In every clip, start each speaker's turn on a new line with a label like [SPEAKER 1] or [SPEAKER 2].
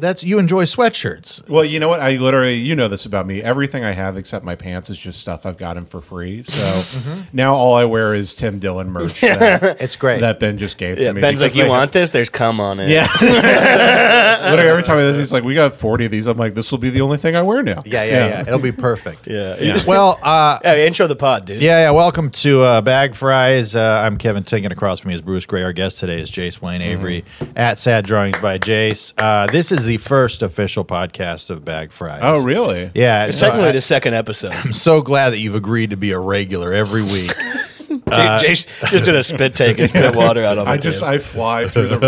[SPEAKER 1] That's you enjoy sweatshirts.
[SPEAKER 2] Well, you know what? I literally, you know this about me. Everything I have except my pants is just stuff I've gotten for free. So now all I wear is Tim Dillon merch that,
[SPEAKER 1] It's great.
[SPEAKER 2] that Ben just gave
[SPEAKER 3] Yeah,
[SPEAKER 2] to me.
[SPEAKER 3] Ben's like,
[SPEAKER 2] because
[SPEAKER 3] you
[SPEAKER 2] they-
[SPEAKER 3] want this? There's cum on it.
[SPEAKER 2] Yeah. literally every time I- he's like, we got 40 of these. I'm like, this will be the only thing I wear now.
[SPEAKER 1] yeah, yeah, yeah, It'll be perfect.
[SPEAKER 3] yeah.
[SPEAKER 1] Well, uh,
[SPEAKER 3] Hey, Oh, intro the pod, dude.
[SPEAKER 1] yeah, yeah. Welcome to uh, Bag Fries. Uh, I'm Kevin Tinkin. Across from me is Bruce Gray. Our guest today is Jace Wayne Avery at Sad Drawings by Jace. Uh, this is the first official podcast of Bag Fries.
[SPEAKER 2] Oh, really?
[SPEAKER 1] Yeah.
[SPEAKER 3] It's
[SPEAKER 1] so
[SPEAKER 3] technically
[SPEAKER 1] I-
[SPEAKER 3] the second episode.
[SPEAKER 1] Uh, I'm so glad that you've agreed to be a regular every week.
[SPEAKER 3] Jay Jay
[SPEAKER 1] Uh,
[SPEAKER 3] just did a spit take and spit water out on the
[SPEAKER 2] I just,
[SPEAKER 3] table.
[SPEAKER 2] I fly through the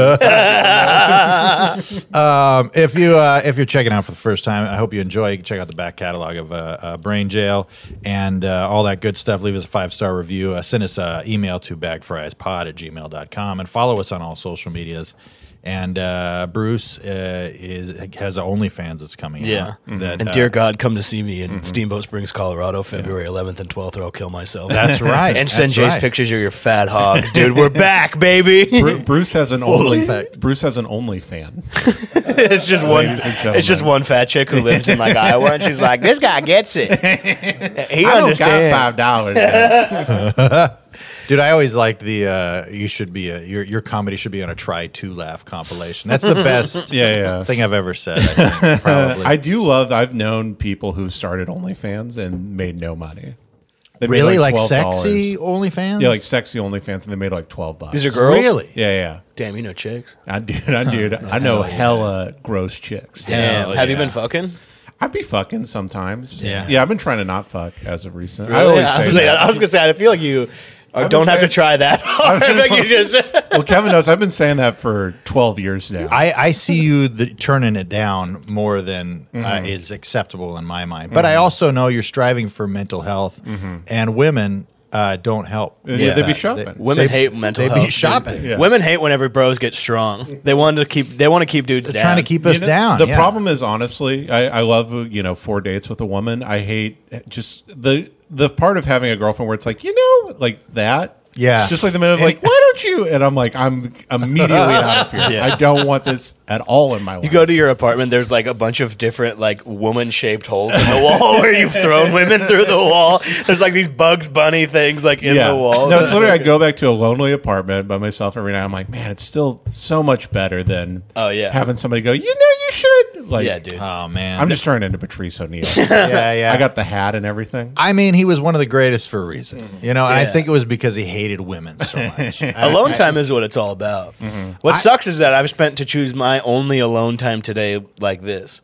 [SPEAKER 2] roof.
[SPEAKER 1] if you uh, if you're checking out for the first time, I hope you enjoy. You can check out the back catalog of uh, uh, Brain Jail and uh, all that good stuff. Leave us a five star review. Uh, send us an email to bagfriespod at gmail.com and follow us on all social medias. And uh, Bruce uh, is has OnlyFans that's coming
[SPEAKER 3] yeah.
[SPEAKER 1] out.
[SPEAKER 2] Mm-hmm.
[SPEAKER 1] That,
[SPEAKER 3] and
[SPEAKER 1] uh, Mm-hmm.
[SPEAKER 3] dear God, come to see me in Steamboat Springs, Colorado, February 11th and 12th, or I'll kill myself.
[SPEAKER 1] That's right.
[SPEAKER 3] and send
[SPEAKER 1] That's
[SPEAKER 3] Jay's
[SPEAKER 1] right.
[SPEAKER 3] pictures of your fat hogs, dude. We're back, baby.
[SPEAKER 2] Bru- Bruce has an
[SPEAKER 1] Full
[SPEAKER 2] only.
[SPEAKER 1] effect.
[SPEAKER 2] Bruce has an only fan.
[SPEAKER 3] it's just one.
[SPEAKER 2] Ladies and gentlemen.
[SPEAKER 3] It's just one fat chick who lives in like Iowa, and she's like, "This guy gets it. He understands."
[SPEAKER 2] dollars.
[SPEAKER 1] Dude, I always liked the uh, you should be a, your your comedy should be on a try to laugh compilation. That's the best
[SPEAKER 2] Yeah, yeah.
[SPEAKER 1] thing I've ever said. I think, probably.
[SPEAKER 2] I do love. I've known people who started OnlyFans and made no money. They made,
[SPEAKER 1] really like,
[SPEAKER 2] $12.
[SPEAKER 1] sexy OnlyFans.
[SPEAKER 2] Yeah, like sexy OnlyFans, and they made like twelve bucks.
[SPEAKER 3] These are girls.
[SPEAKER 1] Really?
[SPEAKER 2] Yeah, yeah.
[SPEAKER 3] Damn, you know chicks.
[SPEAKER 2] I dude, I dude, I know hella gross chicks.
[SPEAKER 3] Damn.
[SPEAKER 1] Hell
[SPEAKER 3] Have you
[SPEAKER 1] yeah.
[SPEAKER 3] been fucking?
[SPEAKER 2] I'd be fucking sometimes.
[SPEAKER 1] Yeah.
[SPEAKER 2] yeah. I've been trying to not fuck as of recent. I always
[SPEAKER 3] Yeah,
[SPEAKER 2] say
[SPEAKER 3] was, like-
[SPEAKER 2] that.
[SPEAKER 3] I was gonna say, I feel like you uh,
[SPEAKER 2] been
[SPEAKER 3] don't have to
[SPEAKER 2] saying-
[SPEAKER 3] try that hard. Like you just.
[SPEAKER 2] well, Kevin knows I've been saying that for twelve years now.
[SPEAKER 1] I, I see you the, turning it down more than
[SPEAKER 3] Mm-hmm.
[SPEAKER 1] uh, is acceptable in my mind. But I also know you're striving for mental health,
[SPEAKER 3] Mm-hmm.
[SPEAKER 1] and women uh, don't help.
[SPEAKER 2] Yeah,
[SPEAKER 1] with
[SPEAKER 2] they be
[SPEAKER 1] that.
[SPEAKER 2] shopping.
[SPEAKER 3] Women hate mental
[SPEAKER 1] they
[SPEAKER 3] health.
[SPEAKER 1] be shopping.
[SPEAKER 2] Yeah.
[SPEAKER 3] Women hate whenever bros get strong. They want to keep. They want to keep dudes down.
[SPEAKER 1] Trying to keep us
[SPEAKER 2] You know,
[SPEAKER 1] down.
[SPEAKER 2] The
[SPEAKER 1] yeah.
[SPEAKER 2] problem is, honestly, I, I love uh, you know four dates with a woman. I hate eh, just the the part of having a girlfriend where it's like you know like that.
[SPEAKER 1] Yeah.
[SPEAKER 2] It's just like the minute of like, why don't you? And I'm like, I'm immediately out of here. I don't want this at all in my life.
[SPEAKER 3] You go to your apartment. There's like a bunch of different like woman-shaped holes in the wall where you've thrown women through the wall. There's like these Bugs Bunny things like in the wall.
[SPEAKER 2] No, it's literally I go back to a lonely apartment by myself every night. I'm like, man, it's still so much better than
[SPEAKER 3] Oh, yeah.
[SPEAKER 2] having somebody go, you know, you should. Like,
[SPEAKER 3] yeah, dude.
[SPEAKER 1] Oh man.
[SPEAKER 2] I'm just turning into Patrice O'Neill.
[SPEAKER 1] yeah, yeah.
[SPEAKER 2] I got the hat and everything.
[SPEAKER 1] I mean, he was one of the greatest for a reason, you know. And I
[SPEAKER 3] Mm-hmm. Yeah.
[SPEAKER 1] think it was because he hated women so much. I-
[SPEAKER 3] alone time is what it's all about. What sucks is that I've spent to choose my only alone time today like this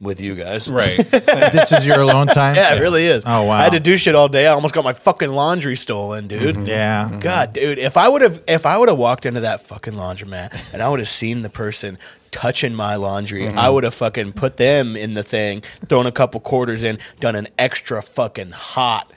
[SPEAKER 3] with you guys.
[SPEAKER 2] Right.
[SPEAKER 1] this is your alone time.
[SPEAKER 3] Yeah, it really is.
[SPEAKER 1] Oh, wow.
[SPEAKER 3] I had to do shit all day. I almost got my fucking laundry stolen, dude.
[SPEAKER 1] Mm-hmm. Yeah.
[SPEAKER 3] God, dude, if I would have if I would have walked into that fucking laundromat and I would have seen the person touching my laundry, I would have fucking put them in the thing, thrown a couple quarters in, done an extra fucking hot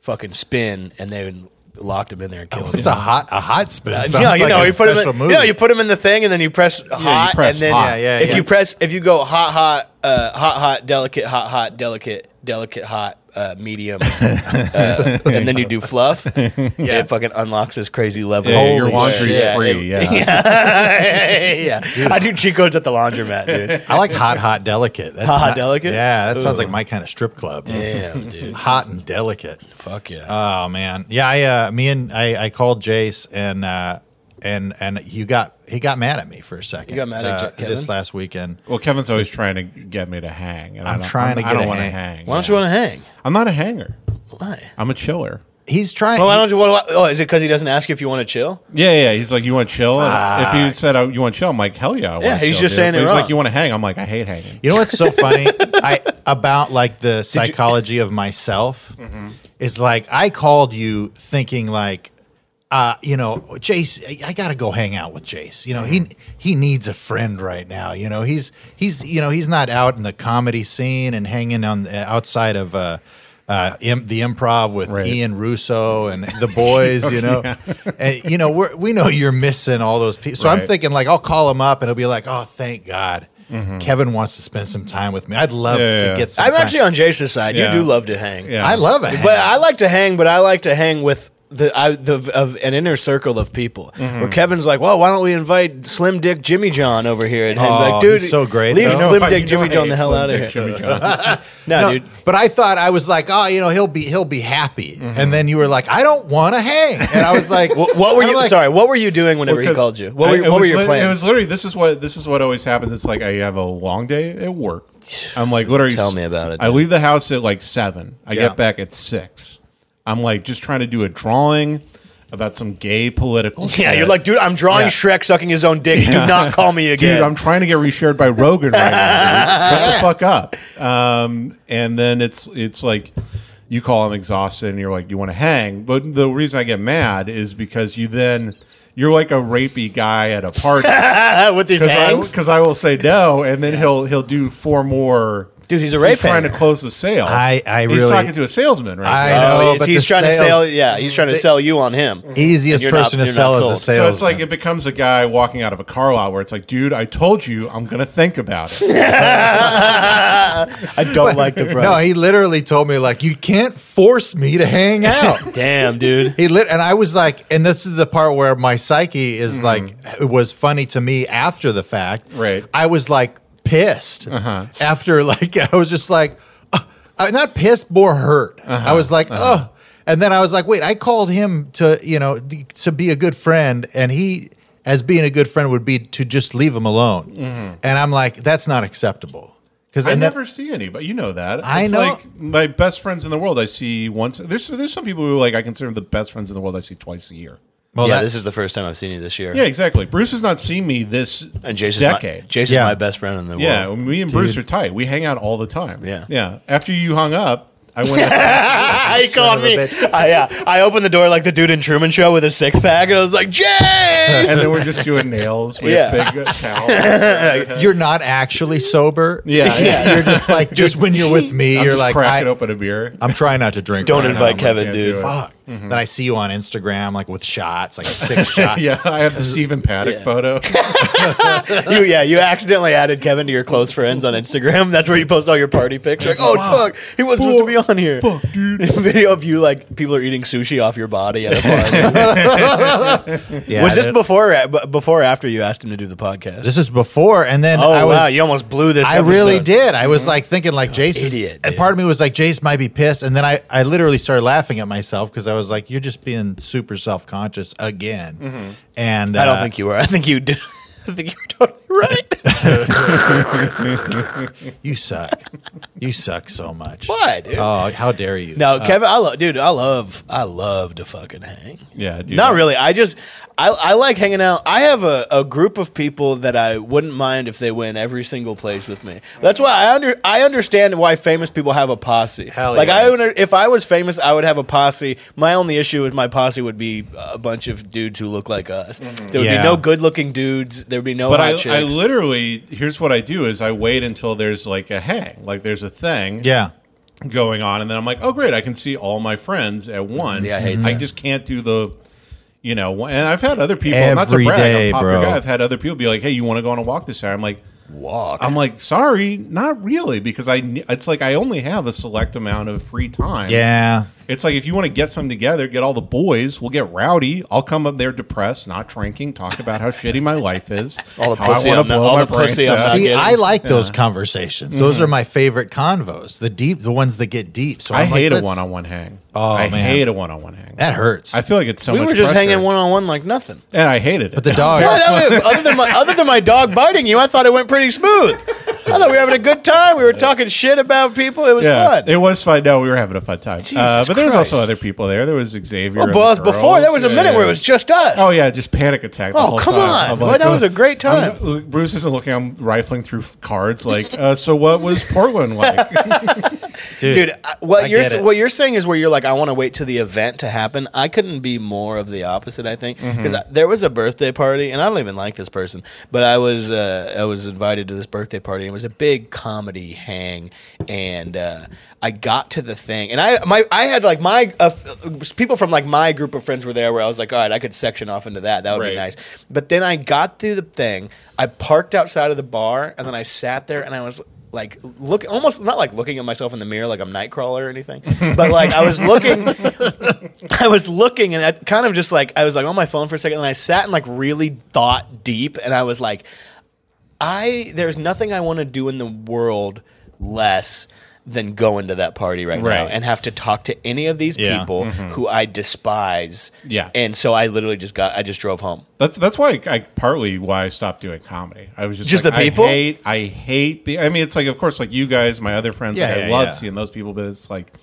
[SPEAKER 3] fucking spin, and then locked him in there and killed him.
[SPEAKER 1] It's a hot, a hot spin.
[SPEAKER 3] Uh,
[SPEAKER 1] Sounds
[SPEAKER 3] you know, you
[SPEAKER 1] like
[SPEAKER 3] know,
[SPEAKER 1] a
[SPEAKER 3] you put 'em
[SPEAKER 1] special
[SPEAKER 3] in,
[SPEAKER 1] movie.
[SPEAKER 3] you know, you put 'em in the thing, and then you press hot,
[SPEAKER 2] press
[SPEAKER 3] and then
[SPEAKER 1] Yeah,
[SPEAKER 2] hot.
[SPEAKER 1] yeah,
[SPEAKER 3] if
[SPEAKER 1] yeah.
[SPEAKER 3] you press, if you go hot, hot, uh, hot, hot, delicate, hot, hot, delicate, delicate, hot, uh, medium, uh, and then you do fluff, it fucking unlocks this crazy level.
[SPEAKER 2] Yeah, your
[SPEAKER 1] Holy
[SPEAKER 2] laundry's
[SPEAKER 1] shit.
[SPEAKER 2] free.
[SPEAKER 3] it-
[SPEAKER 2] Yeah.
[SPEAKER 3] yeah, yeah. I do cheat codes at the laundromat, dude.
[SPEAKER 1] I like hot, hot, delicate. That's
[SPEAKER 3] Hot, hot,
[SPEAKER 1] not-
[SPEAKER 3] delicate?
[SPEAKER 1] Yeah, that sounds
[SPEAKER 3] Ooh.
[SPEAKER 1] like my kind of strip club.
[SPEAKER 3] Damn, dude.
[SPEAKER 1] Hot and delicate.
[SPEAKER 3] Fuck yeah.
[SPEAKER 2] Uh,
[SPEAKER 1] Oh man, yeah. I uh, me and I, I called Jace and uh, and and you got he got mad at me for a second.
[SPEAKER 3] You got mad at
[SPEAKER 1] uh,
[SPEAKER 3] J-
[SPEAKER 1] this
[SPEAKER 3] Kevin?
[SPEAKER 1] last weekend.
[SPEAKER 2] Well, Kevin's always trying to get me to hang. And I
[SPEAKER 1] I'm
[SPEAKER 2] don't-
[SPEAKER 1] trying to
[SPEAKER 2] I
[SPEAKER 1] get
[SPEAKER 2] don't
[SPEAKER 1] a
[SPEAKER 2] want to
[SPEAKER 1] hang.
[SPEAKER 2] hang.
[SPEAKER 3] Why don't you want to hang?
[SPEAKER 2] I'm not a hanger.
[SPEAKER 3] Why?
[SPEAKER 2] I'm a chiller.
[SPEAKER 1] He's trying.
[SPEAKER 3] Well, why don't you? What, oh, is it because he doesn't ask you if you want to chill?
[SPEAKER 2] Yeah, yeah. He's like, you want to chill? And If you said oh, you want to chill, I'm like, hell yeah. I
[SPEAKER 3] Yeah,
[SPEAKER 2] wanna
[SPEAKER 3] he's
[SPEAKER 2] chill,
[SPEAKER 3] just
[SPEAKER 2] dude.
[SPEAKER 3] saying
[SPEAKER 2] But
[SPEAKER 3] it
[SPEAKER 2] He's
[SPEAKER 3] wrong.
[SPEAKER 2] like, you want to hang? I'm like, I hate hanging.
[SPEAKER 1] you know what's so funny? I about like the psychology of myself is like I called you thinking like. Uh, you know, Jace, I, I gotta go hang out with Jace. You know, he he needs a friend right now. You know, he's he's you know he's not out in the comedy scene and hanging on uh, outside of uh, uh, Im- the improv with
[SPEAKER 2] Right.
[SPEAKER 1] Ian Russo and the boys. you know, and you know we're, we know you're missing all those people. So I'm
[SPEAKER 2] Right.
[SPEAKER 1] thinking like I'll call him up and he'll be like, oh, thank God. Kevin wants to spend some time with me. I'd love
[SPEAKER 2] Mm-hmm. Yeah,
[SPEAKER 1] to
[SPEAKER 2] yeah.
[SPEAKER 1] get some
[SPEAKER 3] I'm
[SPEAKER 1] time.
[SPEAKER 3] actually on Jace's side.
[SPEAKER 2] Yeah.
[SPEAKER 3] You do love to hang.
[SPEAKER 2] Yeah.
[SPEAKER 1] I love it.
[SPEAKER 3] But I like to hang, but I like to hang with the I, the of an inner circle of people
[SPEAKER 2] Mm-hmm.
[SPEAKER 3] where Kevin's like, well, why don't we invite Slim Dick Jimmy John over here? And, and
[SPEAKER 1] Oh,
[SPEAKER 3] like, dude,
[SPEAKER 1] he's so great,
[SPEAKER 3] Leave
[SPEAKER 1] though.
[SPEAKER 3] Slim
[SPEAKER 2] No,
[SPEAKER 3] Dick
[SPEAKER 2] you
[SPEAKER 3] Jimmy
[SPEAKER 2] know I
[SPEAKER 3] John
[SPEAKER 2] hate
[SPEAKER 3] the hell
[SPEAKER 2] Slim
[SPEAKER 3] out of
[SPEAKER 2] Dick
[SPEAKER 3] here.
[SPEAKER 2] Jimmy John.
[SPEAKER 3] No,
[SPEAKER 1] No,
[SPEAKER 3] dude.
[SPEAKER 1] But I thought I was like, oh, you know, he'll be he'll be happy,
[SPEAKER 2] Mm-hmm.
[SPEAKER 1] and then you were like, I don't want to hang, and I was like,
[SPEAKER 3] Wh- What were
[SPEAKER 1] I'm
[SPEAKER 3] you?
[SPEAKER 1] like,
[SPEAKER 3] sorry, what were you doing whenever he
[SPEAKER 2] Because
[SPEAKER 3] called you? What
[SPEAKER 2] I-
[SPEAKER 3] were,
[SPEAKER 2] it
[SPEAKER 3] what were
[SPEAKER 2] was
[SPEAKER 3] your
[SPEAKER 2] lit- It
[SPEAKER 3] plans?
[SPEAKER 2] was literally this is what this is what always happens. It's like I have a long day at work. I'm like literally.
[SPEAKER 3] Tell me about it,
[SPEAKER 2] I
[SPEAKER 3] dude.
[SPEAKER 2] leave the house at like seven. I
[SPEAKER 1] Yeah.
[SPEAKER 2] get back at six. I'm like just trying to do a drawing about some gay political.
[SPEAKER 3] yeah,
[SPEAKER 2] shit.
[SPEAKER 3] you're like, dude, I'm drawing
[SPEAKER 2] Yeah.
[SPEAKER 3] Shrek sucking his own dick. Do not call me
[SPEAKER 2] Dude,
[SPEAKER 3] again.
[SPEAKER 2] I'm trying to get reshared by Rogan right now. Dude. Shut the fuck up. Um, and then it's it's like you call him exhausted, and you're like, you want to hang. But the reason I get mad is because you then you're like a rapey guy at a party.
[SPEAKER 3] Uh, with these hangs.
[SPEAKER 2] because I, will say no, and then he'll he'll do four more.
[SPEAKER 3] Dude, he's a rape
[SPEAKER 2] He's trying to
[SPEAKER 3] hanger.
[SPEAKER 2] close the sale.
[SPEAKER 1] I- I
[SPEAKER 2] he's
[SPEAKER 1] really-
[SPEAKER 2] talking to a salesman right.
[SPEAKER 1] I
[SPEAKER 2] now.
[SPEAKER 1] know,
[SPEAKER 3] Oh, he's,
[SPEAKER 1] but
[SPEAKER 3] he's
[SPEAKER 1] the
[SPEAKER 3] trying to
[SPEAKER 1] sales-
[SPEAKER 3] sell. Yeah, he's trying to sell you on him.
[SPEAKER 1] easiest
[SPEAKER 3] You're not-
[SPEAKER 1] person to
[SPEAKER 3] you're not
[SPEAKER 1] sell
[SPEAKER 3] sold.
[SPEAKER 1] is a
[SPEAKER 3] So
[SPEAKER 1] salesman.
[SPEAKER 2] So it's like it becomes a guy walking out of a car lot where it's like, dude, I told you, I'm gonna think about it.
[SPEAKER 3] I don't like the price.
[SPEAKER 1] no, he literally told me like, you can't force me to hang out.
[SPEAKER 3] Damn, dude.
[SPEAKER 1] He lit, and I was like, and this is the part where my psyche is like, it was funny to me after the fact.
[SPEAKER 2] Mm-hmm. Right. Uh-huh.
[SPEAKER 1] I was like pissed after, like, I was just like, uh, uh, not pissed, more hurt.
[SPEAKER 2] Uh-huh.
[SPEAKER 1] I was like, oh. And then I was like, wait, I called him to, you know, d- to be a good friend, and he, as being a good friend, would be to just leave him alone. And I'm like, that's not acceptable. Because
[SPEAKER 2] Mm-hmm. I never see anybody. You know that.
[SPEAKER 1] I
[SPEAKER 2] It's
[SPEAKER 1] know-
[SPEAKER 2] like my best friends in the world I see once there's there's some people who like I consider the best friends in the world I see twice a year.
[SPEAKER 1] well,
[SPEAKER 3] yeah,
[SPEAKER 1] that-
[SPEAKER 3] this is the first time I've seen you this year.
[SPEAKER 2] Yeah, exactly. Bruce has not seen me this
[SPEAKER 3] And Jason's
[SPEAKER 2] decade.
[SPEAKER 3] My, Jason's
[SPEAKER 1] Yeah.
[SPEAKER 3] my best friend in the
[SPEAKER 2] Yeah,
[SPEAKER 3] world.
[SPEAKER 2] me and Bruce are tight. We hang out all the time.
[SPEAKER 3] Yeah.
[SPEAKER 2] yeah. After you hung up, I went.
[SPEAKER 3] I called
[SPEAKER 1] of a
[SPEAKER 3] me.
[SPEAKER 1] bitch.
[SPEAKER 3] I, uh, I opened the door like the dude in Truman Show with a six pack, and I was like, Jay!
[SPEAKER 2] and then we're just doing nails with
[SPEAKER 3] Yeah.
[SPEAKER 2] a big towel.
[SPEAKER 1] you're not actually sober.
[SPEAKER 2] Yeah, yeah.
[SPEAKER 1] You're just like, just when you're with me,
[SPEAKER 2] I'm
[SPEAKER 1] you're
[SPEAKER 2] just
[SPEAKER 1] like,
[SPEAKER 2] cracking
[SPEAKER 1] I,
[SPEAKER 2] open a beer.
[SPEAKER 1] I'm trying not to drink.
[SPEAKER 3] Don't
[SPEAKER 1] right now.
[SPEAKER 3] invite Mm-hmm.
[SPEAKER 1] I'm
[SPEAKER 3] Kevin,
[SPEAKER 2] yeah,
[SPEAKER 3] dude.
[SPEAKER 2] do it.
[SPEAKER 1] Fuck. Then I see you on Instagram, like with shots, like six shots.
[SPEAKER 2] Yeah, I have the Stephen Paddock photo.
[SPEAKER 3] you, yeah, you accidentally added Kevin to your close friends on Instagram. That's where you post all your party pictures. Like, oh fuck, he wasn't supposed to be on here. Fuck, dude. Video of you like people are eating sushi off your body at a bar.
[SPEAKER 1] Yeah,
[SPEAKER 3] was this
[SPEAKER 1] dude.
[SPEAKER 3] before? or- b- Before or after you asked him to do the podcast?
[SPEAKER 1] This is before, and then
[SPEAKER 3] oh
[SPEAKER 1] I was.
[SPEAKER 3] wow, you almost blew this.
[SPEAKER 1] I really
[SPEAKER 3] episode. Mm-hmm.
[SPEAKER 1] did. I was like thinking, like Jace.
[SPEAKER 3] idiot,
[SPEAKER 1] and
[SPEAKER 3] dude.
[SPEAKER 1] part of me was like, Jace might be pissed, and then I, I literally started laughing at myself because I was like, you're just being super self conscious again. And
[SPEAKER 3] Mm-hmm. I don't
[SPEAKER 1] uh,
[SPEAKER 3] think you were. I think you did. I think you were totally right.
[SPEAKER 1] you suck. you suck so much.
[SPEAKER 3] Why, dude?
[SPEAKER 1] Oh, how dare you?
[SPEAKER 3] No,
[SPEAKER 2] Uh,
[SPEAKER 3] Kevin, I love, dude, I love, I love to fucking hang.
[SPEAKER 2] Yeah, dude.
[SPEAKER 3] Not really. I just, I, I like hanging out. I have a, a group of people that I wouldn't mind if they went every single place with me. That's why I under, I understand why famous people have a posse.
[SPEAKER 1] Hell
[SPEAKER 3] like
[SPEAKER 1] yeah.
[SPEAKER 3] I, under, if I was famous, I would have a posse. My only issue with my posse would be a bunch of dudes who look like us. There would
[SPEAKER 1] Yeah.
[SPEAKER 3] be no good looking dudes. There would be no
[SPEAKER 2] But
[SPEAKER 3] hot
[SPEAKER 2] I,
[SPEAKER 3] chicks.
[SPEAKER 2] I literally here's what I do is I wait until there's like a hang, like there's a thing
[SPEAKER 1] Yeah.
[SPEAKER 2] going on, and then I'm like, oh great, I can see all my friends at once.
[SPEAKER 3] Yeah, I
[SPEAKER 1] Mm-hmm.
[SPEAKER 3] hate
[SPEAKER 2] I just can't do the, you know. one- And I've had other people, not to
[SPEAKER 1] Every
[SPEAKER 2] brag, I'm
[SPEAKER 1] day,
[SPEAKER 2] a popular
[SPEAKER 1] bro.
[SPEAKER 2] guy. I've had other people be like, hey, you want to go on a walk this hour? I'm like,
[SPEAKER 3] walk.
[SPEAKER 2] I'm like, sorry, not really, because I ne- it's like I only have a select amount of free time.
[SPEAKER 1] Yeah.
[SPEAKER 2] It's like if you want to get something together, get all the boys. We'll get rowdy. I'll come up there depressed, not drinking, talk about how shitty my life is.
[SPEAKER 3] All the
[SPEAKER 2] how I
[SPEAKER 3] pussy
[SPEAKER 2] wanna
[SPEAKER 3] I'm not-
[SPEAKER 2] blow
[SPEAKER 3] all
[SPEAKER 2] my
[SPEAKER 3] the pussy
[SPEAKER 2] brains
[SPEAKER 3] I'm
[SPEAKER 2] out.
[SPEAKER 3] not
[SPEAKER 1] See,
[SPEAKER 3] getting-
[SPEAKER 1] I like those conversations. Those are my favorite convos. The deep, the ones that get deep. So
[SPEAKER 2] I
[SPEAKER 1] I'm like,
[SPEAKER 2] hate a
[SPEAKER 1] let's-
[SPEAKER 2] one-on-one hang.
[SPEAKER 1] Oh,
[SPEAKER 2] I
[SPEAKER 1] man.
[SPEAKER 2] hate a one-on-one hang.
[SPEAKER 1] That hurts.
[SPEAKER 2] I feel like it's so
[SPEAKER 3] we
[SPEAKER 2] much.
[SPEAKER 3] were just
[SPEAKER 2] pressure.
[SPEAKER 3] hanging one on one like nothing.
[SPEAKER 2] and I hated it.
[SPEAKER 1] but the dog.
[SPEAKER 3] Why that went- other than my other than my dog biting you, I thought it went pretty smooth. I thought we were having a good time. We were talking shit about people. It was
[SPEAKER 2] Yeah,
[SPEAKER 3] fun.
[SPEAKER 2] it was fun. No, we were having a fun time. Uh,
[SPEAKER 3] Jesus
[SPEAKER 2] but there was also
[SPEAKER 3] Christ.
[SPEAKER 2] other people there. There was Xavier.
[SPEAKER 3] well,
[SPEAKER 2] and the
[SPEAKER 3] buzz before
[SPEAKER 2] girls.
[SPEAKER 3] there was a
[SPEAKER 2] Yeah,
[SPEAKER 3] minute where
[SPEAKER 2] yeah.
[SPEAKER 3] it was just us.
[SPEAKER 2] Oh yeah, just panic attack. the
[SPEAKER 3] Oh,
[SPEAKER 2] whole
[SPEAKER 3] come
[SPEAKER 2] time.
[SPEAKER 3] on.
[SPEAKER 2] I'm
[SPEAKER 3] Boy, that was a great
[SPEAKER 2] I'm-
[SPEAKER 3] time.
[SPEAKER 2] look, Bruce isn't looking. I'm rifling through f- cards. Like, uh, so what was Portland like?
[SPEAKER 1] dude,
[SPEAKER 3] dude, I- what
[SPEAKER 1] I
[SPEAKER 3] you're
[SPEAKER 1] get it.
[SPEAKER 3] what you're saying is where you're like, I want to wait to the event to happen. I couldn't be more of the opposite. I think
[SPEAKER 1] Mm-hmm.
[SPEAKER 3] because there was a birthday party, and I don't even like this person, but I was uh, I was invited to this birthday party. and It was a big comedy hang, and uh, I got to the thing, and I my I had like my uh, f- people from like my group of friends were there, where I was like, all right, I could section off into that. That would be
[SPEAKER 2] Right.
[SPEAKER 3] nice. But then I got through the thing. I parked outside of the bar, and then I sat there, and I was like look almost not like looking at myself in the mirror like I'm Nightcrawler or anything, but like I was looking, I was looking and I kind of just like I was like on my phone for a second and I sat and like really thought deep and I was like, I there's nothing I want to do in the world less than go into that party right, now
[SPEAKER 1] Right.
[SPEAKER 3] and have to talk to any of these
[SPEAKER 1] Yeah. Mm-hmm.
[SPEAKER 3] people who I despise.
[SPEAKER 2] Yeah.
[SPEAKER 3] and so I literally just got I just drove home.
[SPEAKER 2] That's that's why I, I partly why I stopped doing comedy. I was just
[SPEAKER 3] Just
[SPEAKER 2] like,
[SPEAKER 3] the people?
[SPEAKER 2] I hate. I hate. Be- I mean, it's like of course, like you guys, my other friends,
[SPEAKER 1] Yeah,
[SPEAKER 2] like, I
[SPEAKER 1] yeah,
[SPEAKER 2] love
[SPEAKER 1] yeah.
[SPEAKER 2] seeing those people, but it's like.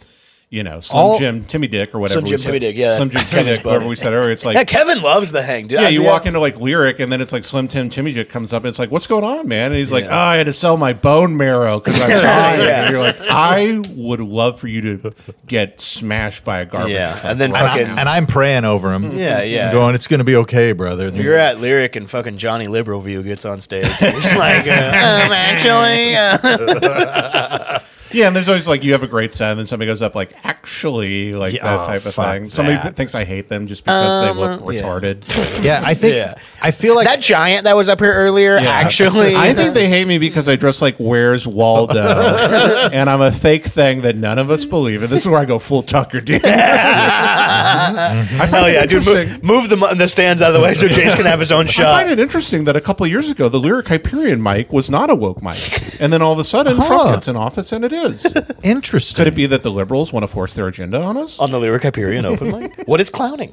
[SPEAKER 2] You know, Slim
[SPEAKER 1] All-
[SPEAKER 2] Jim, Timmy Dick, or whatever.
[SPEAKER 3] Slim
[SPEAKER 2] we
[SPEAKER 3] Jim,
[SPEAKER 2] said.
[SPEAKER 3] Timmy Dick, yeah,
[SPEAKER 2] Slim Jim,
[SPEAKER 3] that's
[SPEAKER 2] Timmy Dick,
[SPEAKER 3] Kevin's
[SPEAKER 2] whatever
[SPEAKER 3] buddy.
[SPEAKER 2] we said earlier. It's
[SPEAKER 3] Yeah,
[SPEAKER 2] like,
[SPEAKER 3] Kevin loves the hang, dude.
[SPEAKER 2] yeah, you walk into like Lyric, and then it's like Slim Tim, Timmy Dick comes up, and it's like, what's going on, man? And he's like, oh,
[SPEAKER 3] Yeah.
[SPEAKER 2] I had to sell my bone marrow because I'm dying.
[SPEAKER 3] Yeah.
[SPEAKER 2] And you're like, I would love for you to get smashed by a garbage
[SPEAKER 3] Yeah,
[SPEAKER 2] truck.
[SPEAKER 3] and then
[SPEAKER 2] right
[SPEAKER 1] And, I,
[SPEAKER 3] fucking
[SPEAKER 1] and I'm praying over him.
[SPEAKER 3] Yeah, yeah.
[SPEAKER 1] Going, it's going to be okay, brother. And
[SPEAKER 3] You're at lyric and fucking Johnny Liberalview gets on stage. It's like, uh, um, actually, uh,
[SPEAKER 2] Yeah, and there's always like you have a great set, and then somebody goes up like actually like
[SPEAKER 1] Yeah,
[SPEAKER 2] that
[SPEAKER 1] oh,
[SPEAKER 2] type of
[SPEAKER 1] fuck
[SPEAKER 2] thing. Somebody
[SPEAKER 1] that.
[SPEAKER 2] th- thinks I hate them just because they look
[SPEAKER 3] yeah.
[SPEAKER 2] retarded.
[SPEAKER 1] yeah, I think,
[SPEAKER 3] Yeah.
[SPEAKER 1] I feel like
[SPEAKER 3] that giant that was up here earlier. Actually,
[SPEAKER 2] I think they hate me because I dress like Where's Waldo, and I'm a fake thing that none of us believe. And this is where I go full Tucker D. I
[SPEAKER 3] Hell
[SPEAKER 2] find it
[SPEAKER 3] yeah, dude!
[SPEAKER 2] interesting.
[SPEAKER 3] Move, move the mu- the stands out of the way so Jace can have his own
[SPEAKER 2] I
[SPEAKER 3] shot.
[SPEAKER 2] find it interesting that a couple of years ago the lyric Hyperion mic was not a woke mic, and then all of a sudden Trump
[SPEAKER 1] Huh.
[SPEAKER 2] gets in office and it is.
[SPEAKER 1] interesting.
[SPEAKER 2] Could it be that the liberals want to force their agenda on us?
[SPEAKER 3] On the lyric Hyperion open mic. What is clowning?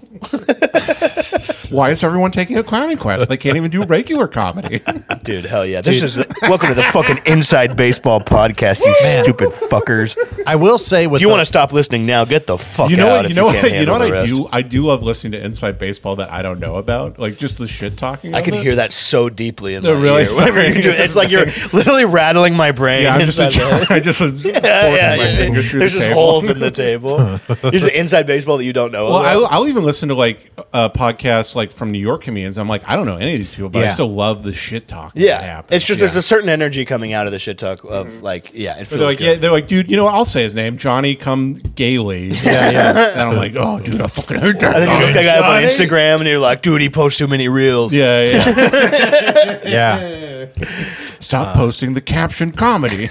[SPEAKER 2] Why is everyone taking a clowning class? They can't even do regular comedy.
[SPEAKER 3] Oh, Dude, hell yeah! This is the, welcome to the fucking Inside Baseball podcast. You
[SPEAKER 1] Man.
[SPEAKER 3] stupid fuckers! If
[SPEAKER 1] I will say with
[SPEAKER 3] you
[SPEAKER 1] the-
[SPEAKER 3] want to stop listening now, get the fuck
[SPEAKER 2] you know
[SPEAKER 3] out.
[SPEAKER 2] what?
[SPEAKER 3] if
[SPEAKER 2] You know
[SPEAKER 3] can't
[SPEAKER 2] what? You know what?
[SPEAKER 3] handle the
[SPEAKER 2] I
[SPEAKER 3] rest.
[SPEAKER 2] do. I do love listening to inside baseball that I don't know about, like just the shit talking.
[SPEAKER 3] I can hear that so deeply in my
[SPEAKER 2] really
[SPEAKER 3] ear. Whatever
[SPEAKER 2] sorry.
[SPEAKER 3] you do, it's like you're literally rattling my brain.
[SPEAKER 2] Yeah, I'm just.
[SPEAKER 3] inside
[SPEAKER 2] A,
[SPEAKER 3] the-
[SPEAKER 2] I just am forcing
[SPEAKER 3] Uh, yeah,
[SPEAKER 2] my
[SPEAKER 3] yeah,
[SPEAKER 2] finger
[SPEAKER 3] yeah.
[SPEAKER 2] through
[SPEAKER 3] There's
[SPEAKER 2] the
[SPEAKER 3] just
[SPEAKER 2] table.
[SPEAKER 3] holes in the table. There's the inside baseball that you don't know.
[SPEAKER 2] Well,
[SPEAKER 3] about.
[SPEAKER 2] I'll, I'll even listen to like uh, podcasts like from New York comedians. I'm like, I don't know any of these people, but I
[SPEAKER 1] Yeah.
[SPEAKER 2] still love the shit talk. that
[SPEAKER 3] yeah,
[SPEAKER 2] happens.
[SPEAKER 3] it's just
[SPEAKER 2] yeah. Mm-hmm.
[SPEAKER 3] there's a certain energy coming out of the shit talk of like, yeah, it feels
[SPEAKER 2] They're like, yeah,
[SPEAKER 3] good.
[SPEAKER 2] they're like, dude, you know, what? I'll say his name, Johnny. Come gaily. Yeah, yeah. and I'm like, oh, dude, I fucking heard that.
[SPEAKER 3] and then you
[SPEAKER 2] guy.
[SPEAKER 3] look that guy up on
[SPEAKER 2] Johnny.
[SPEAKER 3] Instagram and you're like, dude, he posts too many reels.
[SPEAKER 2] Yeah, yeah.
[SPEAKER 1] yeah,
[SPEAKER 3] Uh.
[SPEAKER 2] Stop posting the captioned comedy.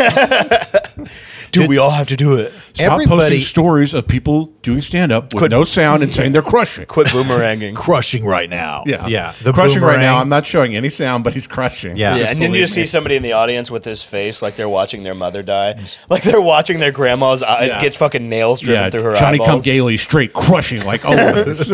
[SPEAKER 3] dude, we all have to do it.
[SPEAKER 2] Stop
[SPEAKER 1] Everybody-
[SPEAKER 2] posting stories of people doing stand up with
[SPEAKER 3] Quit-
[SPEAKER 2] no sound and saying they're crushing.
[SPEAKER 3] Quit boomeranging.
[SPEAKER 1] crushing right now. yeah,
[SPEAKER 2] The crushing right now.
[SPEAKER 1] boomerang.
[SPEAKER 2] I'm not showing any sound, but he's crushing.
[SPEAKER 1] Yeah.
[SPEAKER 3] Yeah,
[SPEAKER 1] Just
[SPEAKER 3] and then you
[SPEAKER 2] believe
[SPEAKER 3] just see
[SPEAKER 2] me.
[SPEAKER 3] somebody in the audience with his face, like they're watching their mother die, like they're watching their grandma's eye
[SPEAKER 2] Yeah.
[SPEAKER 3] gets fucking nails driven
[SPEAKER 2] Yeah,
[SPEAKER 3] through her
[SPEAKER 2] Johnny come
[SPEAKER 3] eyeballs.
[SPEAKER 2] gaily, straight crushing like oh, always.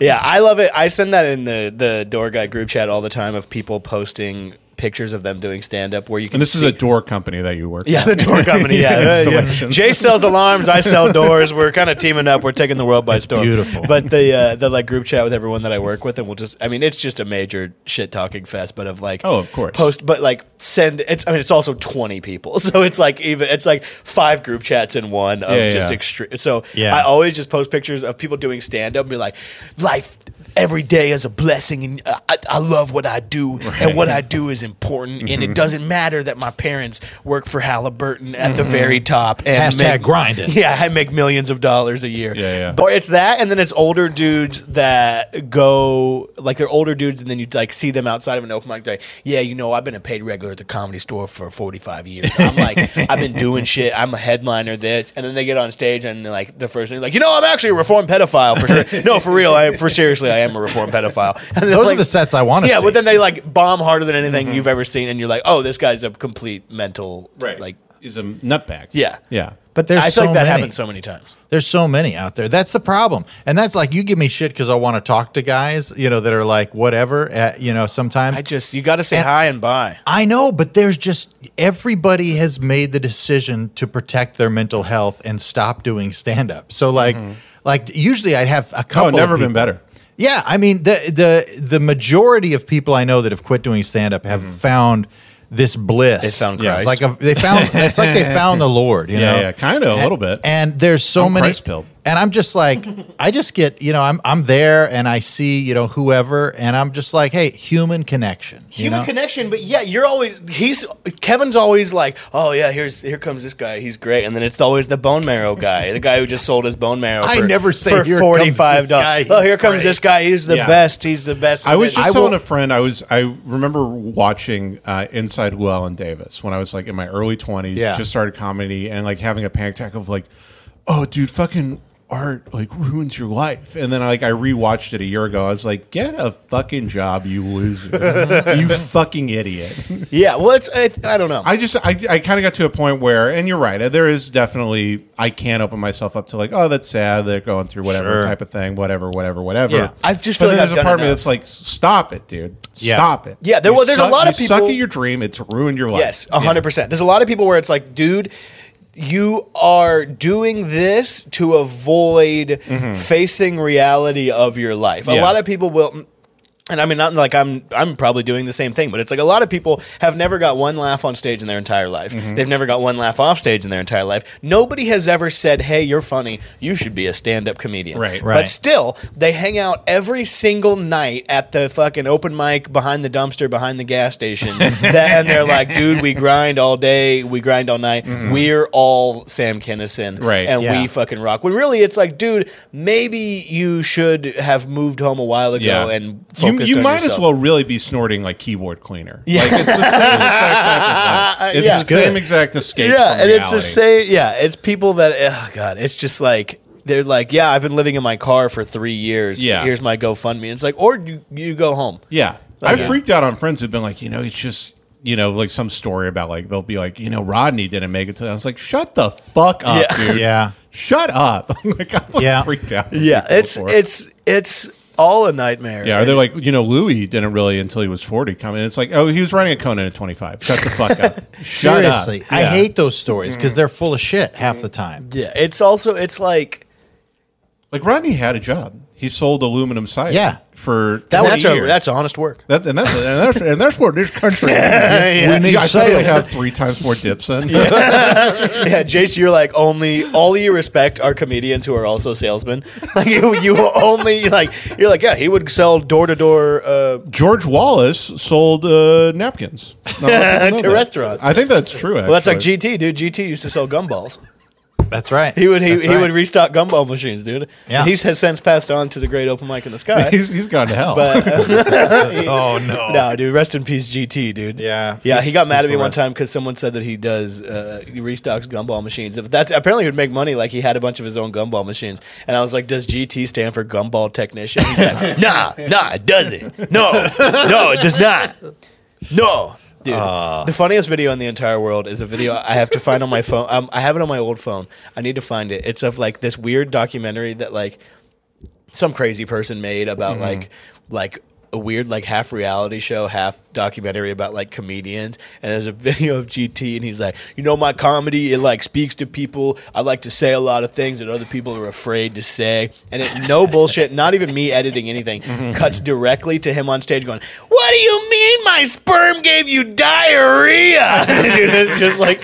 [SPEAKER 3] Yeah, I love it. I send that in the the door guy group chat all the time of people posting pictures of them doing stand up where you can
[SPEAKER 2] and this is
[SPEAKER 3] see-
[SPEAKER 2] a door company that you work.
[SPEAKER 3] yeah, the door company. Yeah, yeah, yeah.
[SPEAKER 2] Installations.
[SPEAKER 3] Jay sells alarms. I sell doors. We're kind of teaming up. We're taking the world by storm.
[SPEAKER 1] beautiful.
[SPEAKER 3] But the uh, the like group chat with everyone that I work with, and we'll just. I mean, it's just a major shit talking fest. But of like,
[SPEAKER 2] Oh, of course.
[SPEAKER 3] Post, but like send. It's. I mean, it's also twenty people, so it's like even. It's like five group chats in one of
[SPEAKER 2] Yeah,
[SPEAKER 3] just
[SPEAKER 2] yeah.
[SPEAKER 3] extreme. So
[SPEAKER 1] Yeah.
[SPEAKER 3] I always just post pictures of people doing stand up. and Be like, life. Every day is a blessing, and uh, I, I love what I do, and what I do is important. And
[SPEAKER 1] Mm-hmm.
[SPEAKER 3] it doesn't matter that my parents work for Halliburton at the very top. And
[SPEAKER 1] Mm-hmm. Hashtag grinding.
[SPEAKER 3] Yeah, I make millions of dollars a year.
[SPEAKER 2] Yeah, yeah.
[SPEAKER 3] Or it's that, and then it's older dudes that go like they're older dudes, and then you like see them outside of an open mic. Day. Yeah, you know, I've been a paid regular at the comedy store for forty five years. I'm like, I've been doing shit. I'm a headliner. This, and then they get on stage, and they're like the first thing, like, you know, I'm actually a reformed pedophile for sure. no, for real, I for seriously, I am a reformed pedophile. And they're
[SPEAKER 1] those
[SPEAKER 3] like-
[SPEAKER 1] are the sets I want to
[SPEAKER 3] yeah,
[SPEAKER 1] see.
[SPEAKER 3] but then they like bomb harder than anything
[SPEAKER 2] Mm-hmm.
[SPEAKER 3] you've ever seen, and you're like, oh, this guy's a complete mental,
[SPEAKER 2] right. Like
[SPEAKER 3] Like,
[SPEAKER 2] is a nutbag.
[SPEAKER 3] yeah,
[SPEAKER 2] yeah.
[SPEAKER 1] but there's
[SPEAKER 3] I
[SPEAKER 1] so
[SPEAKER 3] feel like that
[SPEAKER 1] many.
[SPEAKER 3] happens so many times.
[SPEAKER 1] There's so many out there. That's the problem. And that's like you give me shit because I want to talk to guys, you know, that are like whatever. Uh, you know, sometimes
[SPEAKER 3] I just you got to say hi and bye.
[SPEAKER 1] I know, but there's just everybody has made the decision to protect their mental health and stop doing stand up. So like like usually I'd have a
[SPEAKER 2] Mm-hmm. Oh,
[SPEAKER 1] couple
[SPEAKER 2] never
[SPEAKER 1] of
[SPEAKER 2] been
[SPEAKER 1] people-
[SPEAKER 2] better.
[SPEAKER 1] Yeah, I mean the the the majority of people I know that have quit doing stand up
[SPEAKER 2] Mm-hmm.
[SPEAKER 1] have found this bliss. They
[SPEAKER 3] found Christ.
[SPEAKER 1] Like a, they found it's like they found the Lord, you
[SPEAKER 2] Yeah,
[SPEAKER 1] know.
[SPEAKER 2] yeah, kinda, a little bit.
[SPEAKER 1] And there's so
[SPEAKER 2] I'm
[SPEAKER 1] many
[SPEAKER 2] Christ-pilled.
[SPEAKER 1] and I'm just like, I just get, you know, I'm I'm there and I see, you know, whoever, and I'm just like, hey, human connection. you
[SPEAKER 3] human
[SPEAKER 1] know?
[SPEAKER 3] connection but yeah you're always he's kevin's always like oh yeah here's here comes this guy he's great and then it's always the bone marrow guy the guy who just sold his bone marrow
[SPEAKER 1] I
[SPEAKER 3] for-
[SPEAKER 1] never say,
[SPEAKER 3] for
[SPEAKER 1] "Here comes this
[SPEAKER 3] 45
[SPEAKER 1] guy, he's
[SPEAKER 3] oh here comes
[SPEAKER 1] great."
[SPEAKER 3] this guy he's the
[SPEAKER 1] Yeah.
[SPEAKER 3] best he's the best
[SPEAKER 2] I was just
[SPEAKER 1] I
[SPEAKER 2] telling
[SPEAKER 1] will-
[SPEAKER 2] a friend. I was. I remember watching uh, Inside Llewellyn Davis when I was like in my early twenties.
[SPEAKER 1] Yeah.
[SPEAKER 2] Just started comedy and like having a panic attack of like, oh, dude, fucking art like ruins your life. And then like I rewatched it a year ago. I was like, get a fucking job, you loser, you fucking idiot.
[SPEAKER 3] yeah well it's I, I don't know
[SPEAKER 2] I just I, I kind of got to a point where, and you're right, uh, there is definitely I can't open myself up to like, oh, that's sad, they're going through whatever
[SPEAKER 1] Sure.
[SPEAKER 2] type of thing, whatever, whatever, whatever.
[SPEAKER 1] Yeah.
[SPEAKER 3] I just
[SPEAKER 2] but
[SPEAKER 3] feel
[SPEAKER 2] then
[SPEAKER 3] like I've
[SPEAKER 2] there's a
[SPEAKER 3] done
[SPEAKER 2] part of me
[SPEAKER 3] enough.
[SPEAKER 2] that's like, stop it, dude,
[SPEAKER 1] Yeah.
[SPEAKER 2] stop it.
[SPEAKER 3] Yeah, there-
[SPEAKER 2] You
[SPEAKER 3] well, there's a
[SPEAKER 2] suck-
[SPEAKER 3] lot of
[SPEAKER 2] you Suck
[SPEAKER 3] people-
[SPEAKER 2] at your dream, it's ruined your life.
[SPEAKER 3] Yes, a hundred percent. There's a lot of people where it's like, dude, you are doing this to avoid
[SPEAKER 1] Mm-hmm.
[SPEAKER 3] facing reality of your life. A
[SPEAKER 2] Yeah.
[SPEAKER 3] lot of people will. And I mean, not like I'm. I'm probably doing the same thing, but it's like a lot of people have never got one laugh on stage in their entire life. They've never got one laugh off stage in their entire life. Nobody has ever said, "Hey, you're funny. You should be a stand-up comedian."
[SPEAKER 2] Right.
[SPEAKER 1] Right.
[SPEAKER 3] But still, they hang out every single night at the fucking open mic behind the dumpster, behind the gas station. That- and they're like, dude, we grind all day, we grind all night. We're all Sam Kinison.
[SPEAKER 2] Right,
[SPEAKER 3] And
[SPEAKER 1] yeah.
[SPEAKER 3] we fucking rock. When really, it's like, dude, maybe you should have moved home a while ago
[SPEAKER 2] Yeah.
[SPEAKER 3] and
[SPEAKER 2] You,
[SPEAKER 3] focused
[SPEAKER 2] you
[SPEAKER 3] on
[SPEAKER 2] might as
[SPEAKER 3] yourself.
[SPEAKER 2] well really be snorting like keyboard cleaner. Yeah. Like, it's the same exact type of life. It's
[SPEAKER 3] Yeah.
[SPEAKER 2] the same exact escape.
[SPEAKER 3] Yeah,
[SPEAKER 2] from
[SPEAKER 3] and it's the
[SPEAKER 2] reality.
[SPEAKER 3] same. Yeah, it's people that. Oh God, it's just like they're like, yeah, I've been living in my car for three years.
[SPEAKER 2] Yeah.
[SPEAKER 3] here's my GoFundMe. It's like, or you, you go home.
[SPEAKER 2] Yeah.
[SPEAKER 3] yeah.
[SPEAKER 2] I freaked out on friends who've been like, you know, it's just, you know, like some story about like, they'll be like, you know, Rodney didn't make it to I was like, shut the fuck up,
[SPEAKER 3] Yeah.
[SPEAKER 2] dude.
[SPEAKER 1] Yeah.
[SPEAKER 2] Shut up. like, I'm like,
[SPEAKER 1] Yeah.
[SPEAKER 2] freaked out.
[SPEAKER 3] Yeah, it's
[SPEAKER 2] Before.
[SPEAKER 3] it's it's all a nightmare.
[SPEAKER 2] Yeah, or they're like, you know, Louis didn't really until he was 40 come in. It's like, oh, he was running a Conan at 25. Shut the fuck up. Shut up.
[SPEAKER 1] Seriously, I
[SPEAKER 2] Yeah.
[SPEAKER 1] hate those stories
[SPEAKER 3] Mm.
[SPEAKER 1] because they're full of shit half the time.
[SPEAKER 3] yeah. It's also it's like
[SPEAKER 2] Like, Rodney had a job. He sold aluminum siding
[SPEAKER 1] Yeah.
[SPEAKER 2] for
[SPEAKER 1] That was-
[SPEAKER 2] 20
[SPEAKER 3] that's a,
[SPEAKER 2] years.
[SPEAKER 3] that's honest work.
[SPEAKER 2] That's and that's and that's and that's what this country. yeah,
[SPEAKER 1] We need
[SPEAKER 2] I think
[SPEAKER 1] sales.
[SPEAKER 2] they have three times more dips in.
[SPEAKER 3] yeah, Jace, you're like only all you respect are comedians who are also salesmen. Like you, you only like you're like yeah, he would sell uh, door to door.
[SPEAKER 2] George Wallace sold uh, napkins Not a lot of people know
[SPEAKER 3] To
[SPEAKER 2] that.
[SPEAKER 3] restaurants.
[SPEAKER 2] I think that's true. Actually.
[SPEAKER 3] Well, that's like GT, dude. GT used to sell gumballs.
[SPEAKER 1] That's right.
[SPEAKER 3] He would he,
[SPEAKER 1] That's
[SPEAKER 3] he
[SPEAKER 1] right.
[SPEAKER 3] would restock gumball machines, dude.
[SPEAKER 1] Yeah.
[SPEAKER 3] Yeah, he has since passed on to the great open mic in the sky.
[SPEAKER 2] he's, he's gone to hell.
[SPEAKER 3] but
[SPEAKER 1] Oh no.
[SPEAKER 3] No, dude. Rest in peace, GT, dude.
[SPEAKER 1] Yeah.
[SPEAKER 3] yeah. He got mad at me
[SPEAKER 2] for
[SPEAKER 3] one
[SPEAKER 2] rest.
[SPEAKER 3] time because someone said that he does uh, he restocks gumball machines. But that's apparently he would make money. Like he had a bunch of his own gumball machines, and I was like, "Does GT stand for gumball technician?" He's like, "Nah, nah, it doesn't. No, no, it does not. No." Dude,
[SPEAKER 1] Ah.
[SPEAKER 3] the funniest video in the entire world is a video I have to find on my phone. Um, I have it on my old phone. I need to find it. It's of like this weird documentary that like some crazy person made about like like a weird like half reality show, half documentary about like comedians. And there's a video of GT, and he's like, you know, my comedy it like speaks to people. I like to say a lot of things that other people are afraid to say. And it no bullshit, not even me editing anything, cuts directly to him on stage going, "What do you mean my sperm gave you diarrhea?" dude, it's just like,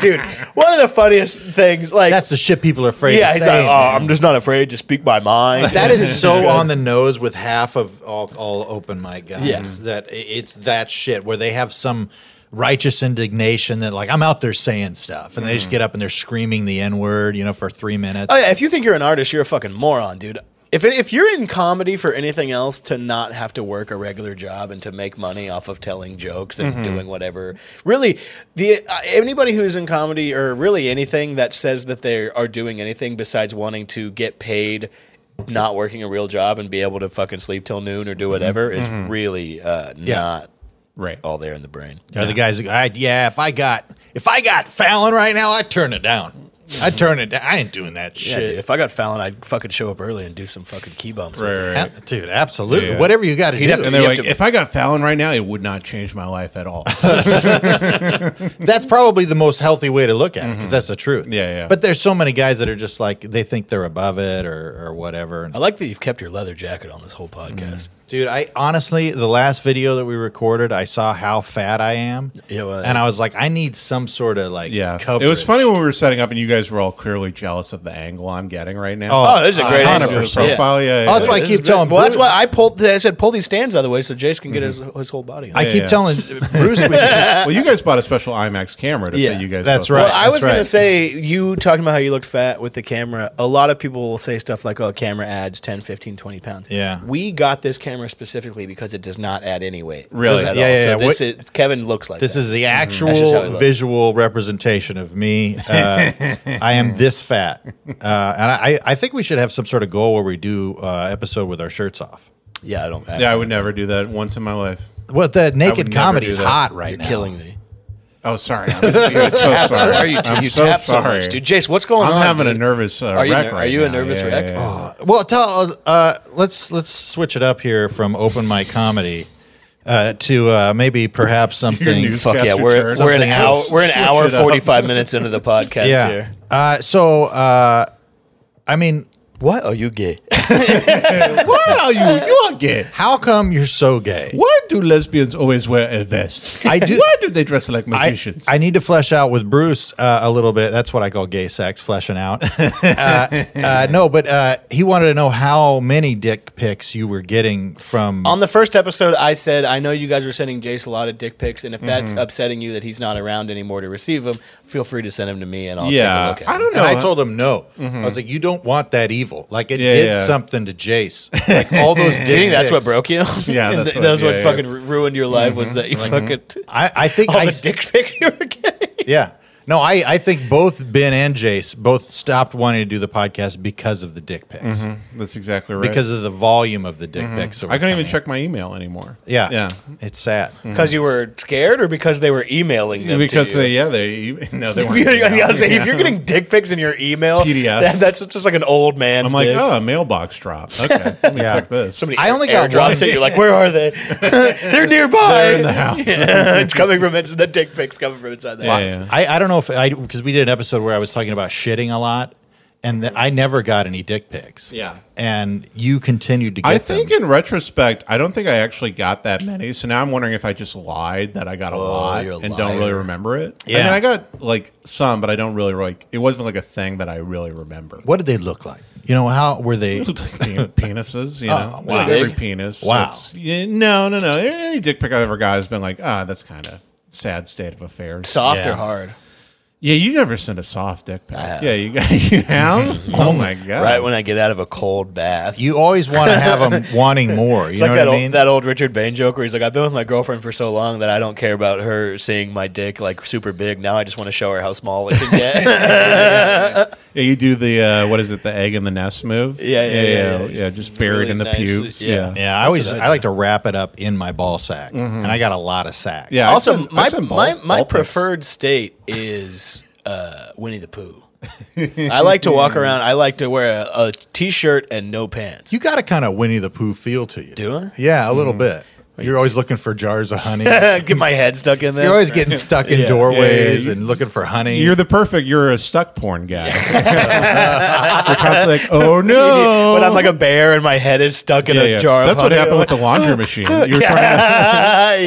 [SPEAKER 3] dude, one of the funniest things. Like
[SPEAKER 1] That's the shit people are afraid.
[SPEAKER 3] yeah,
[SPEAKER 1] of
[SPEAKER 3] he's like,
[SPEAKER 1] saying.
[SPEAKER 3] oh, I'm just not afraid to speak my mind.
[SPEAKER 1] That is so on the nose with half of all, all open mic guys.
[SPEAKER 3] Yeah.
[SPEAKER 1] That i- it's that shit where they have some righteous indignation that like I'm out there saying stuff and they just get up and they're screaming the N word, you know, for three minutes.
[SPEAKER 3] Oh yeah, if you think you're an artist, you're a fucking moron, dude. If it, if you're in comedy for anything else, to not have to work a regular job and to make money off of telling jokes and doing whatever, really, the uh, anybody who's in comedy or really anything that says that they are doing anything besides wanting to get paid. Not working a real job and be able to fucking sleep till noon or do whatever is really uh, not
[SPEAKER 2] right.
[SPEAKER 3] all there in the brain.
[SPEAKER 1] Are the guys that go, I, yeah, if I got if I got Fallon right now, I'd turn it down. I'd turn it down. I ain't doing that
[SPEAKER 3] Yeah,
[SPEAKER 1] shit.
[SPEAKER 3] dude, if I got Fallon, I'd fucking show up early and do some fucking key bumps. with
[SPEAKER 2] Right,
[SPEAKER 3] him.
[SPEAKER 2] right,
[SPEAKER 1] A-
[SPEAKER 2] right.
[SPEAKER 1] Dude, absolutely.
[SPEAKER 2] Yeah.
[SPEAKER 1] Whatever you got to
[SPEAKER 3] He'd have
[SPEAKER 1] do.
[SPEAKER 2] And
[SPEAKER 3] You
[SPEAKER 2] they're
[SPEAKER 3] have
[SPEAKER 2] like,
[SPEAKER 3] to-
[SPEAKER 2] if I got Fallon right now, it would not change my life at all.
[SPEAKER 1] That's probably the most healthy way to look at it because that's the truth.
[SPEAKER 2] Mm-hmm. Yeah, yeah.
[SPEAKER 1] But there's so many guys that are just like they think they're above it or or whatever.
[SPEAKER 2] Mm.
[SPEAKER 3] I like that you've kept your leather jacket on this whole podcast.
[SPEAKER 1] Dude, I honestly, the last video that we recorded, I saw how fat I am.
[SPEAKER 3] Yeah, well,
[SPEAKER 1] and I was like, I need some sort of like
[SPEAKER 2] Yeah,
[SPEAKER 1] coverage.
[SPEAKER 2] it was funny when we were setting up, and you guys were all clearly jealous of the angle I'm getting right now.
[SPEAKER 3] Oh, this is a great
[SPEAKER 2] on a
[SPEAKER 3] angle.
[SPEAKER 2] profile, yeah. yeah,
[SPEAKER 1] Oh, that's
[SPEAKER 2] yeah.
[SPEAKER 1] why I
[SPEAKER 3] This
[SPEAKER 1] keep
[SPEAKER 3] is bad.
[SPEAKER 1] telling
[SPEAKER 3] Well,
[SPEAKER 1] Bruce-
[SPEAKER 3] that's why I pulled. I said pull these stands out of the way so Jace can get
[SPEAKER 2] Mm-hmm.
[SPEAKER 3] his, his whole body. on
[SPEAKER 1] I
[SPEAKER 3] it."
[SPEAKER 2] Yeah,
[SPEAKER 1] keep
[SPEAKER 2] yeah.
[SPEAKER 1] telling Bruce we
[SPEAKER 2] Well, you guys bought a special IMAX camera to
[SPEAKER 3] Yeah,
[SPEAKER 2] fit you guys.
[SPEAKER 1] that's
[SPEAKER 2] both
[SPEAKER 1] right.
[SPEAKER 2] up.
[SPEAKER 3] well, I was
[SPEAKER 1] that's
[SPEAKER 3] gonna
[SPEAKER 1] right.
[SPEAKER 3] say you talking about how you looked fat with the camera. A lot of people will say stuff like, "Oh, camera adds 10, 15, 20 pounds."
[SPEAKER 1] Yeah.
[SPEAKER 3] we got this camera specifically because it does not add any weight.
[SPEAKER 2] Really?
[SPEAKER 3] At
[SPEAKER 1] Yeah,
[SPEAKER 3] all.
[SPEAKER 1] yeah,
[SPEAKER 3] So
[SPEAKER 1] yeah.
[SPEAKER 3] this is Kevin looks like
[SPEAKER 1] This
[SPEAKER 3] that.
[SPEAKER 1] is the
[SPEAKER 2] Mm-hmm.
[SPEAKER 3] That's just how it
[SPEAKER 1] actual
[SPEAKER 3] looks.
[SPEAKER 1] visual representation of me. Uh, I am this fat, uh, and I, I think we should have some sort of goal where we do uh, episode with our shirts off.
[SPEAKER 3] Yeah, I don't. I
[SPEAKER 2] Yeah, I would never do that once in my life.
[SPEAKER 1] Well, the naked
[SPEAKER 2] would never
[SPEAKER 1] comedy
[SPEAKER 2] do
[SPEAKER 1] is
[SPEAKER 2] that.
[SPEAKER 1] hot right
[SPEAKER 3] You're
[SPEAKER 1] now.
[SPEAKER 3] killing me.
[SPEAKER 2] Oh, sorry. I'm, I'm so sorry.
[SPEAKER 3] Are you?
[SPEAKER 2] I'm
[SPEAKER 3] you
[SPEAKER 2] so
[SPEAKER 3] tap
[SPEAKER 2] sorry,
[SPEAKER 3] so much, dude. Jace, what's going
[SPEAKER 2] I'm
[SPEAKER 3] on?
[SPEAKER 2] having
[SPEAKER 3] dude?
[SPEAKER 2] a nervous uh,
[SPEAKER 3] Are you
[SPEAKER 2] wreck
[SPEAKER 3] ner-
[SPEAKER 2] right
[SPEAKER 3] are you a
[SPEAKER 2] now.
[SPEAKER 3] nervous wreck?
[SPEAKER 1] Well, tell uh, let's let's switch it up here from open mic comedy uh, to uh, maybe perhaps something.
[SPEAKER 2] news-
[SPEAKER 3] Fuck yeah,
[SPEAKER 2] Cast your
[SPEAKER 3] we're,
[SPEAKER 2] turn.
[SPEAKER 3] we're an
[SPEAKER 1] Something
[SPEAKER 3] hour
[SPEAKER 1] else.
[SPEAKER 3] we're an
[SPEAKER 2] Switch
[SPEAKER 3] hour
[SPEAKER 2] it up.
[SPEAKER 3] forty five minutes into the podcast
[SPEAKER 1] yeah.
[SPEAKER 3] here.
[SPEAKER 1] Uh, so, uh, I mean,
[SPEAKER 3] What are you gay?
[SPEAKER 2] What are you? You are gay.
[SPEAKER 1] how come you're so gay?
[SPEAKER 2] Why do lesbians always wear a vest?
[SPEAKER 1] I do-
[SPEAKER 2] Why do they dress like
[SPEAKER 1] I-
[SPEAKER 2] magicians?
[SPEAKER 1] I, need to flesh out with Bruce uh, a little bit. That's what I call gay sex, fleshing out. uh, uh, no, but uh, he wanted to know how many dick pics you were getting from.
[SPEAKER 3] On the first episode, I said I know you guys are sending Jace a lot of dick pics, and if that's
[SPEAKER 2] Mm-hmm.
[SPEAKER 3] upsetting you that he's not around anymore to receive them, feel free to send them to me and I'll
[SPEAKER 2] yeah,
[SPEAKER 3] take a look. At
[SPEAKER 2] I don't
[SPEAKER 1] and
[SPEAKER 2] know. Mm-hmm.
[SPEAKER 1] I told him no. I was like, "You don't want that evil. Like it
[SPEAKER 2] Yeah,
[SPEAKER 1] did
[SPEAKER 2] yeah.
[SPEAKER 1] something to Jace. Like all those dick
[SPEAKER 3] Do you think that's what
[SPEAKER 1] pics.
[SPEAKER 3] broke you?
[SPEAKER 2] Yeah, that's
[SPEAKER 3] Th-
[SPEAKER 2] what-
[SPEAKER 3] that's
[SPEAKER 2] yeah, Mm-hmm.
[SPEAKER 3] what,
[SPEAKER 2] yeah.
[SPEAKER 3] fucking ru- ruined your life was that you fucking
[SPEAKER 1] I, I think
[SPEAKER 3] all
[SPEAKER 1] I,
[SPEAKER 3] the dick pic you were
[SPEAKER 2] Mm-hmm.
[SPEAKER 3] getting.
[SPEAKER 1] yeah. No, I, I think both Ben and Jace both stopped wanting to do the podcast because of the dick pics,
[SPEAKER 2] That's exactly Mm-hmm. right. Mm-hmm.
[SPEAKER 1] because of the volume of the dick pics. that
[SPEAKER 2] I
[SPEAKER 1] were
[SPEAKER 2] couldn't even
[SPEAKER 1] coming.
[SPEAKER 2] check my email anymore.
[SPEAKER 1] Yeah,
[SPEAKER 2] yeah. Mm-hmm.
[SPEAKER 1] it's sad.
[SPEAKER 3] Because you were scared, or because they were emailing them.
[SPEAKER 2] Because
[SPEAKER 3] to you?
[SPEAKER 2] they, yeah, they no, they
[SPEAKER 3] If you're, I was
[SPEAKER 2] weren't.
[SPEAKER 3] saying, if you're getting dick pics in your email,
[SPEAKER 2] PDFs.
[SPEAKER 3] that- that's just like an old man's.
[SPEAKER 2] I'm like,
[SPEAKER 3] dick.
[SPEAKER 2] oh, a mailbox drop. Okay, let me
[SPEAKER 1] Yeah.
[SPEAKER 2] click this.
[SPEAKER 3] Somebody
[SPEAKER 1] I
[SPEAKER 3] air-
[SPEAKER 1] only got
[SPEAKER 3] airdrops
[SPEAKER 1] one.
[SPEAKER 3] it. You're like, where are they? They're nearby.
[SPEAKER 2] They're in the house.
[SPEAKER 3] Yeah, it's coming from it's, the dick pics coming from inside the
[SPEAKER 2] Yeah,
[SPEAKER 3] house.
[SPEAKER 2] yeah.
[SPEAKER 1] I, I don't know if I because we did an episode where I was talking about shitting a lot, and th- I never got any dick pics.
[SPEAKER 2] Yeah.
[SPEAKER 1] and you continued to get
[SPEAKER 2] I think
[SPEAKER 1] them.
[SPEAKER 2] in retrospect, I don't think I actually got that many. So now I'm wondering if I just lied that I got a lot
[SPEAKER 3] you're a
[SPEAKER 2] and don't really
[SPEAKER 3] liar.
[SPEAKER 2] remember it. I
[SPEAKER 1] Yeah.
[SPEAKER 2] mean, I got like some, but I don't really like. It wasn't like a thing that I really remember.
[SPEAKER 1] what did they look like? You know, how were they?
[SPEAKER 2] Like, pen- penises, you know,
[SPEAKER 1] Oh, wow.
[SPEAKER 2] like every
[SPEAKER 3] Big?
[SPEAKER 2] penis.
[SPEAKER 1] Wow.
[SPEAKER 2] That's- yeah, no, no, no. Any dick pic I've ever got has been like, ah, that's kind of sad state of affairs.
[SPEAKER 3] Soft
[SPEAKER 1] Yeah.
[SPEAKER 3] or hard?
[SPEAKER 2] yeah, you never sent a soft dick pic.
[SPEAKER 3] I have.
[SPEAKER 2] Yeah, you got you have. oh my god.
[SPEAKER 3] Right when I get out of a cold bath.
[SPEAKER 1] You always want to have them wanting more. You
[SPEAKER 3] it's
[SPEAKER 1] know
[SPEAKER 3] like
[SPEAKER 1] what
[SPEAKER 3] that
[SPEAKER 1] I
[SPEAKER 3] old,
[SPEAKER 1] mean?
[SPEAKER 3] that old Richard Bain joke where he's like, I've been with my girlfriend for so long that I don't care about her seeing my dick like super big. Now I just want to show her how small it can get.
[SPEAKER 2] Yeah, you do the uh, what is it? The egg in the nest move.
[SPEAKER 3] Yeah, yeah, yeah, yeah.
[SPEAKER 2] yeah, just buried
[SPEAKER 3] Really
[SPEAKER 2] in the
[SPEAKER 3] nice,
[SPEAKER 2] pubes.
[SPEAKER 3] yeah.
[SPEAKER 2] Yeah,
[SPEAKER 1] yeah, I
[SPEAKER 3] That's
[SPEAKER 1] always
[SPEAKER 3] what I
[SPEAKER 1] I like to wrap it up in my ball sack, and I got a lot of sack.
[SPEAKER 2] Yeah, I
[SPEAKER 3] Mm-hmm. also,
[SPEAKER 2] send- I
[SPEAKER 3] my,
[SPEAKER 2] send ball-
[SPEAKER 3] my, my
[SPEAKER 2] ball pics.
[SPEAKER 3] preferred state is uh, Winnie the Pooh. I like to walk around. I like to wear a, a t-shirt and no pants.
[SPEAKER 1] you got a kind of Winnie the Pooh feel to you.
[SPEAKER 3] Do I? Mm-hmm.
[SPEAKER 1] Yeah, a little bit. You're always looking for jars of honey.
[SPEAKER 3] get my head stuck in there.
[SPEAKER 1] You're always getting stuck in
[SPEAKER 3] Yeah.
[SPEAKER 1] doorways
[SPEAKER 2] Yeah, yeah, you-
[SPEAKER 1] and looking for honey.
[SPEAKER 2] You're the perfect. You're a stuck porn guy. you're constantly like, oh no.
[SPEAKER 3] But I'm like a bear and my head is stuck in
[SPEAKER 2] Oh. Yeah,
[SPEAKER 3] a
[SPEAKER 2] yeah.
[SPEAKER 3] jar.
[SPEAKER 2] That's
[SPEAKER 3] of
[SPEAKER 2] what
[SPEAKER 3] honey.
[SPEAKER 2] happened with the laundry machine. You were trying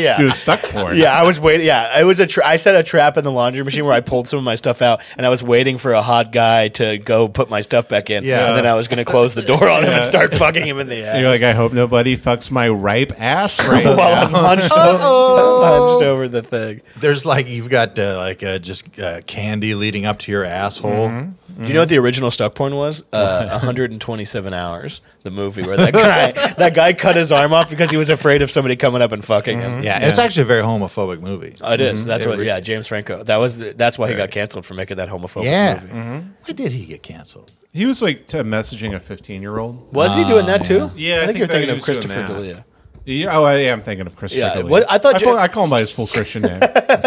[SPEAKER 3] yeah.
[SPEAKER 2] to do a stuck porn.
[SPEAKER 3] yeah, I was waiting. Yeah, it was a. Tra- I set a trap in the laundry machine where I pulled some of my stuff out, and I was waiting for a hot guy to go put my stuff back in.
[SPEAKER 1] Yeah.
[SPEAKER 3] and then I was going to close the door on him and start fucking him in the ass.
[SPEAKER 2] You're like, I hope nobody fucks my ripe ass right
[SPEAKER 3] while
[SPEAKER 2] now.
[SPEAKER 3] I'm hunched,
[SPEAKER 2] "Oh,
[SPEAKER 3] over, hunched over the thing.
[SPEAKER 1] There's like you've got uh, like uh, just uh, candy leading up to your asshole.
[SPEAKER 3] Do you know what the original stuck porn was? Uh, 127 hours, the movie where that guy that guy cut his arm off because he was afraid of somebody coming up and fucking
[SPEAKER 2] Mm-hmm.
[SPEAKER 3] him.
[SPEAKER 1] Yeah, it's actually a very homophobic movie.
[SPEAKER 3] It is. That's what. Yeah, James Franco. That was. That's why he got canceled for making that homophobic
[SPEAKER 1] yeah.
[SPEAKER 3] movie. Mm-hmm.
[SPEAKER 1] Why did he get canceled?
[SPEAKER 2] He was like t- messaging a 15 year old.
[SPEAKER 3] Was he doing that too?
[SPEAKER 2] Oh, Yeah, I
[SPEAKER 3] I, think
[SPEAKER 2] think
[SPEAKER 3] you're
[SPEAKER 2] that
[SPEAKER 3] thinking
[SPEAKER 2] he
[SPEAKER 3] of
[SPEAKER 2] was doing
[SPEAKER 3] Christopher
[SPEAKER 2] that.
[SPEAKER 3] D'Elia.
[SPEAKER 2] Yeah, oh, I am thinking of Christopher.
[SPEAKER 3] Yeah,
[SPEAKER 2] D'Elia.
[SPEAKER 3] what- I thought
[SPEAKER 2] I,
[SPEAKER 3] you-
[SPEAKER 2] call, I call him by his full Christian name.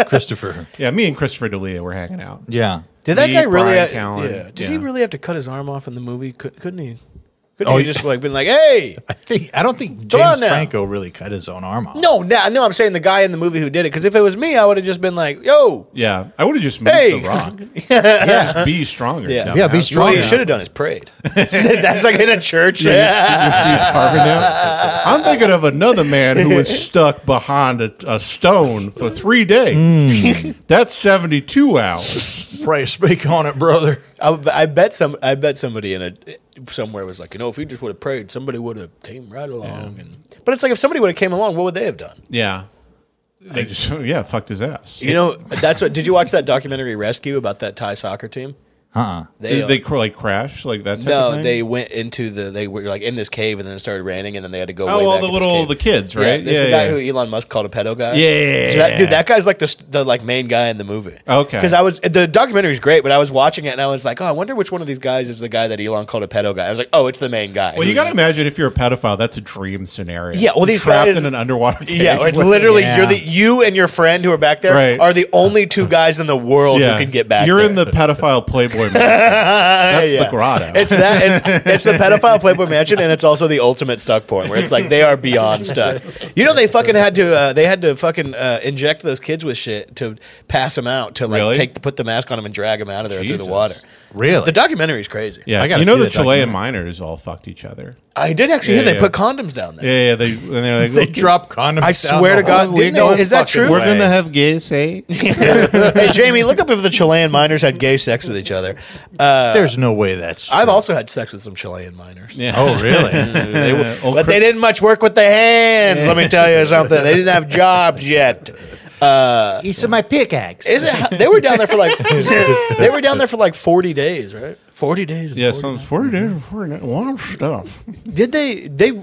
[SPEAKER 1] Christopher.
[SPEAKER 2] yeah, me and Christopher D'Elia were hanging out.
[SPEAKER 1] Yeah.
[SPEAKER 3] Did that
[SPEAKER 2] Me,
[SPEAKER 3] guy really?
[SPEAKER 2] Brian
[SPEAKER 3] ha-
[SPEAKER 2] Callen.
[SPEAKER 3] yeah. Did
[SPEAKER 2] Yeah.
[SPEAKER 3] he really have to cut his arm off in the movie? Could, couldn't he? Couldn't
[SPEAKER 1] Oh,
[SPEAKER 3] you
[SPEAKER 1] yeah.
[SPEAKER 3] just like been like, hey?
[SPEAKER 1] I think I don't think
[SPEAKER 3] Come on
[SPEAKER 1] James
[SPEAKER 3] now.
[SPEAKER 1] Franco really cut his own arm off.
[SPEAKER 3] No, no, no. I'm saying the guy in the movie who did it. Because if it was me, I would have just been like, yo.
[SPEAKER 2] Yeah, I would have just moved
[SPEAKER 3] Hey.
[SPEAKER 2] the rock.
[SPEAKER 1] yeah,
[SPEAKER 2] Just be stronger.
[SPEAKER 3] Yeah.
[SPEAKER 2] dumbass.
[SPEAKER 1] Yeah, be
[SPEAKER 3] All
[SPEAKER 1] strong.
[SPEAKER 3] you should have done is prayed. That's like in a church.
[SPEAKER 2] Yeah, you see- you see Harvey now? I'm thinking of another man who was stuck behind a, a stone for three days.
[SPEAKER 3] Mm.
[SPEAKER 2] That's 72 hours.
[SPEAKER 1] Pray, speak on it, brother.
[SPEAKER 3] I, I bet some. I bet somebody in a somewhere was like, you know, if we just would have prayed, somebody would have came right along. And but it's like if somebody would have came along, what would they have done?
[SPEAKER 2] Yeah. They just, yeah, fucked his ass.
[SPEAKER 3] You know, that's what. Did you watch that documentary Rescue about that Thai soccer team?
[SPEAKER 1] Huh?
[SPEAKER 2] They,
[SPEAKER 3] uh,
[SPEAKER 2] they cr- like crash like that. Type of
[SPEAKER 3] no,
[SPEAKER 2] thing?
[SPEAKER 3] they went into the. They were like in this cave, and then it started raining, and then they had to go.
[SPEAKER 2] Oh,
[SPEAKER 3] way
[SPEAKER 2] all
[SPEAKER 3] back
[SPEAKER 2] the
[SPEAKER 3] in this
[SPEAKER 2] little-
[SPEAKER 3] cave.
[SPEAKER 2] the kids, right?
[SPEAKER 3] Yeah, there's a
[SPEAKER 2] Yeah,
[SPEAKER 3] guy
[SPEAKER 2] yeah.
[SPEAKER 3] who Elon Musk called a pedo guy.
[SPEAKER 2] Yeah.
[SPEAKER 3] So that, dude, that guy's like the st- the like main guy in the movie.
[SPEAKER 2] Okay.
[SPEAKER 3] because I was the documentary's great, but I was watching it and I was like, oh, I wonder which one of these guys is the guy that Elon called a pedo guy. I was like, oh, it's the main guy.
[SPEAKER 2] Well, you got to imagine if you're a pedophile, that's a dream scenario.
[SPEAKER 3] Yeah, well,
[SPEAKER 2] You're
[SPEAKER 3] these
[SPEAKER 2] trapped
[SPEAKER 3] guys-
[SPEAKER 2] in an underwater cave.
[SPEAKER 3] Yeah, or
[SPEAKER 2] with-
[SPEAKER 3] literally,
[SPEAKER 1] Yeah.
[SPEAKER 3] you're the you and your friend who are back there
[SPEAKER 2] Right.
[SPEAKER 3] are the only two guys in the world
[SPEAKER 2] yeah.
[SPEAKER 3] who can get back.
[SPEAKER 2] You're
[SPEAKER 3] there.
[SPEAKER 2] in the pedophile playboy. mansion. That's
[SPEAKER 3] Yeah.
[SPEAKER 2] the grotto.
[SPEAKER 3] It's that. It's, it's the pedophile Playboy Mansion, and it's also the ultimate stuck porn, where it's like they are beyond stuck. You know, they fucking had to. Uh, they had to fucking uh, inject those kids with shit to pass them out to like
[SPEAKER 2] Really?
[SPEAKER 3] take put the mask on them and drag them out of there through
[SPEAKER 2] Jesus.
[SPEAKER 3] the water.
[SPEAKER 1] Really?
[SPEAKER 3] The documentary is crazy.
[SPEAKER 2] yeah,
[SPEAKER 1] I gotta
[SPEAKER 2] you know
[SPEAKER 1] see
[SPEAKER 2] the
[SPEAKER 1] that
[SPEAKER 2] Chilean miners all fucked each other.
[SPEAKER 3] I did actually.
[SPEAKER 2] Yeah,
[SPEAKER 3] hear they
[SPEAKER 2] yeah.
[SPEAKER 3] put condoms down there.
[SPEAKER 2] Yeah, yeah. They, and they're like,
[SPEAKER 1] They
[SPEAKER 2] "Look,
[SPEAKER 1] drop condoms.
[SPEAKER 3] I
[SPEAKER 1] down
[SPEAKER 3] swear
[SPEAKER 1] the
[SPEAKER 3] to God,
[SPEAKER 1] hallway.
[SPEAKER 3] didn't they-
[SPEAKER 1] One
[SPEAKER 3] is that
[SPEAKER 1] fucking
[SPEAKER 3] true?
[SPEAKER 1] way.
[SPEAKER 2] We're gonna have eh?" gay say.
[SPEAKER 3] hey Jamie, look up if the Chilean miners had gay sex with each other. Uh,
[SPEAKER 1] There's no way that's. True.
[SPEAKER 3] I've also had sex with some Chilean minors.
[SPEAKER 2] Yeah.
[SPEAKER 1] Oh, really?
[SPEAKER 2] they were, old
[SPEAKER 3] But they
[SPEAKER 2] Chris-
[SPEAKER 3] didn't much work with their hands. Let me tell you something. They didn't have jobs yet.
[SPEAKER 1] He's my pickaxe.
[SPEAKER 3] Is it? They were down there for like they were down there for like forty days, right? Forty days. and
[SPEAKER 2] Yeah,
[SPEAKER 3] 40
[SPEAKER 2] some
[SPEAKER 3] nights.
[SPEAKER 2] for dinner, for dinner, warm stuff.
[SPEAKER 3] Did they? They.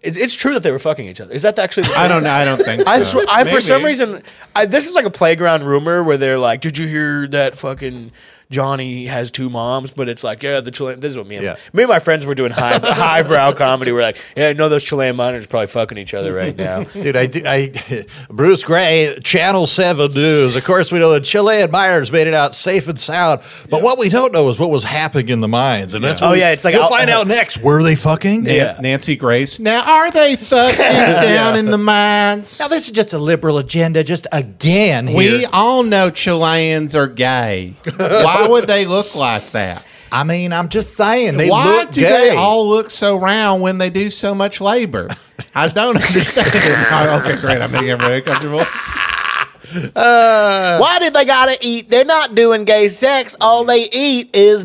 [SPEAKER 3] It's, it's true that they were fucking each other. Is that actually?
[SPEAKER 2] I don't know. I don't think so.
[SPEAKER 3] I, swear, I for some
[SPEAKER 2] Maybe.
[SPEAKER 3] reason, I, this is like a playground rumor where they're like, "Did you hear that fucking Johnny has two moms?" But it's like, yeah, the Chilean. This is what me and
[SPEAKER 1] Yeah.
[SPEAKER 3] me and my friends were doing high highbrow comedy. We're like, yeah, I know those Chilean miners are probably fucking each other right now.
[SPEAKER 1] Dude, I do. I Bruce Gray, Channel Seven News. Of course, we know the Chilean miners made it out safe and sound. But what we don't know is what was happening in the mines, and that's
[SPEAKER 3] Yeah.
[SPEAKER 1] what
[SPEAKER 3] Oh,
[SPEAKER 1] we-
[SPEAKER 3] yeah, it's like
[SPEAKER 1] we'll
[SPEAKER 3] I'll-
[SPEAKER 1] find out next. Were they fucking?
[SPEAKER 3] Yeah.
[SPEAKER 2] Nancy Grace. Now, are they fucking down in the mines?
[SPEAKER 1] Now this is just a liberal agenda, just again here.
[SPEAKER 2] we all know Chileans are gay. Why would they look like that?
[SPEAKER 1] I mean, I'm just saying they
[SPEAKER 2] Why
[SPEAKER 1] look
[SPEAKER 2] do
[SPEAKER 1] gay.
[SPEAKER 2] they all look so round when they do so much labor? I don't understand. oh, okay, great. I'm making everybody comfortable.
[SPEAKER 3] Why did they gotta eat? They're not doing gay sex. All they eat is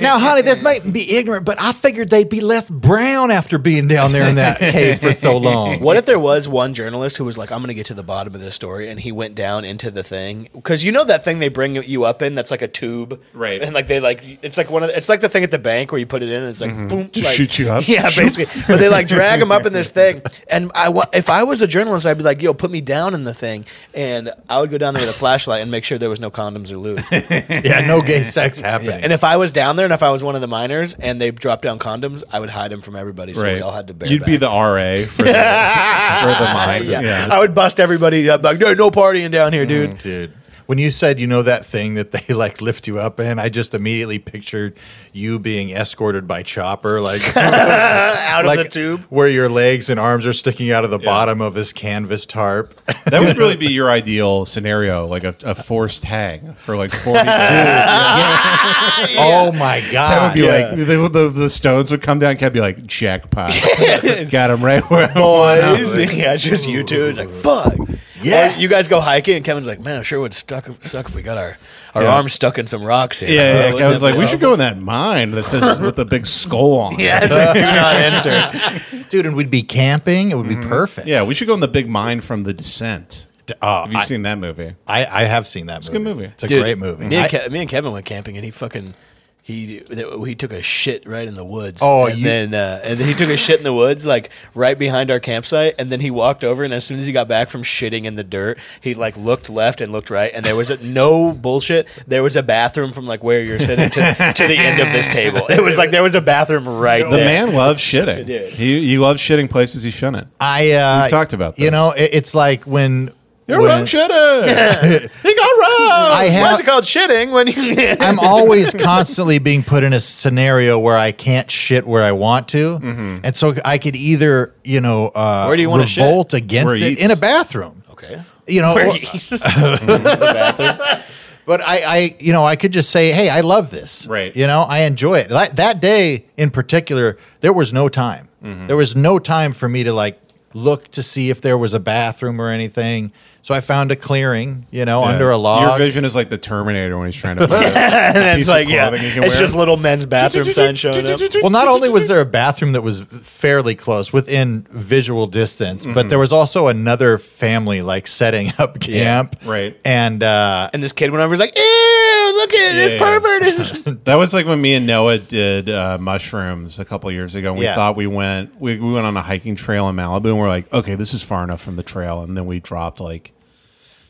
[SPEAKER 1] now, honey, this might be ignorant, but I figured they'd be less brown after being down there in that cave for so long.
[SPEAKER 3] what if there was one journalist who was like, "I'm gonna get to the bottom of this story," and he went down into the thing because you know that thing they bring you up in that's like a tube,
[SPEAKER 2] Right.
[SPEAKER 3] And like they like it's like one of the, it's like the thing at the bank where you put it in and it's like boom,
[SPEAKER 2] Mm-hmm. Just
[SPEAKER 3] like-
[SPEAKER 2] shoot you up.
[SPEAKER 3] Yeah, basically. but they like drag him up in this thing, and I wa- if I was a journalist, I'd be like, "Yo, put me down in the thing," and I would go down there with a flashlight and make sure there was no condoms or lube.
[SPEAKER 1] yeah, no gay sex happening.
[SPEAKER 3] And if I was down there and if I was one of the miners and they dropped down condoms, I would hide them from everybody. So we all had to bear
[SPEAKER 2] You'd be
[SPEAKER 3] back.
[SPEAKER 2] the RA for the, for the mine.
[SPEAKER 3] yeah. I would bust everybody up like, no, no partying down here, dude.
[SPEAKER 2] Mm.
[SPEAKER 1] dude. When you said you know that thing that they like lift you up in, I just immediately pictured you being escorted by chopper, like
[SPEAKER 3] Out
[SPEAKER 1] like
[SPEAKER 3] of the tube.
[SPEAKER 1] where your legs and arms are sticking out of the bottom of this canvas tarp.
[SPEAKER 2] That would really be your ideal scenario, like a, a forced hang for like 40 days. Yeah.
[SPEAKER 1] Oh my god!
[SPEAKER 2] That would be
[SPEAKER 1] Yeah.
[SPEAKER 2] like, the, the, the stones would come down, Kev would be like, jackpot. Got him right where I want
[SPEAKER 3] Boys. yeah, it's just you two. It's like, fuck.
[SPEAKER 1] Yes.
[SPEAKER 3] Or you guys go hiking and Kevin's like, man, I sure would stuck, suck if we got our, our
[SPEAKER 2] Yeah.
[SPEAKER 3] arms stuck in some rocks here. Uh,
[SPEAKER 2] Yeah, yeah.
[SPEAKER 3] wouldn't
[SPEAKER 2] Kevin's
[SPEAKER 3] that
[SPEAKER 2] like,
[SPEAKER 3] be
[SPEAKER 2] we should
[SPEAKER 3] awful?"
[SPEAKER 2] go in that mine that says with the big skull on it.
[SPEAKER 3] Yeah, it's like, do not enter.
[SPEAKER 1] dude, and we'd be camping. It would be perfect.
[SPEAKER 2] Yeah, we should go in the big mine from The Descent.
[SPEAKER 1] Oh,
[SPEAKER 3] uh,
[SPEAKER 2] Have you
[SPEAKER 1] I,
[SPEAKER 2] seen that movie?
[SPEAKER 1] I, I have seen that. It's
[SPEAKER 2] a good movie.
[SPEAKER 1] It's a
[SPEAKER 3] Dude,
[SPEAKER 1] great movie.
[SPEAKER 3] Me and,
[SPEAKER 1] I-
[SPEAKER 3] Ke- me and Kevin went camping, and he fucking he he took a shit right in the woods.
[SPEAKER 1] Oh,
[SPEAKER 3] and
[SPEAKER 1] you-
[SPEAKER 3] then uh, and then he took a shit in the woods, like right behind our campsite. And then he walked over, and as soon as he got back from shitting in the dirt, he like looked left and looked right, and there was a, no bullshit. There was a bathroom from like where you're sitting to, to the end of this table. It was like there was a bathroom right
[SPEAKER 2] The
[SPEAKER 3] there.
[SPEAKER 2] man loves shitting.
[SPEAKER 3] did.
[SPEAKER 2] He he loves shitting places he shouldn't.
[SPEAKER 1] I uh,
[SPEAKER 2] We've talked about
[SPEAKER 1] You
[SPEAKER 2] this.
[SPEAKER 1] know, it, it's like when
[SPEAKER 2] You're
[SPEAKER 1] when-
[SPEAKER 2] wrong shitting. he got wrong.
[SPEAKER 1] I
[SPEAKER 3] Why is
[SPEAKER 1] have
[SPEAKER 3] it called shitting when you?
[SPEAKER 1] I'm always constantly being put in a scenario where I can't shit where I want to,
[SPEAKER 2] Mm-hmm.
[SPEAKER 1] and so I could either you know uh,
[SPEAKER 3] Where do you wanna shit?
[SPEAKER 1] revolt against
[SPEAKER 2] Where he
[SPEAKER 1] it
[SPEAKER 2] eats.
[SPEAKER 1] in a bathroom.
[SPEAKER 3] okay.
[SPEAKER 1] You know,
[SPEAKER 3] Where
[SPEAKER 1] or-
[SPEAKER 3] you-
[SPEAKER 1] Mm-hmm.
[SPEAKER 3] bathroom.
[SPEAKER 1] but I, I, you know, I could just say, "Hey, I love this."
[SPEAKER 2] Right.
[SPEAKER 1] You know, I enjoy it. That, that day in particular, there was no time.
[SPEAKER 2] Mm-hmm.
[SPEAKER 1] There was no time for me to like look to see if there was a bathroom or anything. So I found a clearing, you know,
[SPEAKER 2] Yeah.
[SPEAKER 1] under a
[SPEAKER 2] Your
[SPEAKER 1] log.
[SPEAKER 2] vision is like the Terminator when he's trying to. and
[SPEAKER 3] and it's like yeah, it's just little men's bathroom sign showing up.
[SPEAKER 1] Well, not only was there a bathroom that was fairly close within visual distance, but
[SPEAKER 2] Mm-hmm.
[SPEAKER 1] there was also another family like setting up camp.
[SPEAKER 2] right.
[SPEAKER 1] And uh,
[SPEAKER 3] And this kid went over, he's like, "Ew, look at this
[SPEAKER 2] Yeah.
[SPEAKER 3] pervert!" Is
[SPEAKER 2] That was like when me and Noah did uh, mushrooms a couple years ago. And we
[SPEAKER 1] Yeah.
[SPEAKER 2] thought we went we, we went on a hiking trail in Malibu, and we're like, okay, this is far enough from the trail. And then we dropped like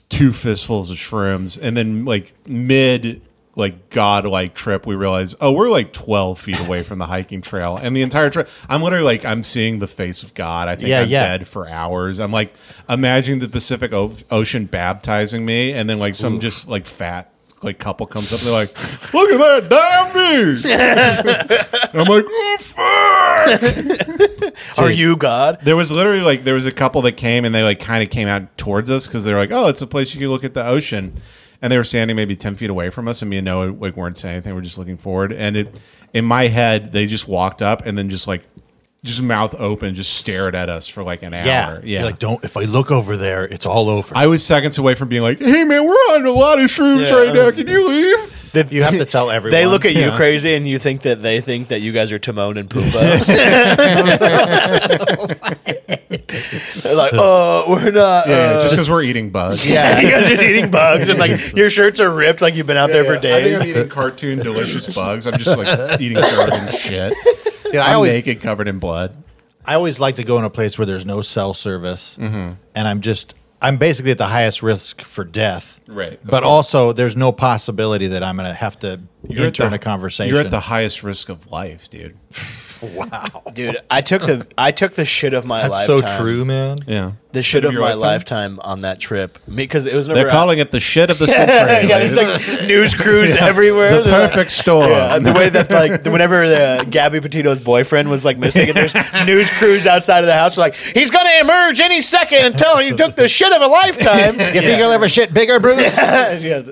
[SPEAKER 2] two fistfuls of shrooms, and then like mid like godlike trip, we realized, oh, we're like twelve feet away from the hiking trail, and the entire trip. I'm literally like, I'm seeing the face of God. I think
[SPEAKER 1] Yeah,
[SPEAKER 2] I'm
[SPEAKER 1] yeah.
[SPEAKER 2] dead for hours. I'm like, imagining the Pacific o- Ocean baptizing me, and then like some just like fat. Like couple comes up, they're like, "Look at that, damn me!" And I'm like, "Oh fuck!"
[SPEAKER 3] are you God?
[SPEAKER 2] There was literally like there was a couple that came and they like kind of came out towards us because they were like, "Oh, it's a place you can look at the ocean," and they were standing maybe ten feet away from us, and me and Noah like weren't saying anything. We are just looking forward, and it in my head they just walked up and then just like just mouth open, just stared at us for like an
[SPEAKER 1] yeah,
[SPEAKER 2] hour.
[SPEAKER 1] You're like don't. If I look over there, it's all over.
[SPEAKER 2] I was seconds away from being like, "Hey man, we're on a lot of shrooms
[SPEAKER 3] Yeah.
[SPEAKER 2] right now. Can you leave?"
[SPEAKER 1] you have to tell everyone.
[SPEAKER 3] They look at you
[SPEAKER 2] Yeah.
[SPEAKER 3] crazy, and you think that they think that you guys are Timon and Pumbaa. They're like, "Oh, we're not."
[SPEAKER 2] Yeah,
[SPEAKER 3] uh,
[SPEAKER 2] just because we're eating bugs.
[SPEAKER 3] yeah, you guys are eating bugs, and like your shirts are ripped, like you've been out there for
[SPEAKER 2] I think
[SPEAKER 3] days.
[SPEAKER 2] I'm eating cartoon delicious bugs. I'm just like eating dirt and shit.
[SPEAKER 1] Dude, I
[SPEAKER 2] I'm
[SPEAKER 1] always,
[SPEAKER 2] naked, covered in blood.
[SPEAKER 1] I always like to go in a place where there's no cell service, and I'm just I'm basically at the highest risk for death.
[SPEAKER 2] Right.
[SPEAKER 1] But also, there's no possibility that I'm going to have to
[SPEAKER 2] at
[SPEAKER 1] enter in
[SPEAKER 2] the-
[SPEAKER 1] a conversation.
[SPEAKER 2] You're at the highest risk of life, dude.
[SPEAKER 3] Dude, I took the I took the shit of my
[SPEAKER 1] That's so
[SPEAKER 3] lifetime.
[SPEAKER 1] true, man.
[SPEAKER 2] Yeah.
[SPEAKER 3] The shit
[SPEAKER 2] Of
[SPEAKER 3] of
[SPEAKER 2] your
[SPEAKER 3] my
[SPEAKER 2] lifetime?
[SPEAKER 3] lifetime on that trip because it was never.
[SPEAKER 2] They're calling it the shit of the century.
[SPEAKER 3] yeah, there's like news crews everywhere.
[SPEAKER 2] the
[SPEAKER 3] They're like-
[SPEAKER 2] perfect storm.
[SPEAKER 3] Yeah, Uh, the way that like the- whenever the Gabby Petito's boyfriend was like missing, and there's news crews outside of the house, like he's gonna emerge any second and tell him he took the shit of a lifetime.
[SPEAKER 1] You think you'll ever shit bigger, Bruce?
[SPEAKER 3] Yeah.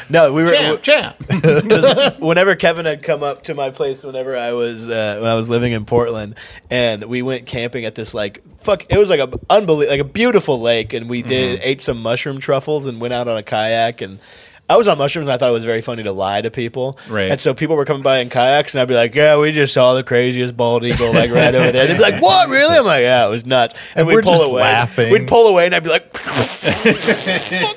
[SPEAKER 3] no, we were.
[SPEAKER 1] champ.
[SPEAKER 3] 'cause whenever Kevin had come up to my place, whenever I was uh, when I was living in Portland, and we went camping at this like fuck, it was like a unbelievable, like a beautiful lake, and
[SPEAKER 1] Mm-hmm.
[SPEAKER 3] we did ate some mushroom truffles and went out on a kayak and. I was on mushrooms and I thought it was very funny to lie to people.
[SPEAKER 2] Right.
[SPEAKER 3] And so people were coming by in kayaks and I'd be like, Yeah, we just saw the craziest bald eagle like right over there. They'd be like, What, really? I'm like, Yeah, it was nuts. And, we'd
[SPEAKER 1] we're
[SPEAKER 3] pull
[SPEAKER 1] just
[SPEAKER 3] away.
[SPEAKER 1] laughing.
[SPEAKER 3] We'd pull away and I'd be like, Fuck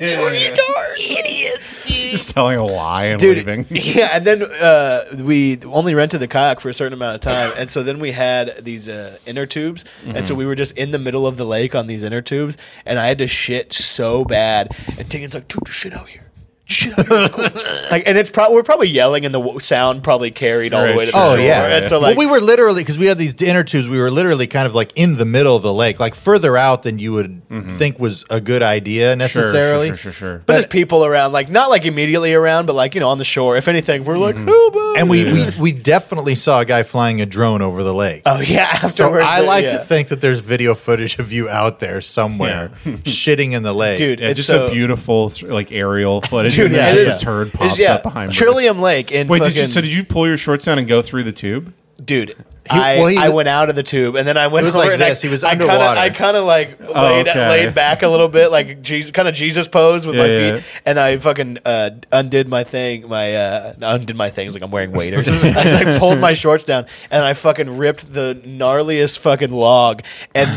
[SPEAKER 3] you retard, idiots, dude.
[SPEAKER 2] Just telling a lie and leaving.
[SPEAKER 3] Yeah, and then uh, we only rented the kayak for a certain amount of time, and so then we had these uh, inner tubes, and
[SPEAKER 2] Mm-hmm.
[SPEAKER 3] so we were just in the middle of the lake on these inner tubes, and I had to shit so bad, and Tegan's like, "Dude, just shit out here." Just Shit out here quick." like, and it's probably we're probably yelling, and the w- sound probably carried all the
[SPEAKER 2] Right,
[SPEAKER 3] way to the
[SPEAKER 2] sure.
[SPEAKER 1] Oh
[SPEAKER 3] shore.
[SPEAKER 1] yeah.
[SPEAKER 3] and so like
[SPEAKER 1] well, we were literally because we had these inner tubes. We were literally kind of like in the middle of the lake, like further out than you would think was a good idea
[SPEAKER 2] Mm-hmm. Sure,
[SPEAKER 1] necessarily.
[SPEAKER 2] Sure, sure, sure, sure.
[SPEAKER 3] but there's people around, like not like immediately around, but like you know on the shore. If anything, we're
[SPEAKER 2] Mm-hmm.
[SPEAKER 3] like, "Oh, boy."
[SPEAKER 1] And we, we we definitely saw a guy flying a drone over the lake.
[SPEAKER 3] oh yeah,
[SPEAKER 1] So
[SPEAKER 3] afterwards,
[SPEAKER 1] I
[SPEAKER 3] uh,
[SPEAKER 1] like
[SPEAKER 3] yeah.
[SPEAKER 1] to think that there's video footage of you out there somewhere shitting in the lake.
[SPEAKER 3] Dude,
[SPEAKER 2] Yeah,
[SPEAKER 3] it's
[SPEAKER 2] just
[SPEAKER 3] so,
[SPEAKER 2] a beautiful th- like aerial footage.
[SPEAKER 3] Dude,
[SPEAKER 2] and then
[SPEAKER 1] yeah. Yeah.
[SPEAKER 2] just a turd
[SPEAKER 3] it's-
[SPEAKER 2] pops
[SPEAKER 3] yeah,
[SPEAKER 2] up behind. me.
[SPEAKER 3] Trillium Lake in
[SPEAKER 2] Wait, did
[SPEAKER 3] fucking
[SPEAKER 2] you, so did you pull your shorts down and go through the tube?
[SPEAKER 3] dude.
[SPEAKER 1] He-
[SPEAKER 3] I,
[SPEAKER 1] well, he
[SPEAKER 3] I
[SPEAKER 1] was-
[SPEAKER 3] went out of the tube and then I went
[SPEAKER 1] It was
[SPEAKER 3] over
[SPEAKER 1] like
[SPEAKER 3] and
[SPEAKER 1] this,
[SPEAKER 3] I,
[SPEAKER 1] he was
[SPEAKER 3] I kinda-
[SPEAKER 1] underwater.
[SPEAKER 3] I kind of like laid,
[SPEAKER 2] okay.
[SPEAKER 3] laid back a little bit, like Jesus, kind of Jesus pose with my
[SPEAKER 2] Yeah, yeah.
[SPEAKER 3] feet, and I fucking uh, undid my thing, my uh, undid my things like I'm wearing waders. I just like pulled my shorts down and I fucking ripped the gnarliest fucking log, and